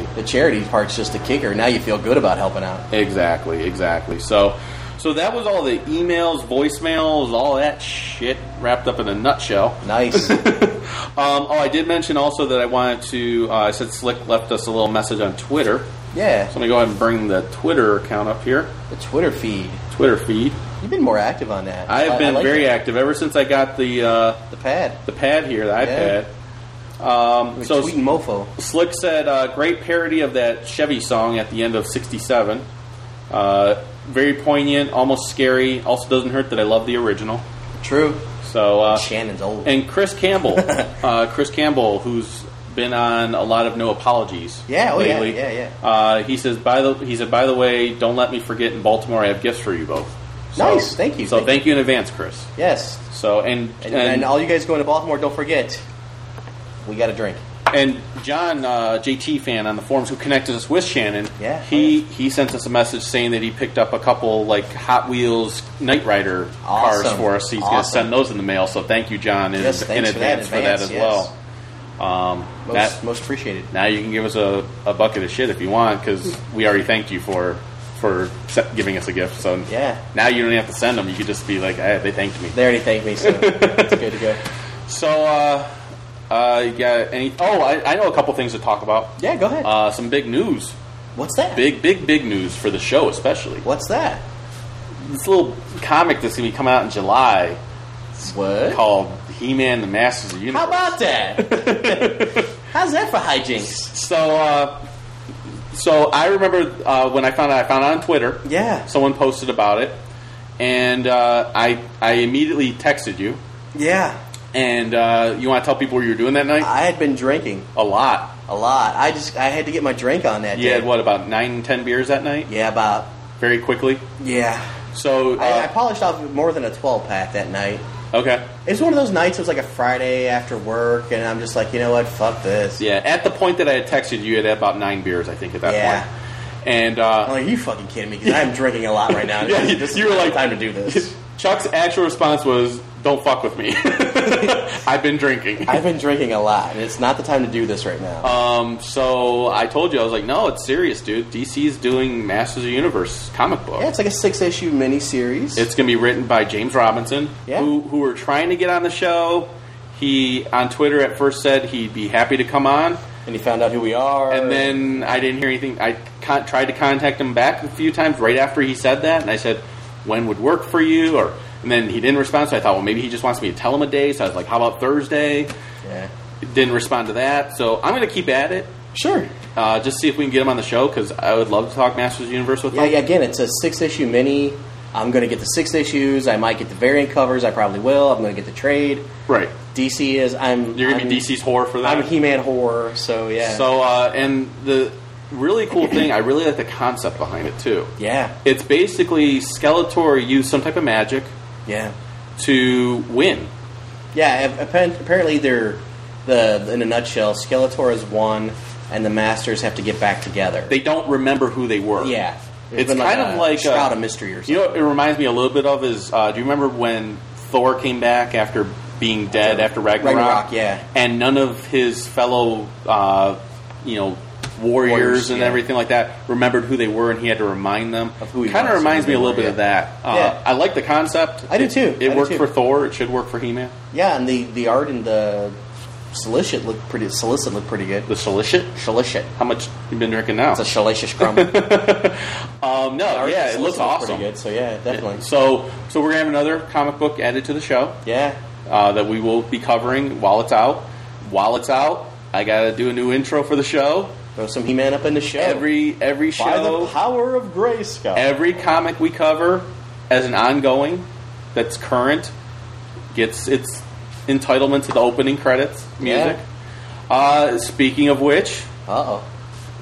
Speaker 6: going to be there. The charity part's just a kicker. Now you feel good about helping out.
Speaker 5: Exactly, exactly. So, so that was all the emails, voicemails, all that shit wrapped up in a nutshell.
Speaker 6: Nice.
Speaker 5: *laughs* um, oh, I did mention also that I wanted to. Uh, I said Slick left us a little message on Twitter, so
Speaker 6: Yeah,
Speaker 5: I'm gonna go ahead and bring the Twitter account up here.
Speaker 6: the Twitter feed.
Speaker 5: Twitter feed.
Speaker 6: You've been more active on that.
Speaker 5: I have
Speaker 6: I
Speaker 5: been
Speaker 6: like
Speaker 5: very
Speaker 6: it.
Speaker 5: active ever since I got the uh,
Speaker 6: The pad.
Speaker 5: the pad here, the iPad. Um, so
Speaker 6: tweeting mofo.
Speaker 5: Slick said, uh, great parody of that Chevy song at the end of 67. Uh, very poignant, almost scary. Also doesn't hurt that I love the original.
Speaker 6: True.
Speaker 5: So uh,
Speaker 6: Shannon's old.
Speaker 5: And Chris Campbell,
Speaker 6: *laughs*
Speaker 5: uh, Chris Campbell, who's been on a lot of No Apologies.
Speaker 6: Yeah, oh, yeah,
Speaker 5: lately.
Speaker 6: yeah, yeah.
Speaker 5: Uh, he says, by the he said, by the way, don't let me forget. In Baltimore, I have gifts for you both.
Speaker 6: Nice, thank you,
Speaker 5: So
Speaker 6: thank
Speaker 5: thank, you in advance, Chris.
Speaker 6: Yes.
Speaker 5: So and
Speaker 6: And, and all you guys going to Baltimore, don't forget, we got a drink.
Speaker 5: And John, uh, JT fan on the forums who connected us with Shannon,
Speaker 6: Yeah.
Speaker 5: he he sent us a message saying that he picked up a couple like Hot Wheels Knight Rider cars
Speaker 6: Awesome.
Speaker 5: for us. He's going to
Speaker 6: Awesome.
Speaker 5: send those in the mail. So thank you, John, in,
Speaker 6: Yes,
Speaker 5: in
Speaker 6: thanks for that in
Speaker 5: advance for that,
Speaker 6: advance,
Speaker 5: as
Speaker 6: yes.
Speaker 5: well. Um,
Speaker 6: Most,
Speaker 5: that-
Speaker 6: most appreciated.
Speaker 5: now you can give us a, a bucket of shit if you want because we already thanked you for for se- giving us a gift. So
Speaker 6: Yeah.
Speaker 5: now you don't have to send them. You could just be like, hey, they thanked me. *laughs*
Speaker 6: They already thanked me, so it's good to go.
Speaker 5: So uh, Uh, you got any? Oh, I, I know a couple things to talk about.
Speaker 6: Yeah, go ahead.
Speaker 5: Uh, some big news.
Speaker 6: What's that?
Speaker 5: Big, big, big news for the show, especially.
Speaker 6: What's that?
Speaker 5: This little comic that's gonna be coming out in July.
Speaker 6: What?
Speaker 5: Called He-Man: The Masters of the
Speaker 6: How
Speaker 5: Universe.
Speaker 6: about that?
Speaker 5: *laughs*
Speaker 6: How's that for hijinks?
Speaker 5: So, uh, so I remember uh, when I found out. I found out on Twitter.
Speaker 6: Yeah.
Speaker 5: Someone posted about it, and uh, I I immediately texted you.
Speaker 6: Yeah.
Speaker 5: And uh, you want to tell people what you were doing that night? I
Speaker 6: had been drinking
Speaker 5: a lot,
Speaker 6: a lot. I just I had to get my drink on that
Speaker 5: You
Speaker 6: day.
Speaker 5: had what about nine, ten beers that night?
Speaker 6: Yeah, about.
Speaker 5: Very quickly.
Speaker 6: Yeah.
Speaker 5: So uh,
Speaker 6: I, I polished off more than a twelve pack that night.
Speaker 5: Okay.
Speaker 6: It's one of those nights. It was like a Friday after work, and I'm just like, you know what? Fuck this.
Speaker 5: Yeah. At the point that I had texted you, you had about nine beers, I think, at that
Speaker 6: Yeah.
Speaker 5: point. And uh,
Speaker 6: I'm like, you fucking kidding me? Because I'm drinking a lot right
Speaker 5: *laughs*
Speaker 6: now.
Speaker 5: Yeah, you-
Speaker 6: this is
Speaker 5: you were
Speaker 6: not the
Speaker 5: like-
Speaker 6: time to do this.
Speaker 5: *laughs* Chuck's actual response was, "Don't fuck with me. *laughs* I've been drinking."
Speaker 6: I've been drinking a lot, and it's not the time to do this right now.
Speaker 5: Um, so I told you I was like, "No, it's serious, dude. DC's doing Masters of the Universe comic book.
Speaker 6: Yeah, it's like a six issue miniseries.
Speaker 5: Oh. It's going to be written by James Robinson,
Speaker 6: Yeah.
Speaker 5: who who we're trying to get on the show. He on Twitter at first said he'd be happy to come on,
Speaker 6: and he found out who we are.
Speaker 5: And then I didn't hear anything. I con- tried to contact him back a few times right after he said that, and I said, "When would work for you?" Or and then he didn't respond. So I thought, well, maybe he just wants me to tell him a day. So I was like, "How about Thursday?"
Speaker 6: Yeah.
Speaker 5: Didn't respond to that. So I'm going to keep at it.
Speaker 6: Sure.
Speaker 5: Uh, just see if we can get him on the show because I would love to talk Masters of the Universe with
Speaker 6: Yeah,
Speaker 5: him.
Speaker 6: yeah, again, it's a six issue mini. I'm going to get the six issues. I might get the variant covers. I probably will. I'm going to get the trade.
Speaker 5: Right.
Speaker 6: DC is. I'm.
Speaker 5: You're gonna
Speaker 6: I'm-
Speaker 5: be DC's horror for that.
Speaker 6: I'm He-Man horror. So Oh, yeah.
Speaker 5: So uh, and the really cool thing, I really like the concept behind it too.
Speaker 6: yeah,
Speaker 5: It's basically Skeletor used some type of magic
Speaker 6: yeah,
Speaker 5: to win.
Speaker 6: yeah. ap- appen- Apparently, they're the in a nutshell. Skeletor is one, and the Masters have to get back together.
Speaker 5: They don't remember who they were.
Speaker 6: yeah,
Speaker 5: It's
Speaker 6: been
Speaker 5: kind of like, uh,
Speaker 6: shroud of mystery or something.
Speaker 5: You know, what it reminds me a little bit of is uh, do you remember when Thor came back after being dead after Ragnarok?
Speaker 6: Ragnarok, yeah.
Speaker 5: And none of his fellow, uh, you know, warriors,
Speaker 6: Warriors,
Speaker 5: and
Speaker 6: yeah.
Speaker 5: everything like that remembered who they were, and he had to remind them of who
Speaker 6: he
Speaker 5: Kind of
Speaker 6: was and
Speaker 5: reminds
Speaker 6: who
Speaker 5: me a
Speaker 6: they
Speaker 5: little
Speaker 6: were,
Speaker 5: bit of that. Uh,
Speaker 6: Yeah.
Speaker 5: I like the concept.
Speaker 6: I do
Speaker 5: It-
Speaker 6: too.
Speaker 5: It
Speaker 6: I do
Speaker 5: worked
Speaker 6: too.
Speaker 5: for Thor. It should work for He-Man.
Speaker 6: Yeah, and the, the art and the solicit look pretty. Solicit look pretty good.
Speaker 5: The solicit.
Speaker 6: Solicit.
Speaker 5: How much you been drinking now?
Speaker 6: It's a salacious crumb.
Speaker 5: *laughs* Um, no,
Speaker 6: Art
Speaker 5: yeah,
Speaker 6: and
Speaker 5: it looks
Speaker 6: solicit look pretty
Speaker 5: awesome.
Speaker 6: good, so yeah, definitely.
Speaker 5: So, so we're gonna have another comic book added to the show.
Speaker 6: Yeah.
Speaker 5: uh, that we will be covering while it's out. While it's out, I gotta do a new intro for the show.
Speaker 6: Throw some He-Man up in the show.
Speaker 5: Every every show,
Speaker 6: By the power of Grayskull.
Speaker 5: every comic we cover as an ongoing that's current gets its entitlement to the opening credits music. Uh, speaking of which,
Speaker 6: uh oh,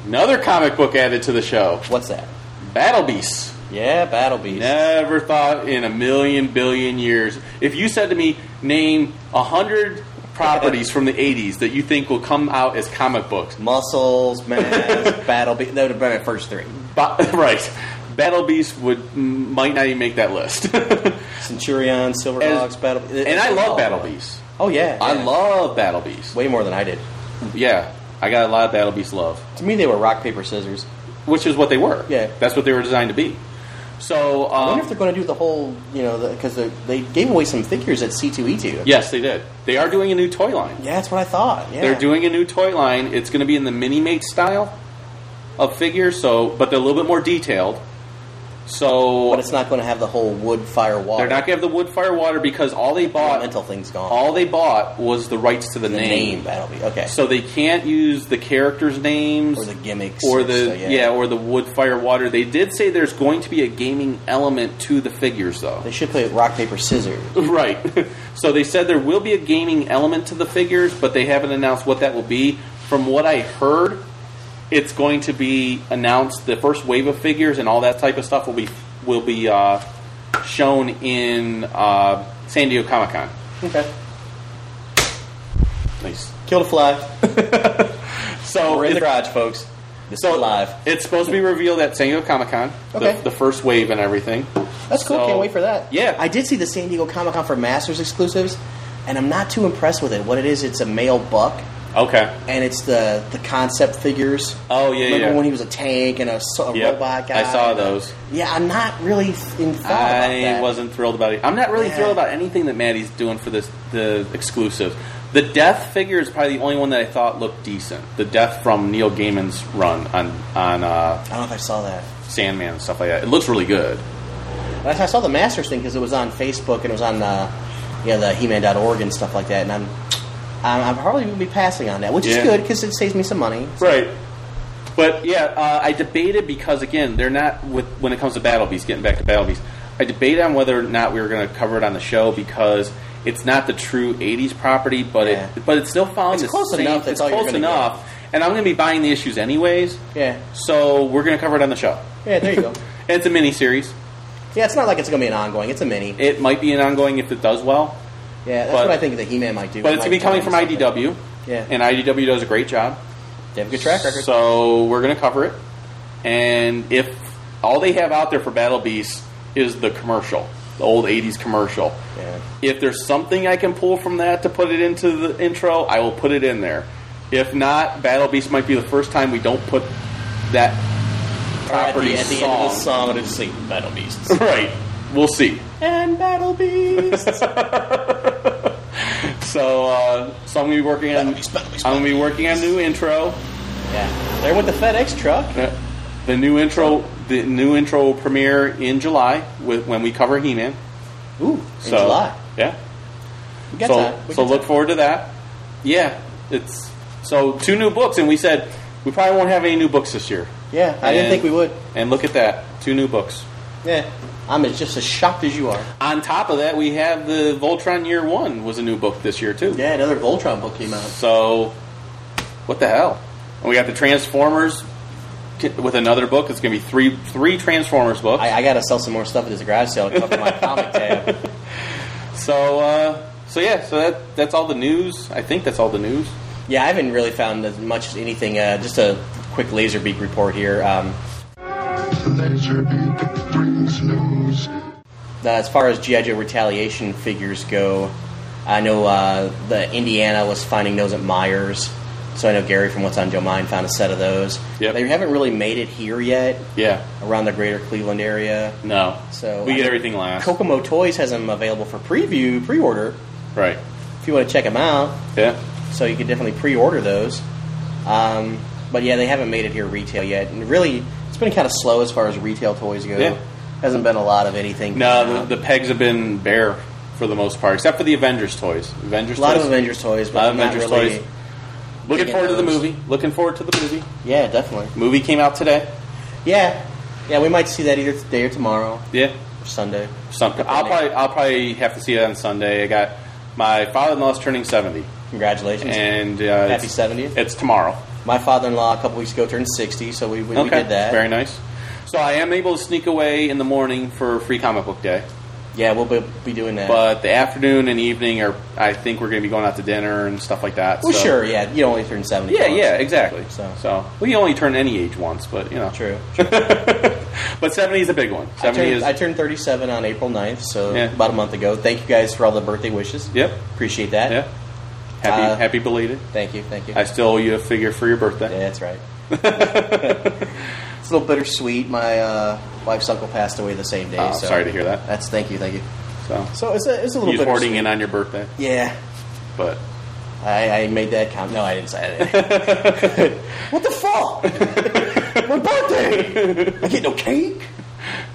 Speaker 5: another comic book added to the show.
Speaker 6: What's that?
Speaker 5: Battle Beasts.
Speaker 6: Yeah, Battle Beasts.
Speaker 5: Never thought in a million billion years. If you said to me, name a hundred properties from the '80s that you think will come out as comic books, *laughs*
Speaker 6: Muscles, mass, Battle Beast. That would have been my first three.
Speaker 5: Ba- *laughs* right? Battle Beast would might not even make that list. *laughs*
Speaker 6: Centurion, Silver
Speaker 5: And-
Speaker 6: Dogs, Battle
Speaker 5: and I love
Speaker 6: Oh,
Speaker 5: Battle Beast.
Speaker 6: Oh, yeah.
Speaker 5: I
Speaker 6: yeah.
Speaker 5: love Battle Beast.
Speaker 6: Way more than I did.
Speaker 5: Yeah, I got a lot of Battle Beast love,
Speaker 6: To me, they were rock, paper, scissors.
Speaker 5: which is what they were.
Speaker 6: Yeah.
Speaker 5: that's what they were designed to be. So, um,
Speaker 6: I wonder if they're going to do the whole, you know, because they gave away some figures at E C2E2.
Speaker 5: yes, they did. They are doing a new toy line.
Speaker 6: Yeah, that's what I thought. Yeah.
Speaker 5: They're doing a new toy line. It's going to be in the mini mate style of figure, so but they're a little bit more detailed. So
Speaker 6: But it's not going to have the whole wood, fire, water.
Speaker 5: they're not going to have the wood fire water because all they bought
Speaker 6: Elemental thing's gone.
Speaker 5: all they bought was the rights to the,
Speaker 6: the
Speaker 5: name.
Speaker 6: name, Battle Beast. Okay.
Speaker 5: So they can't use the characters' names
Speaker 6: or the gimmicks.
Speaker 5: or the
Speaker 6: so,
Speaker 5: yeah. or the wood fire water. They did say there's going to be a gaming element to the figures though. *laughs*
Speaker 6: They should play it rock, paper, scissors.
Speaker 5: Right. *laughs* so they said there will be a gaming element to the figures, but they haven't announced what that will be. From what I heard, it's going to be announced. The first wave of figures and all that type of stuff will be will be uh, shown in uh, San Diego Comic Con.
Speaker 6: Okay.
Speaker 5: Nice.
Speaker 6: Kill the
Speaker 5: *laughs*
Speaker 6: fly.
Speaker 5: So
Speaker 6: We're in the
Speaker 5: it's-
Speaker 6: garage, folks. This is live.
Speaker 5: It's supposed to be revealed at San Diego Comic Con.
Speaker 6: Okay.
Speaker 5: The, the first wave and everything.
Speaker 6: That's cool.
Speaker 5: So-
Speaker 6: Can't wait for that.
Speaker 5: Yeah.
Speaker 6: I did see the San Diego Comic Con for Masters exclusives, and I'm not too impressed with it. What it is, it's a male buck,
Speaker 5: Okay.
Speaker 6: and it's the the concept figures.
Speaker 5: Oh yeah.
Speaker 6: Remember
Speaker 5: yeah.
Speaker 6: when he was a tank and a, so- a
Speaker 5: Yep.
Speaker 6: robot guy?
Speaker 5: I saw those.
Speaker 6: Yeah, I'm not really in thought about
Speaker 5: I
Speaker 6: that.
Speaker 5: wasn't thrilled about it. I'm not really
Speaker 6: Yeah.
Speaker 5: thrilled about anything that Maddie's doing for this the exclusive. The death figure is probably the only one that I thought looked decent. The death from Neil Gaiman's run on on uh,
Speaker 6: I don't know if I saw that.
Speaker 5: Sandman and stuff like that. It looks really good.
Speaker 6: But I saw the Masters thing because it was on Facebook and it was on uh, you know, the He-Man.org and stuff like that. And I'm I'm, I'm probably going to be passing on that, which
Speaker 5: Yeah.
Speaker 6: is good because it saves me some money.
Speaker 5: Right. But yeah, uh, I debated because again, they're not with when it comes to Battle Beast. Getting back to Battle Beast, I debated on whether or not we were going to cover it on the show because it's not the true '80s property, but
Speaker 6: Yeah.
Speaker 5: it but it's still following
Speaker 6: It's
Speaker 5: the
Speaker 6: close
Speaker 5: same-
Speaker 6: enough, that's
Speaker 5: It's
Speaker 6: all you're
Speaker 5: close
Speaker 6: gonna
Speaker 5: enough, and I'm going to be buying the issues anyways.
Speaker 6: Yeah.
Speaker 5: So we're going to cover it on the show.
Speaker 6: Yeah, there you go.
Speaker 5: And it's a mini series.
Speaker 6: Yeah, it's not like it's going to be an ongoing. It's a mini.
Speaker 5: It might be an ongoing if it does well,
Speaker 6: Yeah, that's
Speaker 5: But-
Speaker 6: what I think the He-Man might do.
Speaker 5: but it's
Speaker 6: It
Speaker 5: going to be
Speaker 6: might
Speaker 5: coming
Speaker 6: find
Speaker 5: from
Speaker 6: something.
Speaker 5: IDW,
Speaker 6: Yeah.
Speaker 5: and IDW does a great job.
Speaker 6: They have a good track record.
Speaker 5: So we're going to cover it. And if all they have out there for Battle Beast is the commercial, the old 80s commercial.
Speaker 6: Yeah.
Speaker 5: If there's something I can pull from that to put it into the intro, I will put it in there. If not, Battle Beast might be the first time we don't put that property
Speaker 6: at the
Speaker 5: song.
Speaker 6: end of the
Speaker 5: song, it'll say Battle Beasts. *laughs* right. We'll see.
Speaker 6: And Battle Beast. *laughs*
Speaker 5: So, uh, so I'm gonna be working on. I'm gonna be working on a new intro.
Speaker 6: Yeah, there with the FedEx truck.
Speaker 5: The new intro. The new intro will premiere in July with, when we cover He-Man.
Speaker 6: Ooh, in
Speaker 5: so,
Speaker 6: July.
Speaker 5: Yeah.
Speaker 6: We got
Speaker 5: so
Speaker 6: time. We
Speaker 5: so
Speaker 6: got
Speaker 5: look forward to that. Yeah, it's so two new books, and we said we probably won't have any new books this year.
Speaker 6: Yeah, I didn't
Speaker 5: And-
Speaker 6: think we would.
Speaker 5: And look at that, two new books.
Speaker 6: Yeah, I'm as just as shocked as you are.
Speaker 5: On top of that, we have the Voltron Year One was a new book this year too.
Speaker 6: Yeah, another Voltron book came out.
Speaker 5: So, what the hell? And we got the Transformers t- with another book. It's going to be three three Transformers books.
Speaker 6: I, I got to sell some more stuff at this garage sale to cover my comic tab.
Speaker 5: *laughs* So, uh, so yeah, so that that's all the news. I think that's all the news.
Speaker 6: Yeah, I haven't really found as much as anything. Uh, just a quick laser beak report here. Um,
Speaker 4: Laserbeak brings news.
Speaker 6: Uh, as far as GI Joe retaliation figures go, I know uh, the Indiana was finding those at Myers, so I know Gary from What's on Joe Mind found a set of those. They haven't really made it here yet.
Speaker 5: Yeah.
Speaker 6: around the Greater Cleveland area.
Speaker 5: No,
Speaker 6: So
Speaker 5: we
Speaker 6: I
Speaker 5: get
Speaker 6: know
Speaker 5: everything last.
Speaker 6: Kokomo Toys has them available for preview, pre-order.
Speaker 5: Right.
Speaker 6: If you want to check them out.
Speaker 5: Yeah.
Speaker 6: So you could definitely pre-order those. Um, but yeah, they haven't made it here retail yet, and really, it's been kind of slow as far as retail toys go.
Speaker 5: Yeah.
Speaker 6: Hasn't been a lot of anything.
Speaker 5: No, the, the pegs have been bare for the most part, except for the Avengers toys. Avengers
Speaker 6: A lot
Speaker 5: toys.
Speaker 6: of Avengers toys, but
Speaker 5: lot of
Speaker 6: not
Speaker 5: Avengers
Speaker 6: really
Speaker 5: toys. Looking
Speaker 6: digging
Speaker 5: forward to the
Speaker 6: those.
Speaker 5: movie. Looking forward to the movie.
Speaker 6: Yeah, definitely.
Speaker 5: Movie came out today.
Speaker 6: Yeah, yeah, we might see that either today or tomorrow,
Speaker 5: Yeah.
Speaker 6: or Sunday.
Speaker 5: Some, I'll probably I'll probably have to see it on Sunday. I got my father-in-law's turning seventy.
Speaker 6: Congratulations!
Speaker 5: And uh,
Speaker 6: Happy
Speaker 5: it's-
Speaker 6: seventieth.
Speaker 5: It's tomorrow.
Speaker 6: My father-in-law a couple weeks ago turned sixty, so we, we, we
Speaker 5: Okay,
Speaker 6: did that.
Speaker 5: very nice. So I am able to sneak away in the morning for free comic book day.
Speaker 6: Yeah, we'll be, be doing that.
Speaker 5: But the afternoon and evening are I think we're going to be going out to dinner and stuff like that.
Speaker 6: well,
Speaker 5: so-
Speaker 6: sure, yeah, you only turned seventy.
Speaker 5: Yeah,
Speaker 6: once.
Speaker 5: yeah, exactly.
Speaker 6: So.
Speaker 5: So, well, you only turn any age once, but you know,
Speaker 6: true.
Speaker 5: but seventy is a big one.
Speaker 6: I
Speaker 5: Seventy
Speaker 6: turned,
Speaker 5: is
Speaker 6: I turned 37 on April 9th, so
Speaker 5: Yeah.
Speaker 6: about a month ago. Thank you guys for all the birthday wishes.
Speaker 5: Yep.
Speaker 6: Appreciate that.
Speaker 5: Yeah. happy
Speaker 6: Uh,
Speaker 5: happy belated.
Speaker 6: Thank you, thank you.
Speaker 5: I still owe you a figure for your birthday.
Speaker 6: Yeah, that's right. It's a little bittersweet. My uh, wife's uncle passed away the same day.
Speaker 5: Oh,
Speaker 6: so
Speaker 5: sorry to hear that.
Speaker 6: That's thank you, thank you.
Speaker 5: So,
Speaker 6: So it's a, it's a little
Speaker 5: he's hoarding
Speaker 6: bittersweet.
Speaker 5: in on your birthday,
Speaker 6: Yeah,
Speaker 5: but
Speaker 6: I, I made that comment. No, I didn't say
Speaker 5: *laughs*
Speaker 6: that. what the fuck? My birthday! I get no cake.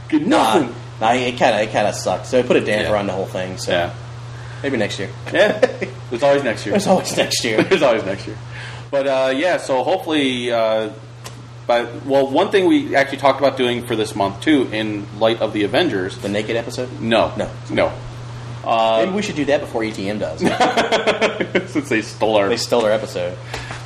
Speaker 5: Get
Speaker 6: nothing. Nah, it kind of it kind of sucked. So I put a damper on the whole thing. So
Speaker 5: Yeah.
Speaker 6: maybe next year.
Speaker 5: *laughs* yeah, there's always next year.
Speaker 6: There's always next
Speaker 5: *laughs*
Speaker 6: year.
Speaker 5: There's always next year. But uh, yeah, so hopefully, uh, by well, one thing we actually talked about doing for this month too, in light of the Avengers,
Speaker 6: the naked episode.
Speaker 5: No, no, no. Uh,
Speaker 6: Maybe we should do that before ETM does.
Speaker 5: *laughs* since they stole our
Speaker 6: they stole our episode.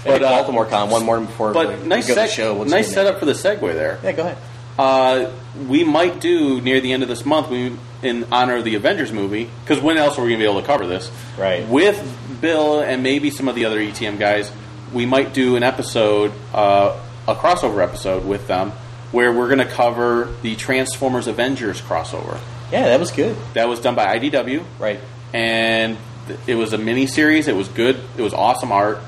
Speaker 5: But,
Speaker 6: But
Speaker 5: uh,
Speaker 6: Baltimore Con one more before.
Speaker 5: but
Speaker 6: we
Speaker 5: nice
Speaker 6: go to the
Speaker 5: seg-
Speaker 6: show. We'll
Speaker 5: nice
Speaker 6: see
Speaker 5: setup for the segue there.
Speaker 6: Yeah, go ahead.
Speaker 5: Uh, we might do near the end of this month, we in honor of the Avengers movie, because when else are we going to be able to cover this?
Speaker 6: Right.
Speaker 5: With Bill and maybe some of the other ETM guys, we might do an episode, uh, a crossover episode with them, where we're going to cover the Transformers Avengers crossover.
Speaker 6: Yeah, that was good.
Speaker 5: That was done by IDW.
Speaker 6: Right.
Speaker 5: And th- it was a mini series. It was good. It was awesome art.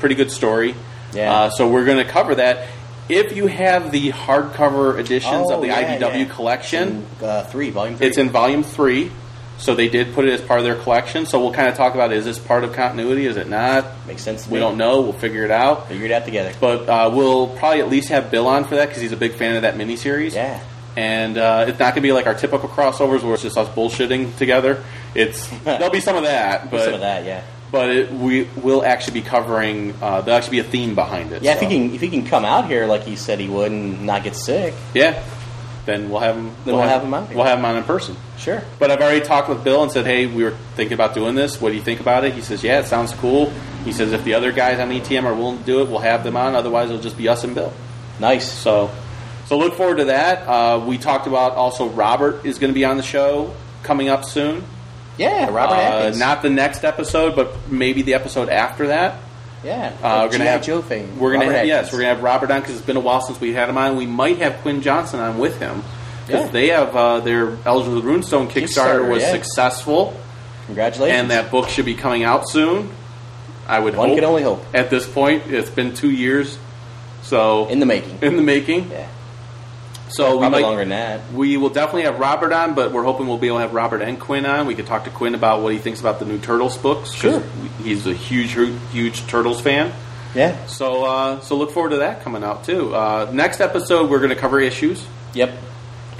Speaker 5: Pretty good story.
Speaker 6: Yeah.
Speaker 5: Uh, so we're going to cover that. If you have the hardcover editions
Speaker 6: Oh,
Speaker 5: of the
Speaker 6: yeah,
Speaker 5: IDW
Speaker 6: yeah.
Speaker 5: collection,
Speaker 6: It's in, uh, three volume three.
Speaker 5: it's in volume three. So they did put it as part of their collection. So we'll kind of talk about: is this part of continuity? Is it not?
Speaker 6: Makes sense. to
Speaker 5: we
Speaker 6: me.
Speaker 5: don't know. We'll figure it out.
Speaker 6: Figure it out together.
Speaker 5: But uh, we'll probably at least have Bill on for that because he's a big fan of that miniseries.
Speaker 6: Yeah.
Speaker 5: And uh, it's not going to be like our typical crossovers where it's just us bullshitting together.
Speaker 6: *laughs*
Speaker 5: It's there'll be some of that, but
Speaker 6: some of that, yeah.
Speaker 5: But it, we will actually be covering. Uh, there'll actually be a theme behind it.
Speaker 6: Yeah,
Speaker 5: so.
Speaker 6: if he can if he can come out here like he said he would and not get sick,
Speaker 5: Yeah. Then we'll have him.
Speaker 6: Then we'll have him out here.
Speaker 5: We'll have him on in person.
Speaker 6: Sure.
Speaker 5: But I've already talked with Bill and said, "Hey, we were thinking about doing this. What do you think about it?" He says, "Yeah, it sounds cool." He says, "If the other guys on ETM are willing to do it, we'll have them on. Otherwise, it'll just be us and Bill."
Speaker 6: Nice.
Speaker 5: So, so look forward to that. Uh, we talked about also Robert is going to be on the show coming up soon.
Speaker 6: Yeah, Robert
Speaker 5: Uh,
Speaker 6: Atkins.
Speaker 5: not the next episode, but maybe the episode after that.
Speaker 6: yeah,
Speaker 5: Uh, we're
Speaker 6: G.I.
Speaker 5: gonna have
Speaker 6: Joe thing.
Speaker 5: We're gonna
Speaker 6: Robert
Speaker 5: have, yes,
Speaker 6: Atkins.
Speaker 5: we're gonna have Robert on because it's been a while since we had him on. We might have Quinn Johnson on with him because
Speaker 6: Yeah.
Speaker 5: they have uh, their Elders of the Runestone Kickstarter,
Speaker 6: Kickstarter,
Speaker 5: was
Speaker 6: yeah.
Speaker 5: successful.
Speaker 6: Congratulations.
Speaker 5: And that book should be coming out soon. I would
Speaker 6: One
Speaker 5: hope.
Speaker 6: can only hope.
Speaker 5: At this point, it's been two years, so
Speaker 6: in the making.
Speaker 5: In the making.
Speaker 6: Yeah.
Speaker 5: So we
Speaker 6: Probably
Speaker 5: might,
Speaker 6: longer than that.
Speaker 5: We will definitely have Robert on, but we're hoping we'll be able to have Robert and Quinn on. We could talk to Quinn about what he thinks about the new Turtles books. 'cause
Speaker 6: Sure.
Speaker 5: He's a huge, huge Turtles fan.
Speaker 6: Yeah.
Speaker 5: So uh, so look forward to that coming out too. Uh, next episode we're going to cover issues.
Speaker 6: Yep.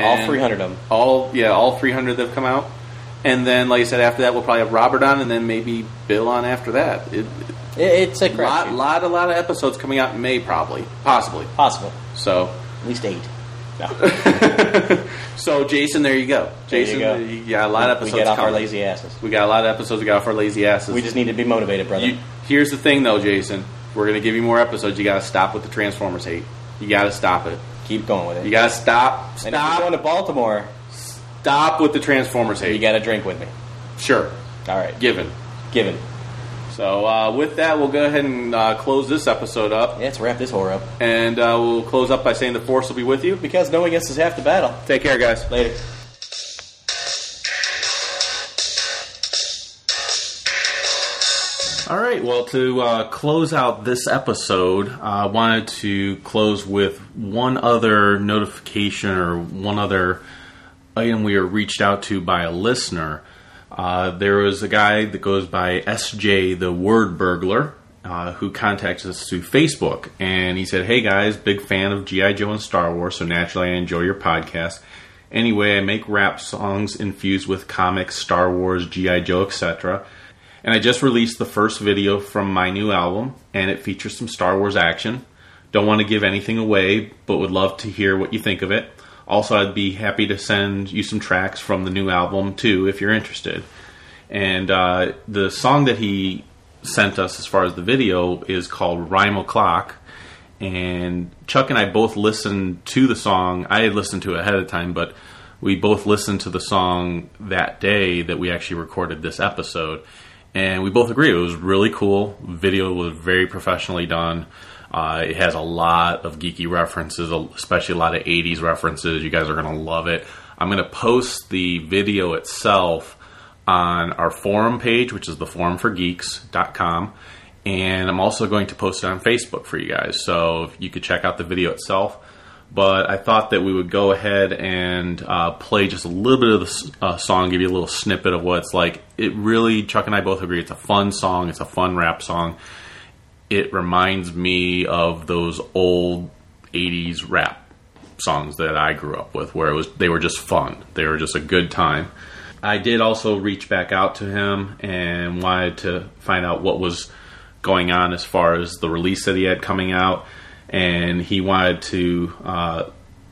Speaker 6: All 300 of them.
Speaker 5: All yeah, all 300 that have come out. And then like I said after that we'll probably have Robert on and then maybe Bill on after that. It,
Speaker 6: It- it's a
Speaker 5: lot, lot a lot of episodes coming out in May probably, possibly.
Speaker 6: Possible.
Speaker 5: So
Speaker 6: at least 8.
Speaker 5: *laughs* so Jason, there you go.
Speaker 6: There you
Speaker 5: Jason,
Speaker 6: go.
Speaker 5: yeah, a lot of
Speaker 6: We
Speaker 5: episodes.
Speaker 6: get off our
Speaker 5: coming.
Speaker 6: lazy asses.
Speaker 5: We got a lot of episodes. We got off our lazy asses.
Speaker 6: We just need to be motivated, brother.
Speaker 5: You- here's the thing, though, Jason. We're gonna give you more episodes. You gotta stop with the Transformers hate. You gotta stop it.
Speaker 6: Keep going with it.
Speaker 5: You gotta stop.
Speaker 6: And if you're
Speaker 5: Stop.
Speaker 6: going to Baltimore,
Speaker 5: stop with the Transformers hate.
Speaker 6: you got to drink with me.
Speaker 5: Sure.
Speaker 6: All right.
Speaker 5: Given.
Speaker 6: Given.
Speaker 5: So uh, with that, we'll go ahead and uh, close this episode up.
Speaker 6: Let's wrap this whore up.
Speaker 5: And uh, we'll close up by saying the Force will be with you.
Speaker 6: Because knowing us is half the battle.
Speaker 5: Take care, guys.
Speaker 6: Later.
Speaker 5: All right. Well, to uh, close out this episode, uh, I wanted to close with one other notification or one other item we were reached out to by a listener. Uh, there was a guy that goes by SJ the Word Burglar uh, who contacts us through Facebook, and he said, "Hey guys, big fan of GI Joe and Star Wars, so naturally I enjoy your podcast. Anyway, I make rap songs infused with comics, Star Wars, GI Joe, etc." And I just released the first video from my new album, and it features some Star Wars action. Don't want to give anything away, but would love to hear what you think of it. Also, I'd be happy to send you some tracks from the new album too if you're interested. And uh, the song that he sent us as far as the video is called Rhyme O'Clock. And Chuck and I both listened to the song. I had listened to it ahead of time, but we both listened to the song that day that we actually recorded this episode. And we both agree it was really cool. Video was very professionally done. Uh, it has a lot of geeky references, especially a lot of 80s references. You guys are going to love it. I'm going to post the video itself on our forum page, which is the forumforgeeks.com. And I'm also going to post it on Facebook for you guys. So if you could check out the video itself. But I thought that we would go ahead and uh, play just a little bit of the s- uh, song, give you a little snippet of what it's like. It really, Chuck and I both agree, it's a fun song, it's a fun rap song. It reminds me of those old 80s rap songs that I grew up with, where it was they were just fun. They were just a good time. I did also reach back out to him and wanted to find out what was going on as far as the release that he had coming out, and he wanted to uh,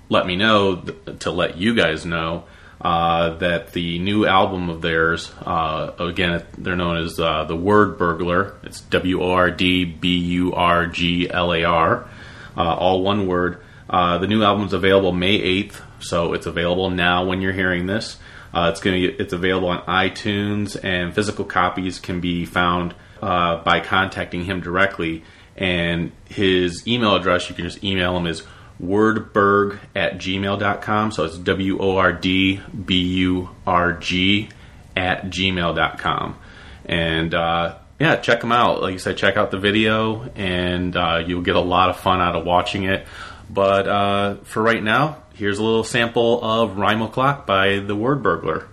Speaker 5: let me know th- to let you guys know. Uh, that the new album of theirs, uh, again, they're known as uh, the Word Burglar. It's W O R D B U R G L A R uh, all one word. Uh, the new album's available May 8th, so it's available now when you're hearing this. Uh, it's going to it's available on iTunes, and physical copies can be found uh, by contacting him directly. And his email address, you can just email him, is wordburg at gmail.com. So it's W O R D B U R G at gmail.com and uh, yeah, check them out. Like you said, check out the video, and uh, you'll get a lot of fun out of watching it. But uh, for right now, here's a little sample of Rhyme O'Clock by The Word Burglar.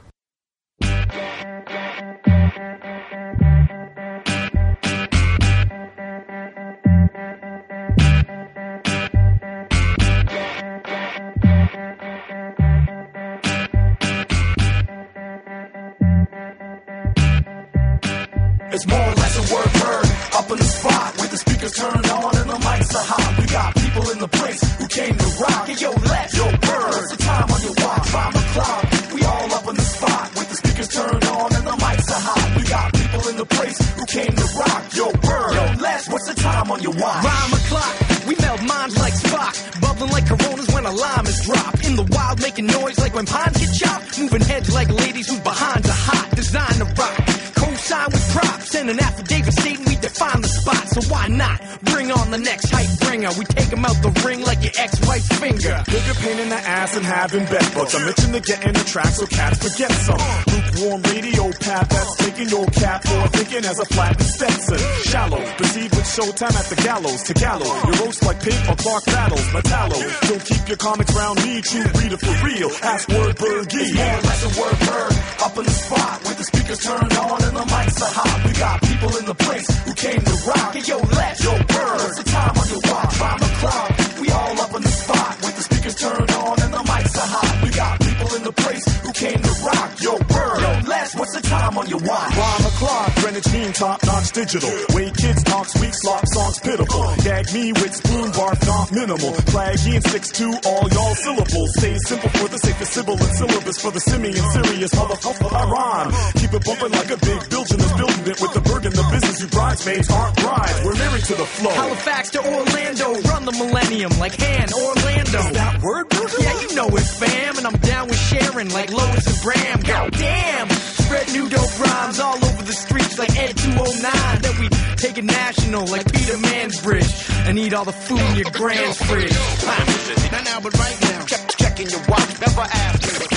Speaker 18: It's more or less a word heard up in the spot with the speakers turned on and the lights are hot. We got people in the place who came to rock. Hey, yo, let yo birds the time on your watch. Five o'clock, we all up in the spot with the speakers turned on and the lights are hot. We got people in the place who came to rock. Yo, bird, yo, let what's the time on your watch?
Speaker 4: Rhyme o'clock. We melt minds like Spock, bubbling like Coronas when a lime is dropped. In the wild, making noise like when pines get chopped. Moving heads like ladies whose behinds are hot. Designed to rock, co-sign with props and an affidavit stating we define the spot. So why not bring on the next hype bringer? We take 'em out the ring like your ex-wife's finger.
Speaker 18: Bigger pain in the ass and having bed bugs. I mentioned to get in the track so cats forget some. Lukewarm radio path that's taking your cap for thinking as a flat Stetson. Shallow, perceived with showtime at the gallows. To gallow, you roast like pig or Clark battles. My tallow, don't keep your comics round me. True reader for real. Ask word Bergie. It's more or less a word bird up in the spot with the speakers turned on and the mics are hot. We got people in the place who came to rock. Hey, yo, let yo bird. It's the time on your watch. Five o'clock. We all up in the spot with the speakers turned on and the mics are hot. We got people in the place who came to rock. Yo, bird. Yo, Les, what's the time on your watch? Five o'clock. Greenwich Mean Top Notch Digital. Way kids talk sweet slop songs pitiful. Gag me with spoon barf not minimal. Flaggy and six two all y'all syllables. Stay simple for the sake of syllable and syllabus for the semi and serious motherfucker. I rhyme. Keep it bumping like a big bilge in this building it with the burden the business you bridesmaids aren't brides. We're married to the flow.
Speaker 4: Halifax to Orlando, run the millennium like Han Orlando. that word, Yeah, you know it, fam. And I'm down with Sharon like Lois and Bram. Goddamn, spread new dope rhymes all over the streets like Ed 209. Then we take it national like Peter Mansbridge and eat all the food in your grand's fridge. Huh.
Speaker 19: Not now, but right now. Check, checking your watch, never after.